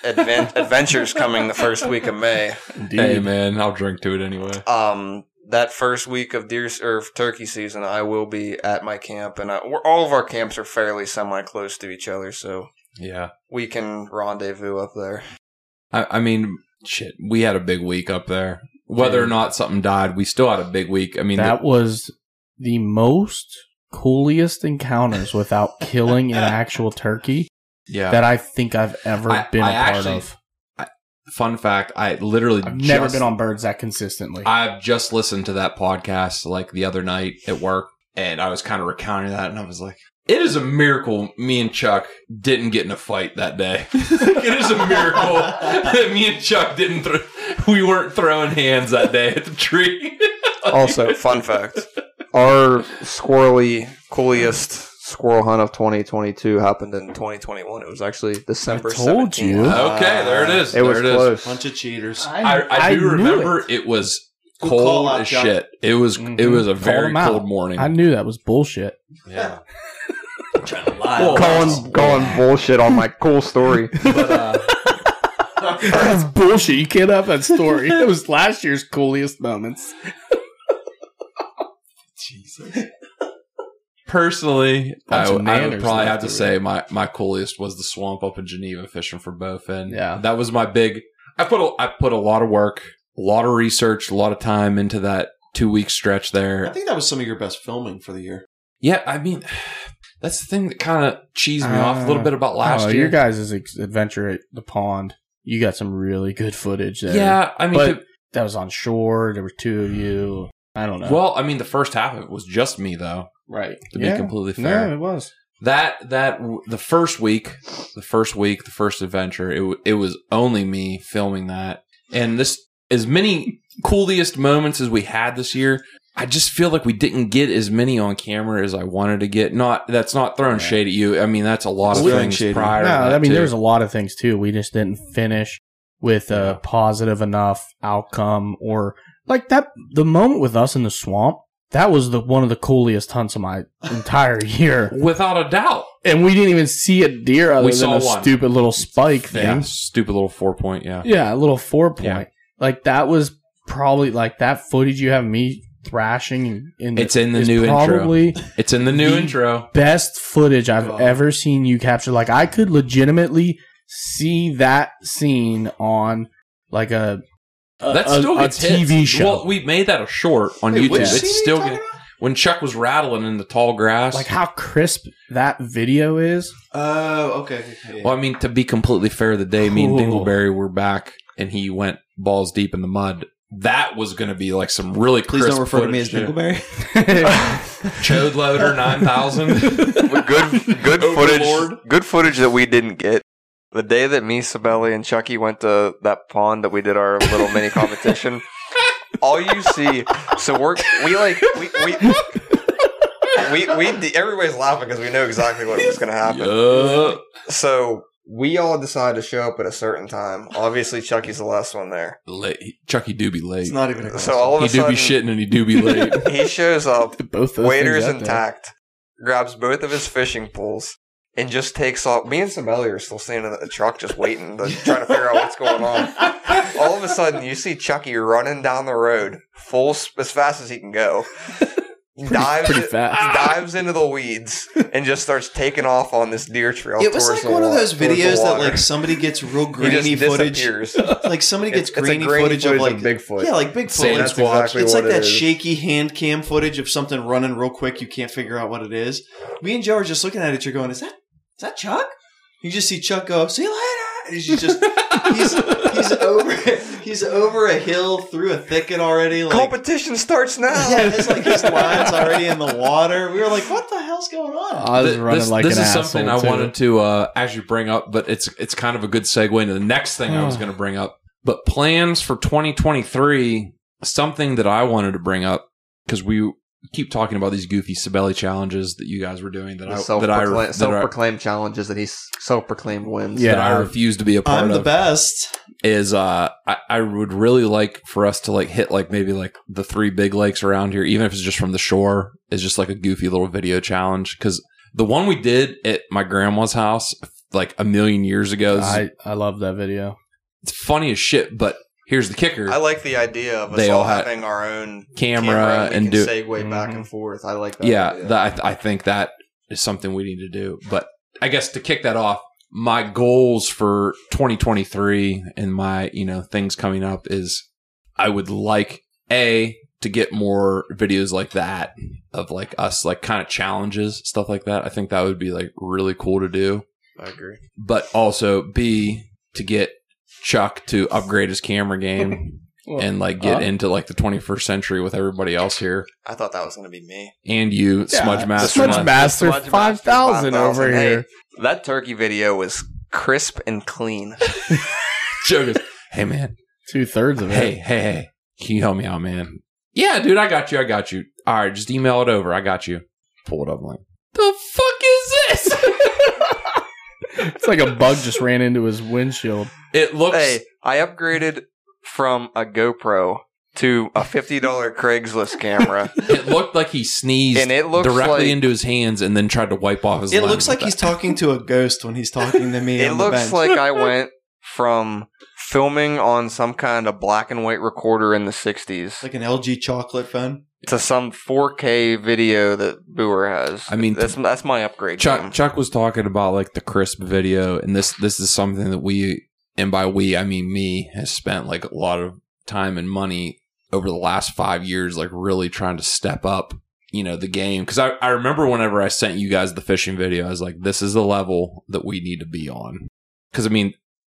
Speaker 5: advent- adventures coming the first week of May.
Speaker 3: Indeed.
Speaker 2: Hey man, I'll drink to it anyway.
Speaker 5: um that first week of deer or of turkey season i will be at my camp and I, we're, all of our camps are fairly semi close to each other so
Speaker 2: Yeah.
Speaker 5: we can rendezvous up there
Speaker 2: I, I mean, shit. We had a big week up there. Whether or not something died, we still had a big week. I mean,
Speaker 3: that was the most coolest encounters without killing an actual turkey
Speaker 2: the- yeah.
Speaker 3: that I think I've ever
Speaker 2: I-
Speaker 3: been a
Speaker 2: I
Speaker 3: part
Speaker 2: actually-
Speaker 3: of.
Speaker 2: Fun fact: I literally
Speaker 3: I've never
Speaker 2: just-
Speaker 3: been on birds that consistently.
Speaker 2: I've just listened to that podcast like the other night at work, and I was kind of recounting that, and I was like, "It is a miracle me and Chuck didn't get in a fight that day. it is a miracle that me and Chuck didn't. Throw, we weren't throwing hands that day at the tree.
Speaker 6: also
Speaker 5: fun fact
Speaker 6: our squirrely coolest squirrel hunt of 2022 happened in 2021. It was actually December.
Speaker 3: told
Speaker 6: 17th.
Speaker 3: you.
Speaker 2: okay, there it is.
Speaker 6: It was
Speaker 2: there it is.
Speaker 6: close.
Speaker 4: Bunch of cheaters.
Speaker 2: I, I, do
Speaker 3: knew
Speaker 2: remember
Speaker 3: it.
Speaker 2: it, was
Speaker 4: Good call
Speaker 2: cold
Speaker 4: out,
Speaker 2: as
Speaker 4: Chuck.
Speaker 2: shit. It was it
Speaker 3: Mhm.
Speaker 2: was a
Speaker 3: Called
Speaker 2: very
Speaker 3: him out.
Speaker 2: cold morning.
Speaker 3: I knew that was bullshit.
Speaker 2: yeah.
Speaker 6: Well, calling, calling bullshit on my cool story.
Speaker 2: But, uh,
Speaker 3: That's bullshit. You can't have that story. it was last year's coolest moments.
Speaker 2: personally, I,
Speaker 3: Bunch of
Speaker 2: would- I would
Speaker 3: nanners
Speaker 2: probably
Speaker 3: left
Speaker 2: have to
Speaker 3: over.
Speaker 2: say my my coolest was the swamp up in Geneva fishing for bowfin.
Speaker 3: Yeah.
Speaker 2: that was my big. I put a, I put a lot of work, a lot of research, a lot of time into that two week stretch
Speaker 4: I
Speaker 2: there.
Speaker 4: think that was some of your best filming for the year.
Speaker 2: Yeah, I mean, that's the thing that kind of cheesed me off a little
Speaker 3: Uh,
Speaker 2: bit about last
Speaker 3: oh,
Speaker 2: year.
Speaker 3: your guys' ex- adventure at the pond. You got some really good footage there.
Speaker 2: yeah, I mean,
Speaker 3: But-
Speaker 2: the-
Speaker 3: that was on shore. There were two of you. I don't know.
Speaker 2: well, I mean, the first half of it was just me though.
Speaker 3: right.
Speaker 2: To be completely fair,
Speaker 3: no, it was.
Speaker 2: that that the first week, the first week, the first adventure, it w- it was only me filming that, and this as many coolest moments as we had this year. I just feel like we didn't get as many on camera as I wanted to get. Not that's not throwing
Speaker 3: Yeah.
Speaker 2: shade at you. I mean that's a lot
Speaker 4: It's
Speaker 2: of
Speaker 4: throwing
Speaker 2: things
Speaker 4: shade at you.
Speaker 2: prior.
Speaker 3: No,
Speaker 2: to that
Speaker 3: I mean
Speaker 2: too.
Speaker 3: there was a lot of things too. We just didn't finish with
Speaker 2: Yeah.
Speaker 3: a positive enough outcome, or like that. The moment with us in the swamp, that was the one of the coolest hunts of my entire year.
Speaker 2: without a doubt.
Speaker 3: and we didn't even see a deer other
Speaker 2: We
Speaker 3: than
Speaker 2: saw
Speaker 3: a
Speaker 2: one.
Speaker 3: stupid little spike thing.
Speaker 2: Yeah, stupid little four point. Yeah.
Speaker 3: Yeah, a little four point.
Speaker 2: Yeah.
Speaker 3: Like that was probably like that footage you have me thrashing. In, in
Speaker 2: It's in the
Speaker 3: is
Speaker 2: new intro.
Speaker 3: Probably
Speaker 2: It's in the new
Speaker 3: The-
Speaker 2: intro.
Speaker 3: best footage I've
Speaker 2: God.
Speaker 3: ever seen you capture. Like I could legitimately see that scene on like a a,
Speaker 2: That
Speaker 3: a-
Speaker 2: still
Speaker 3: a
Speaker 2: gets hits.
Speaker 3: TV show.
Speaker 2: Well, we made that a short on
Speaker 4: Wait,
Speaker 2: YouTube.
Speaker 4: which
Speaker 3: scene
Speaker 2: It's still get, when Chuck was rattling in the tall grass.
Speaker 3: like how crisp that video is.
Speaker 4: Oh, okay. okay,
Speaker 2: well, I mean, to be completely fair, the day me and
Speaker 3: Cool.
Speaker 2: Dingleberry were back and he went balls deep in the mud. That was going to be like some really
Speaker 4: Please
Speaker 2: crisp
Speaker 4: don't refer to me as
Speaker 2: footage, too.
Speaker 4: Dingleberry.
Speaker 2: Chode loader nine thousand.
Speaker 5: good good
Speaker 2: Overlord.
Speaker 5: footage good footage that we didn't get. The day that me, Sabelli, and Chucky went to that pond that we did our little mini competition, all you see so we're we like we we we, we de- everybody's laughing because we know exactly what was gonna happen.
Speaker 2: Yeah.
Speaker 5: So we all decided to show up at a certain time. Obviously Chucky's the last one there.
Speaker 2: Late. Chucky do be late.
Speaker 4: It's not even a question.
Speaker 5: So all of
Speaker 2: he
Speaker 5: a
Speaker 2: do
Speaker 5: sudden
Speaker 2: be shitting and he do be late.
Speaker 5: he shows up
Speaker 3: Both those
Speaker 5: Waiter's
Speaker 3: things out there.
Speaker 5: intact. Grabs both of his fishing poles and just takes off. Me and Samelli are still standing at the truck, just waiting, to, trying to figure out what's going on. All of a sudden, you see Chucky running down the road, full sp- as fast as he can go. dives
Speaker 3: pretty fast.
Speaker 5: dives into the weeds and just starts taking off on this deer trail.
Speaker 4: It was like
Speaker 5: towards the
Speaker 4: one of
Speaker 5: wa-
Speaker 4: those
Speaker 5: towards the
Speaker 4: videos that
Speaker 5: water.
Speaker 4: like somebody gets real
Speaker 5: He just
Speaker 4: grainy footage.
Speaker 5: disappears.
Speaker 4: Like somebody gets
Speaker 5: It's- it's a
Speaker 4: grainy,
Speaker 5: grainy
Speaker 4: footage, of
Speaker 5: footage
Speaker 4: like
Speaker 5: of Bigfoot.
Speaker 4: Yeah, like Bigfoot.
Speaker 2: Sand
Speaker 4: It's-
Speaker 5: That's
Speaker 2: Squatch.
Speaker 5: exactly
Speaker 4: it's
Speaker 5: what
Speaker 4: like
Speaker 5: it
Speaker 4: that
Speaker 5: is.
Speaker 4: shaky hand cam footage of something running real quick. You can't figure out what it is. Me and Joe are just looking at it. You're going, "Is that is that Chuck?" You just see Chuck go, "See you later." And he's just he's he's over he's over a hill through a thicket already. Like,
Speaker 5: Competition starts now.
Speaker 4: yeah, it's like his line's already in the water. We were like, "What the hell's going on?"
Speaker 3: I was
Speaker 2: Th-
Speaker 3: running
Speaker 2: this,
Speaker 3: like
Speaker 2: this
Speaker 3: an
Speaker 2: is something I
Speaker 3: asshole, too.
Speaker 2: wanted to uh, actually bring up, but it's it's kind of a good segue into the next thing I was going to bring up. But plans for 2023, something that I wanted to bring up because we keep talking about these goofy Sibeli challenges that you guys were doing that I that I, that I, that
Speaker 6: self-proclaimed challenges that he's self-proclaimed wins.
Speaker 3: Yeah.
Speaker 2: I refuse to be a part
Speaker 4: I'm
Speaker 2: of.
Speaker 4: the best.
Speaker 2: is uh I, I would really like for us to like hit like maybe like the three big lakes around here even if it's just from the shore is just like a goofy little video challenge because the one we did at my grandma's house like a million years ago is
Speaker 3: I, I love that video.
Speaker 2: it's funny as shit but here's the kicker
Speaker 5: I like the idea of us
Speaker 2: They
Speaker 5: all,
Speaker 2: all had-
Speaker 5: having our own
Speaker 2: camera,
Speaker 5: camera we
Speaker 2: and
Speaker 5: can
Speaker 2: do
Speaker 5: segue back
Speaker 3: Mhm.
Speaker 5: and forth. I like that.
Speaker 2: yeah
Speaker 5: idea.
Speaker 2: that, I, I think that is something we need to do but i guess to kick that off my goals for 2023 and my you know things coming up is i would like a to get more videos like that of like us like kind of challenges stuff like that i think that would be like really cool to do
Speaker 5: I agree.
Speaker 2: but also b to get chuck to upgrade his camera game and like get
Speaker 3: Huh?
Speaker 2: into like the 21st century with everybody else here
Speaker 5: I thought that was going to be me.
Speaker 2: and you smudge master
Speaker 3: Smudge Master
Speaker 5: Smudge Master
Speaker 3: 5000 over
Speaker 5: 5000, hey.
Speaker 3: here.
Speaker 5: That turkey video was crisp and clean.
Speaker 2: Joe goes, hey man,
Speaker 3: Two thirds of it.
Speaker 2: hey, hey, hey, can you help me out, man? Yeah, dude, I got you, I got you. All right, just email it over, I got you. Pull it up, I'm like the fuck is this?
Speaker 3: It's like a bug just ran into his windshield.
Speaker 2: it looks.
Speaker 5: hey, I upgraded from a GoPro to a fifty dollar Craigslist camera.
Speaker 2: It looked like he sneezed
Speaker 5: And it looks
Speaker 2: directly
Speaker 5: like-
Speaker 2: into his hands and then tried to wipe off his.
Speaker 4: It
Speaker 2: lens
Speaker 4: looks like
Speaker 2: with
Speaker 4: he's
Speaker 2: that.
Speaker 4: talking to a ghost when he's talking to me.
Speaker 5: it
Speaker 4: on the
Speaker 5: looks
Speaker 4: bench.
Speaker 5: like I went from filming on some kind of black and white recorder in the '60s
Speaker 4: like an LG chocolate phone.
Speaker 5: to some 4K video that Boer has.
Speaker 2: I mean,
Speaker 5: that's that's my upgrade. game.
Speaker 2: Chuck Chuck was talking about like the crisp video, and this this is something that we and by we I mean me has spent like a lot of time and money over the last five years, like really trying to step up, you know, the game. Because I I remember whenever I sent you guys the fishing video, I was like, this is the level that we need to be on. Because I mean,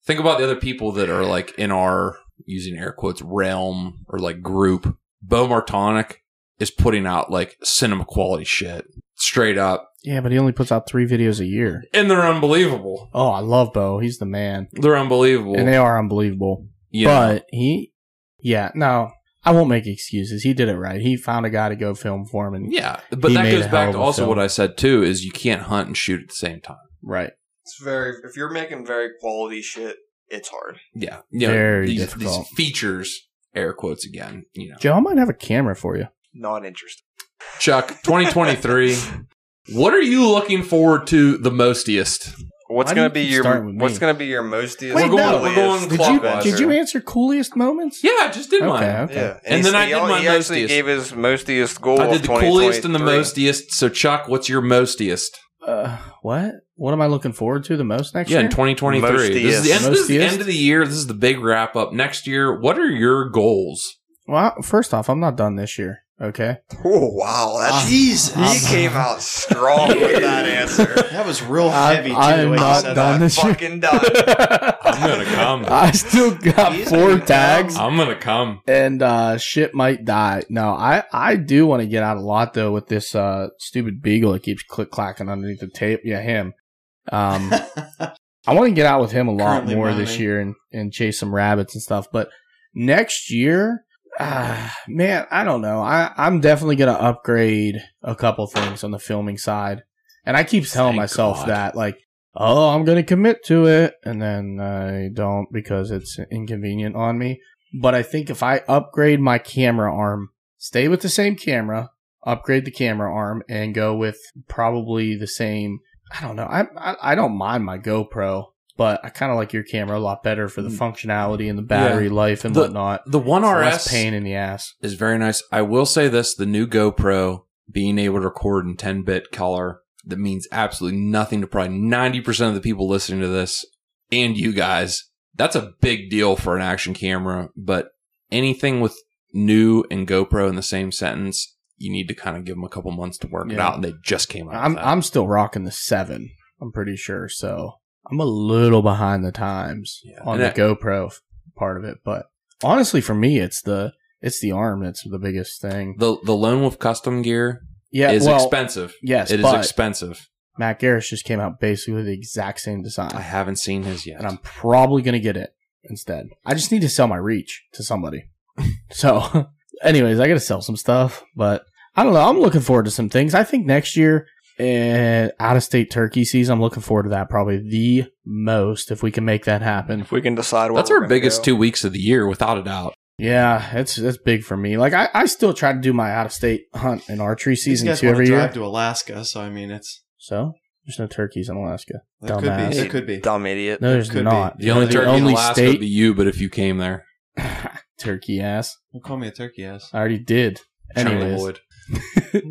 Speaker 2: think about the other people that are like in our using air quotes realm or like group. Bo Martonic is putting out like cinema quality shit straight up
Speaker 3: Yeah, but he only puts out three videos a year.
Speaker 2: and they're unbelievable.
Speaker 3: Oh, I love Bo. He's the man.
Speaker 2: They're unbelievable.
Speaker 3: And they are unbelievable.
Speaker 2: You know,
Speaker 3: But he, yeah, no, I won't make excuses. He did it right. He found a guy to go film for him. And,
Speaker 2: yeah, but
Speaker 3: He
Speaker 2: that
Speaker 3: made a
Speaker 2: goes
Speaker 3: hell
Speaker 2: back
Speaker 3: of
Speaker 2: to
Speaker 3: a
Speaker 2: also
Speaker 3: film.
Speaker 2: what I said too: is you can't hunt and shoot at the same time.
Speaker 3: Right.
Speaker 5: It's very if you're making very quality shit, it's hard.
Speaker 2: Yeah, you know,
Speaker 3: Very
Speaker 2: these,
Speaker 3: difficult.
Speaker 2: these features, air quotes again. You know,
Speaker 3: Joe, I might have a camera for you.
Speaker 5: Not interesting.
Speaker 2: Chuck, twenty twenty three. What are you looking forward to the mostiest?
Speaker 5: What's
Speaker 3: Why do
Speaker 5: going
Speaker 3: you
Speaker 5: to be
Speaker 3: keep
Speaker 5: your
Speaker 3: starting with
Speaker 5: What's
Speaker 3: me?
Speaker 5: going to be your mostiest?
Speaker 3: Wait,
Speaker 2: we're going,
Speaker 3: no.
Speaker 2: we're going
Speaker 3: Did you
Speaker 2: clockwise.
Speaker 3: did you answer coolest moments?
Speaker 2: yeah, I just did
Speaker 3: Okay.
Speaker 2: mine.
Speaker 3: Okay.
Speaker 5: Yeah,
Speaker 2: And
Speaker 5: he's-
Speaker 2: then I
Speaker 5: he
Speaker 2: did
Speaker 5: only-
Speaker 2: my
Speaker 5: He actually
Speaker 2: mostiest.
Speaker 5: gave his mostiest goal.
Speaker 2: I did
Speaker 5: of
Speaker 2: the coolest and the
Speaker 5: 2023.
Speaker 2: mostiest. So Chuck, what's your mostiest?
Speaker 3: Uh, what? What am I looking forward to the most next
Speaker 2: yeah,
Speaker 3: year?
Speaker 2: in 2023. This is, the end, this is the
Speaker 3: Mostiest?
Speaker 2: end of the year. This is the big wrap up. Next year, what are your goals?
Speaker 3: well, first off, I'm not done this year. Okay.
Speaker 5: Oh wow,
Speaker 2: Ah,
Speaker 5: that's
Speaker 4: Jesus.
Speaker 5: he came out strong with that answer.
Speaker 4: That was real
Speaker 3: I'm-
Speaker 4: heavy, too,
Speaker 3: I'm
Speaker 4: the way you
Speaker 3: not
Speaker 4: said
Speaker 3: done.
Speaker 4: that.
Speaker 3: This year-
Speaker 5: Fucking done.
Speaker 2: I'm gonna come.
Speaker 3: I still got
Speaker 4: He's
Speaker 3: four
Speaker 4: gonna
Speaker 3: tags.
Speaker 2: I'm gonna come.
Speaker 3: and uh shit might die. No, I I do want to get out a lot though with this uh stupid beagle that keeps click clacking underneath the tape. Yeah, him. Um I want to get out with him a lot
Speaker 4: Currently
Speaker 3: more
Speaker 4: mining.
Speaker 3: this year and and chase some rabbits and stuff, but next year ah, man, I don't know. I I'm definitely going to upgrade a couple things on the filming side. And I keep telling
Speaker 2: Thank
Speaker 3: myself
Speaker 2: God.
Speaker 3: that like oh, I'm going to commit to it and then I don't because it's inconvenient on me but I think if I upgrade my camera arm, stay with the same camera, upgrade the camera arm, and go with probably the same. I don't know. I I, I don't mind my GoPro, but I kind of like your camera a lot better for the functionality and the battery life and
Speaker 2: Mm. The-
Speaker 3: whatnot.
Speaker 2: The one
Speaker 3: It's
Speaker 2: RS
Speaker 3: less pain in the ass.
Speaker 2: is very nice. I will say this: the new GoPro being able to record in 10-bit color that means absolutely nothing to probably 90% of the people listening to this and you guys. That's a big deal for an action camera, but anything with new and GoPro in the same sentence, you need to kind of give them a couple months to work it
Speaker 3: Yeah.
Speaker 2: out. And they just came out. with
Speaker 3: I'm
Speaker 2: that.
Speaker 3: I'm still rocking the seven. I'm pretty sure. So I'm a little behind the times
Speaker 2: Yeah.
Speaker 3: on
Speaker 2: And
Speaker 3: the
Speaker 2: I-
Speaker 3: GoPro f- part of it, but honestly, for me, it's the it's the arm that's the biggest thing.
Speaker 2: the the Lone Wolf custom gear
Speaker 3: Yeah,
Speaker 2: is
Speaker 3: well,
Speaker 2: expensive.
Speaker 3: yes,
Speaker 2: it is
Speaker 3: but-
Speaker 2: expensive.
Speaker 3: Matt Garris just came out basically with the exact same design.
Speaker 2: I haven't seen his yet.
Speaker 3: and I'm probably going to get it instead. I just need to sell my reach to somebody. so, anyways, I got to sell some stuff, but I don't know. I'm looking forward to some things. I think next year, uh, out of state turkey season, I'm looking forward to that probably the most if we can make that happen.
Speaker 5: If we can decide what
Speaker 2: That's
Speaker 5: we're
Speaker 2: our
Speaker 5: gonna
Speaker 2: biggest
Speaker 5: go.
Speaker 2: two weeks of the year, without a doubt.
Speaker 3: Yeah, it's that's big for me. Like I, I still try to do my out of state hunt and archery
Speaker 4: These
Speaker 3: season
Speaker 4: guys
Speaker 3: two
Speaker 4: want
Speaker 3: every
Speaker 4: to
Speaker 3: year.
Speaker 4: drive to Alaska, so I mean, it's
Speaker 3: so there's no turkeys in Alaska.
Speaker 4: that could be.
Speaker 3: Dumbass.
Speaker 4: That could be.
Speaker 5: Dumb idiot.
Speaker 3: No, there's
Speaker 4: Could be.
Speaker 3: not.
Speaker 2: The only
Speaker 4: The
Speaker 2: turkey
Speaker 3: only
Speaker 2: in Alaska
Speaker 3: state-
Speaker 2: would be you, but if you came there,
Speaker 3: turkey ass.
Speaker 4: Don't call me a turkey ass.
Speaker 3: I already did. Anyways.
Speaker 2: Charlie Lloyd.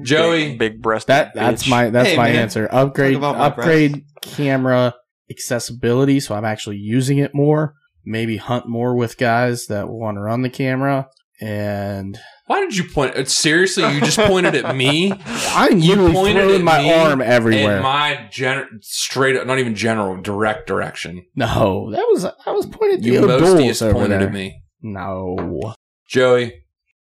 Speaker 2: Joey,
Speaker 5: big breast.
Speaker 3: That that's my that's
Speaker 4: Hey,
Speaker 3: my
Speaker 4: man.
Speaker 3: answer. Upgrade
Speaker 4: Talk about my
Speaker 3: upgrade camera accessibility, so I'm actually using it more. Maybe hunt more with guys that want to run the camera. And
Speaker 2: why did you point? uh, Seriously, you just pointed at me
Speaker 3: I'm
Speaker 2: You
Speaker 3: literally
Speaker 2: pointed
Speaker 3: throwing
Speaker 2: at
Speaker 3: my
Speaker 2: me
Speaker 3: arm everywhere.
Speaker 2: in my gen- straight up, not even general, direct direction.
Speaker 3: no, that was I was pointed at
Speaker 2: You
Speaker 3: the O'Doul's
Speaker 2: mostiest
Speaker 3: over
Speaker 2: pointed
Speaker 3: there.
Speaker 2: at me.
Speaker 3: No,
Speaker 2: Joey,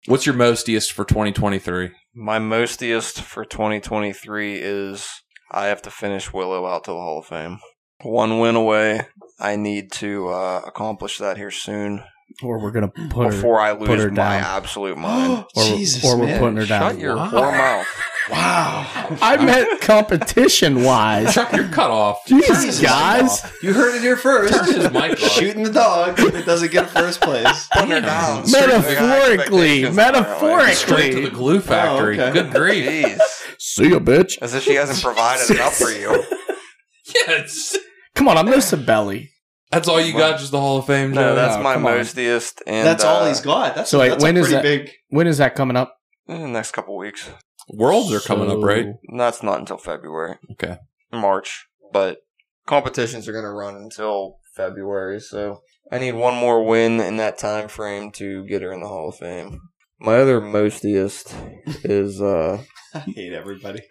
Speaker 2: what's your mostiest for 2023?
Speaker 5: My mostiest for 2023 is I have to finish Willow out to the Hall of Fame. One win away. I need to uh, accomplish that here soon
Speaker 3: or we're gonna put her,
Speaker 5: before I
Speaker 3: put
Speaker 5: lose
Speaker 3: her
Speaker 5: my
Speaker 3: down.
Speaker 5: absolute mind.
Speaker 3: or,
Speaker 4: Jesus,
Speaker 3: or we're
Speaker 4: man.
Speaker 3: putting her down.
Speaker 5: Shut your
Speaker 2: Wow.
Speaker 5: whore mouth.
Speaker 4: Wow.
Speaker 3: I meant competition wise.
Speaker 2: Chuck, you're cut off.
Speaker 3: Jesus, guys.
Speaker 4: You heard it here
Speaker 2: Turn his
Speaker 4: first.
Speaker 2: mic off.
Speaker 4: Shooting the dog that doesn't get first place.
Speaker 5: Put her down.
Speaker 3: Metaphorically,
Speaker 5: Expectations, apparently.
Speaker 2: Straight to the glue factory.
Speaker 4: okay.
Speaker 2: Good grief.
Speaker 5: Jeez.
Speaker 3: See ya, bitch.
Speaker 5: As if she hasn't provided enough for you.
Speaker 2: Yes.
Speaker 3: Come on, I'm no Sabelli.
Speaker 2: That's all you got, just the Hall of Fame, Joey.
Speaker 5: No, that's
Speaker 3: no,
Speaker 5: my
Speaker 3: come on.
Speaker 5: mostiest. And uh,
Speaker 4: That's all he's
Speaker 5: got.
Speaker 4: got. That's
Speaker 3: So, wait,
Speaker 4: that's
Speaker 3: when
Speaker 4: a
Speaker 3: is
Speaker 4: pretty
Speaker 3: that-
Speaker 4: big.
Speaker 3: When is that coming up?
Speaker 5: In the next couple weeks.
Speaker 2: Worlds are coming up, right?
Speaker 5: That's not until February.
Speaker 2: Okay.
Speaker 5: March. But competitions are going to run until February. So I need one more win in that time frame to get her in the Hall of Fame. My other mostiest is, uh,
Speaker 4: I hate everybody.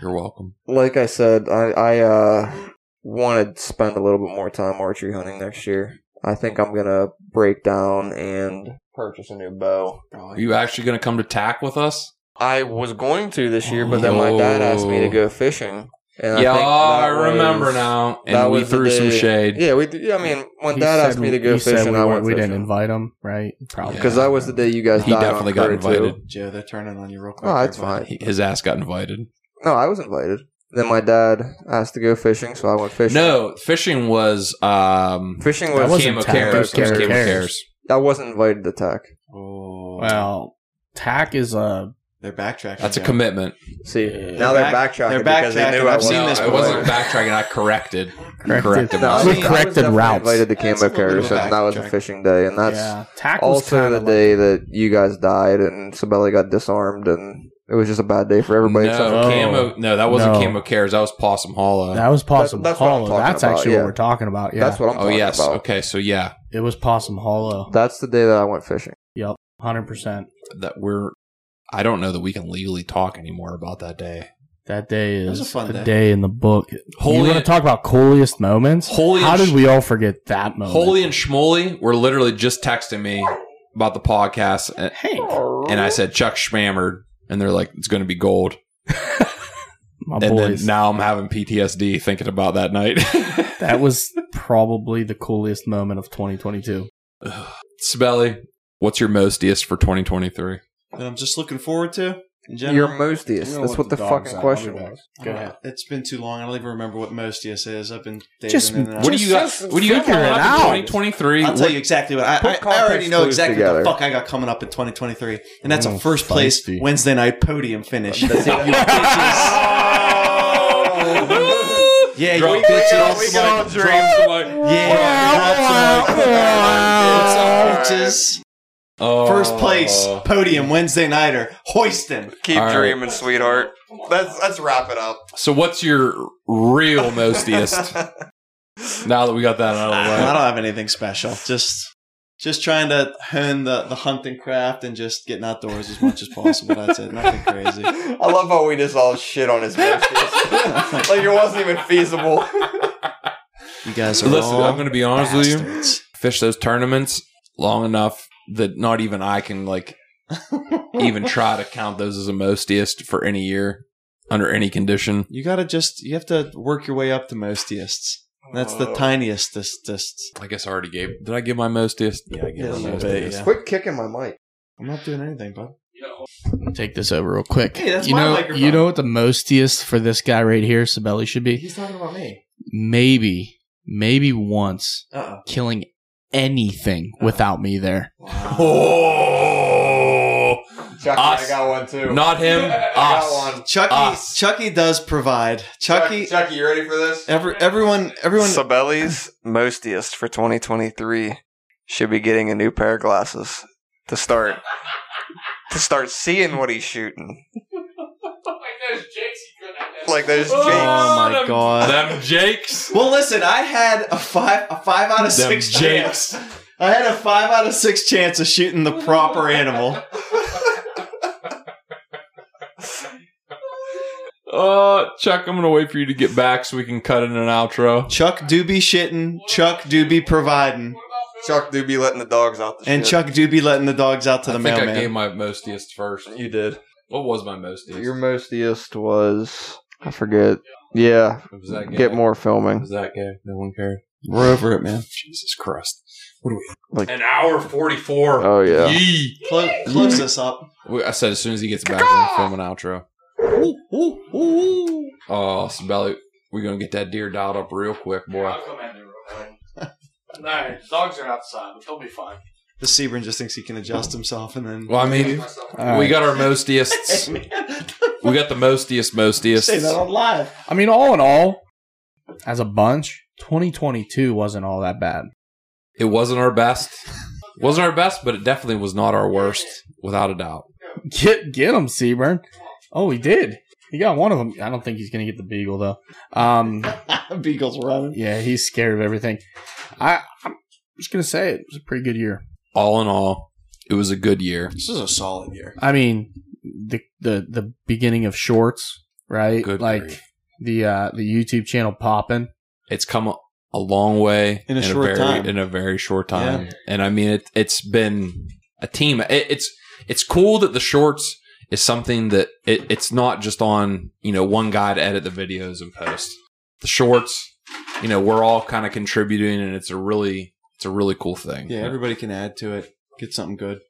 Speaker 2: You're welcome.
Speaker 5: like I said, I, I uh, want to spend a little bit more time archery hunting next year. I think I'm going to break down and purchase a new bow.
Speaker 2: Are you actually going to come to tack with us?
Speaker 5: I was going to this year, but then my dad asked me to go fishing. And
Speaker 2: Oh. yeah, oh,
Speaker 5: I, think
Speaker 2: I
Speaker 5: that
Speaker 2: remember
Speaker 5: was-
Speaker 2: now.
Speaker 5: that
Speaker 2: And we
Speaker 5: was the
Speaker 2: threw some
Speaker 5: day-
Speaker 2: shade.
Speaker 5: Yeah, we. Yeah, I mean, when
Speaker 3: He
Speaker 5: Dad
Speaker 3: said
Speaker 5: asked me
Speaker 3: we-
Speaker 5: to go
Speaker 3: he said
Speaker 5: fishing,
Speaker 3: we
Speaker 5: I
Speaker 3: weren't-
Speaker 5: went
Speaker 3: We
Speaker 5: fishing.
Speaker 3: didn't invite him, right? Probably
Speaker 5: because that was the day you guys
Speaker 2: He
Speaker 5: died on
Speaker 2: definitely got
Speaker 5: Curry, too.
Speaker 2: invited.
Speaker 4: Joe, they're turning on you real quick.
Speaker 5: Oh, that's
Speaker 4: here,
Speaker 5: fine.
Speaker 4: buddy.
Speaker 2: He- His ass got invited.
Speaker 5: No, I was invited. Then my dad asked to go fishing, so I went fishing.
Speaker 2: No, fishing was um
Speaker 5: fishing
Speaker 3: That
Speaker 5: was.
Speaker 3: wasn't
Speaker 2: Camo
Speaker 3: tack, it was
Speaker 2: Cares. It was
Speaker 3: Camo
Speaker 2: Camo
Speaker 3: Cares.
Speaker 2: Cares.
Speaker 5: I wasn't invited to tech.
Speaker 4: Oh,
Speaker 3: Well, tack is uh, a
Speaker 4: They're backtracking.
Speaker 2: That's a
Speaker 4: now.
Speaker 2: commitment.
Speaker 6: See,
Speaker 4: Yeah.
Speaker 6: now they're
Speaker 4: Back-
Speaker 6: backtracking
Speaker 4: they're
Speaker 6: because they
Speaker 4: backtracking.
Speaker 6: knew I
Speaker 4: I've
Speaker 6: was.
Speaker 4: seen
Speaker 2: no,
Speaker 4: this
Speaker 2: I wasn't
Speaker 4: before.
Speaker 2: backtracking. I corrected.
Speaker 3: Corrected.
Speaker 2: Corrected.
Speaker 6: No, I
Speaker 2: myself.
Speaker 6: mean,
Speaker 3: With
Speaker 6: I was
Speaker 3: corrected
Speaker 6: definitely
Speaker 3: routes.
Speaker 6: Invited to
Speaker 4: That's a
Speaker 6: Camo
Speaker 4: little bit of
Speaker 6: Comparison. That was a
Speaker 4: backtracking.
Speaker 6: fishing day, and that's
Speaker 3: yeah, tackles
Speaker 6: also
Speaker 3: kinda
Speaker 6: the day that you guys died and Sabelli got disarmed, and it was just a bad day for everybody.
Speaker 2: no,
Speaker 6: except for-
Speaker 3: Oh.
Speaker 2: camo. No, that wasn't
Speaker 3: No.
Speaker 2: camo cares. That was Possum Hollow.
Speaker 3: That was Possum
Speaker 6: that's what I'm
Speaker 3: Hollow.
Speaker 6: talking
Speaker 3: That's
Speaker 6: about,
Speaker 3: actually
Speaker 6: yeah.
Speaker 3: what we're talking about. Yeah,
Speaker 6: That's what I'm
Speaker 2: oh
Speaker 6: talking
Speaker 2: yes.
Speaker 6: about.
Speaker 2: Okay. So yeah,
Speaker 3: it was Possum Hollow.
Speaker 6: That's the day that I went fishing.
Speaker 3: Yep, hundred percent.
Speaker 2: that we're. I don't know that we can legally talk anymore about that day.
Speaker 3: That day
Speaker 4: That was
Speaker 3: is
Speaker 4: a fun
Speaker 3: the
Speaker 4: day.
Speaker 3: day. in the book.
Speaker 2: Holy-
Speaker 3: you want to talk about coolest moments?
Speaker 2: Holy
Speaker 3: How
Speaker 2: and
Speaker 3: did
Speaker 2: sh-
Speaker 3: we all forget that moment?
Speaker 2: Holy and Schmoly were literally just texting me about the podcast, and,
Speaker 3: hey,
Speaker 2: and I said Chuck Schmammered, and they're like, "It's going to be gold."
Speaker 3: my
Speaker 2: and
Speaker 3: boys.
Speaker 2: then now I'm having PTSD thinking about that night.
Speaker 3: that was probably the coolest moment of 2022.
Speaker 2: Smelly, what's your mostiest for 2023?
Speaker 4: That I'm just looking forward to. In general.
Speaker 6: Your mostiest. That's what the, fucking question was.
Speaker 4: Go ahead. It's been too long. I don't even remember what Mostius is. I've been dazing
Speaker 3: Just-
Speaker 4: in and out.
Speaker 2: What do you got? What do you got
Speaker 3: figure
Speaker 2: coming
Speaker 3: it
Speaker 2: up
Speaker 3: out.
Speaker 2: in 2023?
Speaker 4: I'll tell you exactly what I,
Speaker 6: Put
Speaker 4: I, I
Speaker 6: context
Speaker 4: already know
Speaker 6: clues
Speaker 4: exactly
Speaker 6: together.
Speaker 4: what the fuck I got coming up in 2023, and that's
Speaker 3: Ooh,
Speaker 4: a first place
Speaker 3: feisty.
Speaker 4: Wednesday night podium finish. You
Speaker 2: Oh!
Speaker 4: bitches. Yeah, you
Speaker 2: Drop
Speaker 4: bitches.
Speaker 2: the
Speaker 4: We can all
Speaker 2: mic, drop the mic.
Speaker 4: yeah, drop some
Speaker 2: Wow.
Speaker 4: What's up, bitches?
Speaker 2: Oh.
Speaker 4: First place podium Wednesday nighter hoisting.
Speaker 5: Keep
Speaker 2: All right.
Speaker 5: dreaming, sweetheart. Let's let's wrap it up.
Speaker 2: So what's your real mostiest? now that we got that out of the way.
Speaker 4: I don't have anything special. Just just trying to hone the, the hunting craft and just getting outdoors as much as possible. That's it. Nothing crazy.
Speaker 5: I love how we just all shit on his mostiest. like it wasn't even feasible.
Speaker 4: You guys are
Speaker 2: Listen,
Speaker 4: all
Speaker 2: I'm going to be honest with you.
Speaker 4: bastards.
Speaker 2: Fish those tournaments long enough that not even I can like even try to count those as a mostiest for any year under any condition.
Speaker 4: You gotta just you have to work your way up to mostiest. That's the tiniestest.
Speaker 2: I guess I already gave. Did I give my mostiest? Yeah, I gave
Speaker 4: Yeah, a
Speaker 2: my
Speaker 4: little
Speaker 2: mostiest.
Speaker 4: bit, yeah.
Speaker 6: Quit kicking my mic.
Speaker 4: I'm not doing anything, bud.
Speaker 3: Take this over real quick.
Speaker 4: Hey, that's
Speaker 3: you
Speaker 4: my
Speaker 3: know,
Speaker 4: microphone.
Speaker 3: you know what the mostiest for this guy right here, Sabelli, should be
Speaker 4: He's talking about me.
Speaker 3: maybe, maybe once
Speaker 4: Uh
Speaker 3: killing anything without me there.
Speaker 2: Oh,
Speaker 5: Chuck,
Speaker 2: Us.
Speaker 5: I got one too.
Speaker 2: not him.
Speaker 5: I got
Speaker 2: Us.
Speaker 5: one.
Speaker 4: Chucky
Speaker 2: Us.
Speaker 4: Chucky does provide. Chucky
Speaker 5: Chucky, Chucky, you ready for this?
Speaker 4: every, everyone everyone
Speaker 5: Sabelli's mostiest for 2023 should be getting a new pair of glasses to start to start seeing what he's shooting. like those jakes he could have.
Speaker 4: Oh my god.
Speaker 2: Them Jakes.
Speaker 4: Well, listen, I had a five a five out of
Speaker 2: Them
Speaker 4: six
Speaker 2: jakes.
Speaker 4: chance. I had a five out of six chance of shooting the proper animal.
Speaker 2: Uh, Chuck, I'm gonna wait for you to get back so we can cut in an outro.
Speaker 4: Chuck do be shitting. Chuck do be providing.
Speaker 5: Chuck do be letting the dogs out the
Speaker 4: And
Speaker 5: shit.
Speaker 4: Chuck do be letting the dogs out to
Speaker 2: I
Speaker 4: the
Speaker 2: think I
Speaker 4: mailman.
Speaker 2: gave my mostiest first.
Speaker 6: You did.
Speaker 2: What was my mostiest?
Speaker 6: Your mostiest was I forget. Yeah,
Speaker 2: It was that gay.
Speaker 6: get more
Speaker 2: It
Speaker 6: filming.
Speaker 2: was that gay. No one cared.
Speaker 4: We're over it, man.
Speaker 2: Jesus Christ. What are we?
Speaker 6: Like-
Speaker 2: An hour forty four.
Speaker 6: Oh yeah.
Speaker 2: Yee.
Speaker 4: Close, close this up.
Speaker 2: We- I said as soon as he gets back, we're
Speaker 4: Ah!
Speaker 2: gonna film an outro. Oh, Sibeli, we're gonna get that deer dialed up real quick, boy.
Speaker 4: The Sebring just thinks he can adjust himself, and then
Speaker 2: Well, I mean, we got our mostiests. we got the mostiest,
Speaker 4: say that
Speaker 2: mostiest.
Speaker 4: on live.
Speaker 3: I mean, all in all, as a bunch, 2022 wasn't all that bad.
Speaker 2: It wasn't our best. Wasn't our best, but it definitely was not our worst, without a doubt.
Speaker 3: Get get him, Seaburn. Oh, he did. He got one of them. I don't think he's gonna get the beagle though. Um,
Speaker 4: Beagle's running.
Speaker 3: yeah, he's scared of everything. I I'm just gonna say it was a pretty good year.
Speaker 2: All in all, it was a good year.
Speaker 4: This is a solid year.
Speaker 3: I mean, the the the beginning of shorts, right?
Speaker 2: Good
Speaker 3: like
Speaker 2: grief.
Speaker 3: the uh the YouTube channel popping.
Speaker 2: It's come a, a long way
Speaker 4: In a short
Speaker 2: very,
Speaker 4: time.
Speaker 2: In a very short time, and I mean, it, it's been a team. It, it's it's cool that the shorts is something that it, it's not just on you know one guy to edit the videos and post. The shorts, you know, we're all kind of contributing, and it's a really it's a really cool thing.
Speaker 4: Yeah, everybody can add to it. Get something good.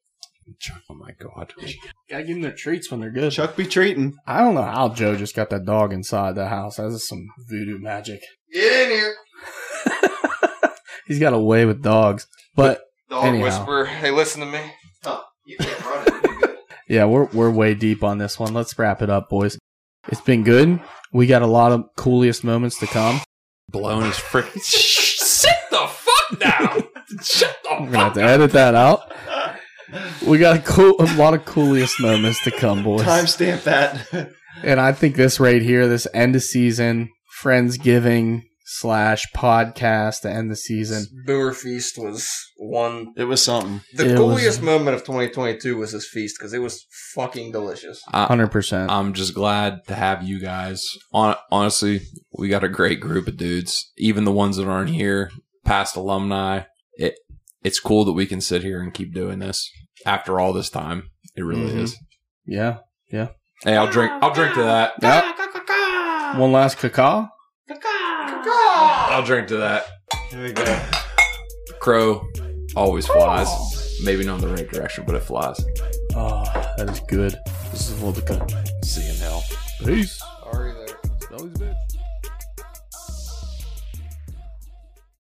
Speaker 2: Oh my god.
Speaker 3: Gotta give them their treats when they're good.
Speaker 4: Chuck be treating.
Speaker 3: I don't know how Joe just got that dog inside the house. That is some voodoo magic.
Speaker 5: Get in here.
Speaker 3: He's got a way with dogs, but
Speaker 5: Dog
Speaker 3: Anyhow.
Speaker 5: whisperer. Hey, listen to me.
Speaker 3: Yeah, we're we're way deep on this one. Let's wrap it up, boys. It's been good. We got a lot of coolest moments to come.
Speaker 2: Blown his frick. Sit the fuck down. Shut the
Speaker 3: We're gonna have to edit that out. We got a cool, a lot of coolest moments to come, boys.
Speaker 4: Timestamp that.
Speaker 3: And I think this right here, this end of season friendsgiving slash podcast to end the season.
Speaker 6: Brewer Feast was one.
Speaker 4: it was something.
Speaker 6: The
Speaker 3: It was-
Speaker 6: coolest moment of 2022 was this feast because it was fucking delicious.
Speaker 2: I,
Speaker 3: Hundred percent.
Speaker 2: I'm just glad to have you guys. On, honestly, we got a great group of dudes. Even the ones that aren't here, past alumni. It it's cool that we can sit here and keep doing this after all this time. It really
Speaker 4: Mm-hmm.
Speaker 3: Mhm.
Speaker 2: is.
Speaker 3: Yeah.
Speaker 2: Hey, I'll drink. I'll drink to that.
Speaker 3: Yep. One last caca.
Speaker 2: I'll drink to that.
Speaker 4: Here we go.
Speaker 2: Crow always flies. Maybe not in the right direction, but it flies.
Speaker 3: Ah, Oh, that is good. This is a little bit good.
Speaker 2: See you in hell.
Speaker 3: Peace.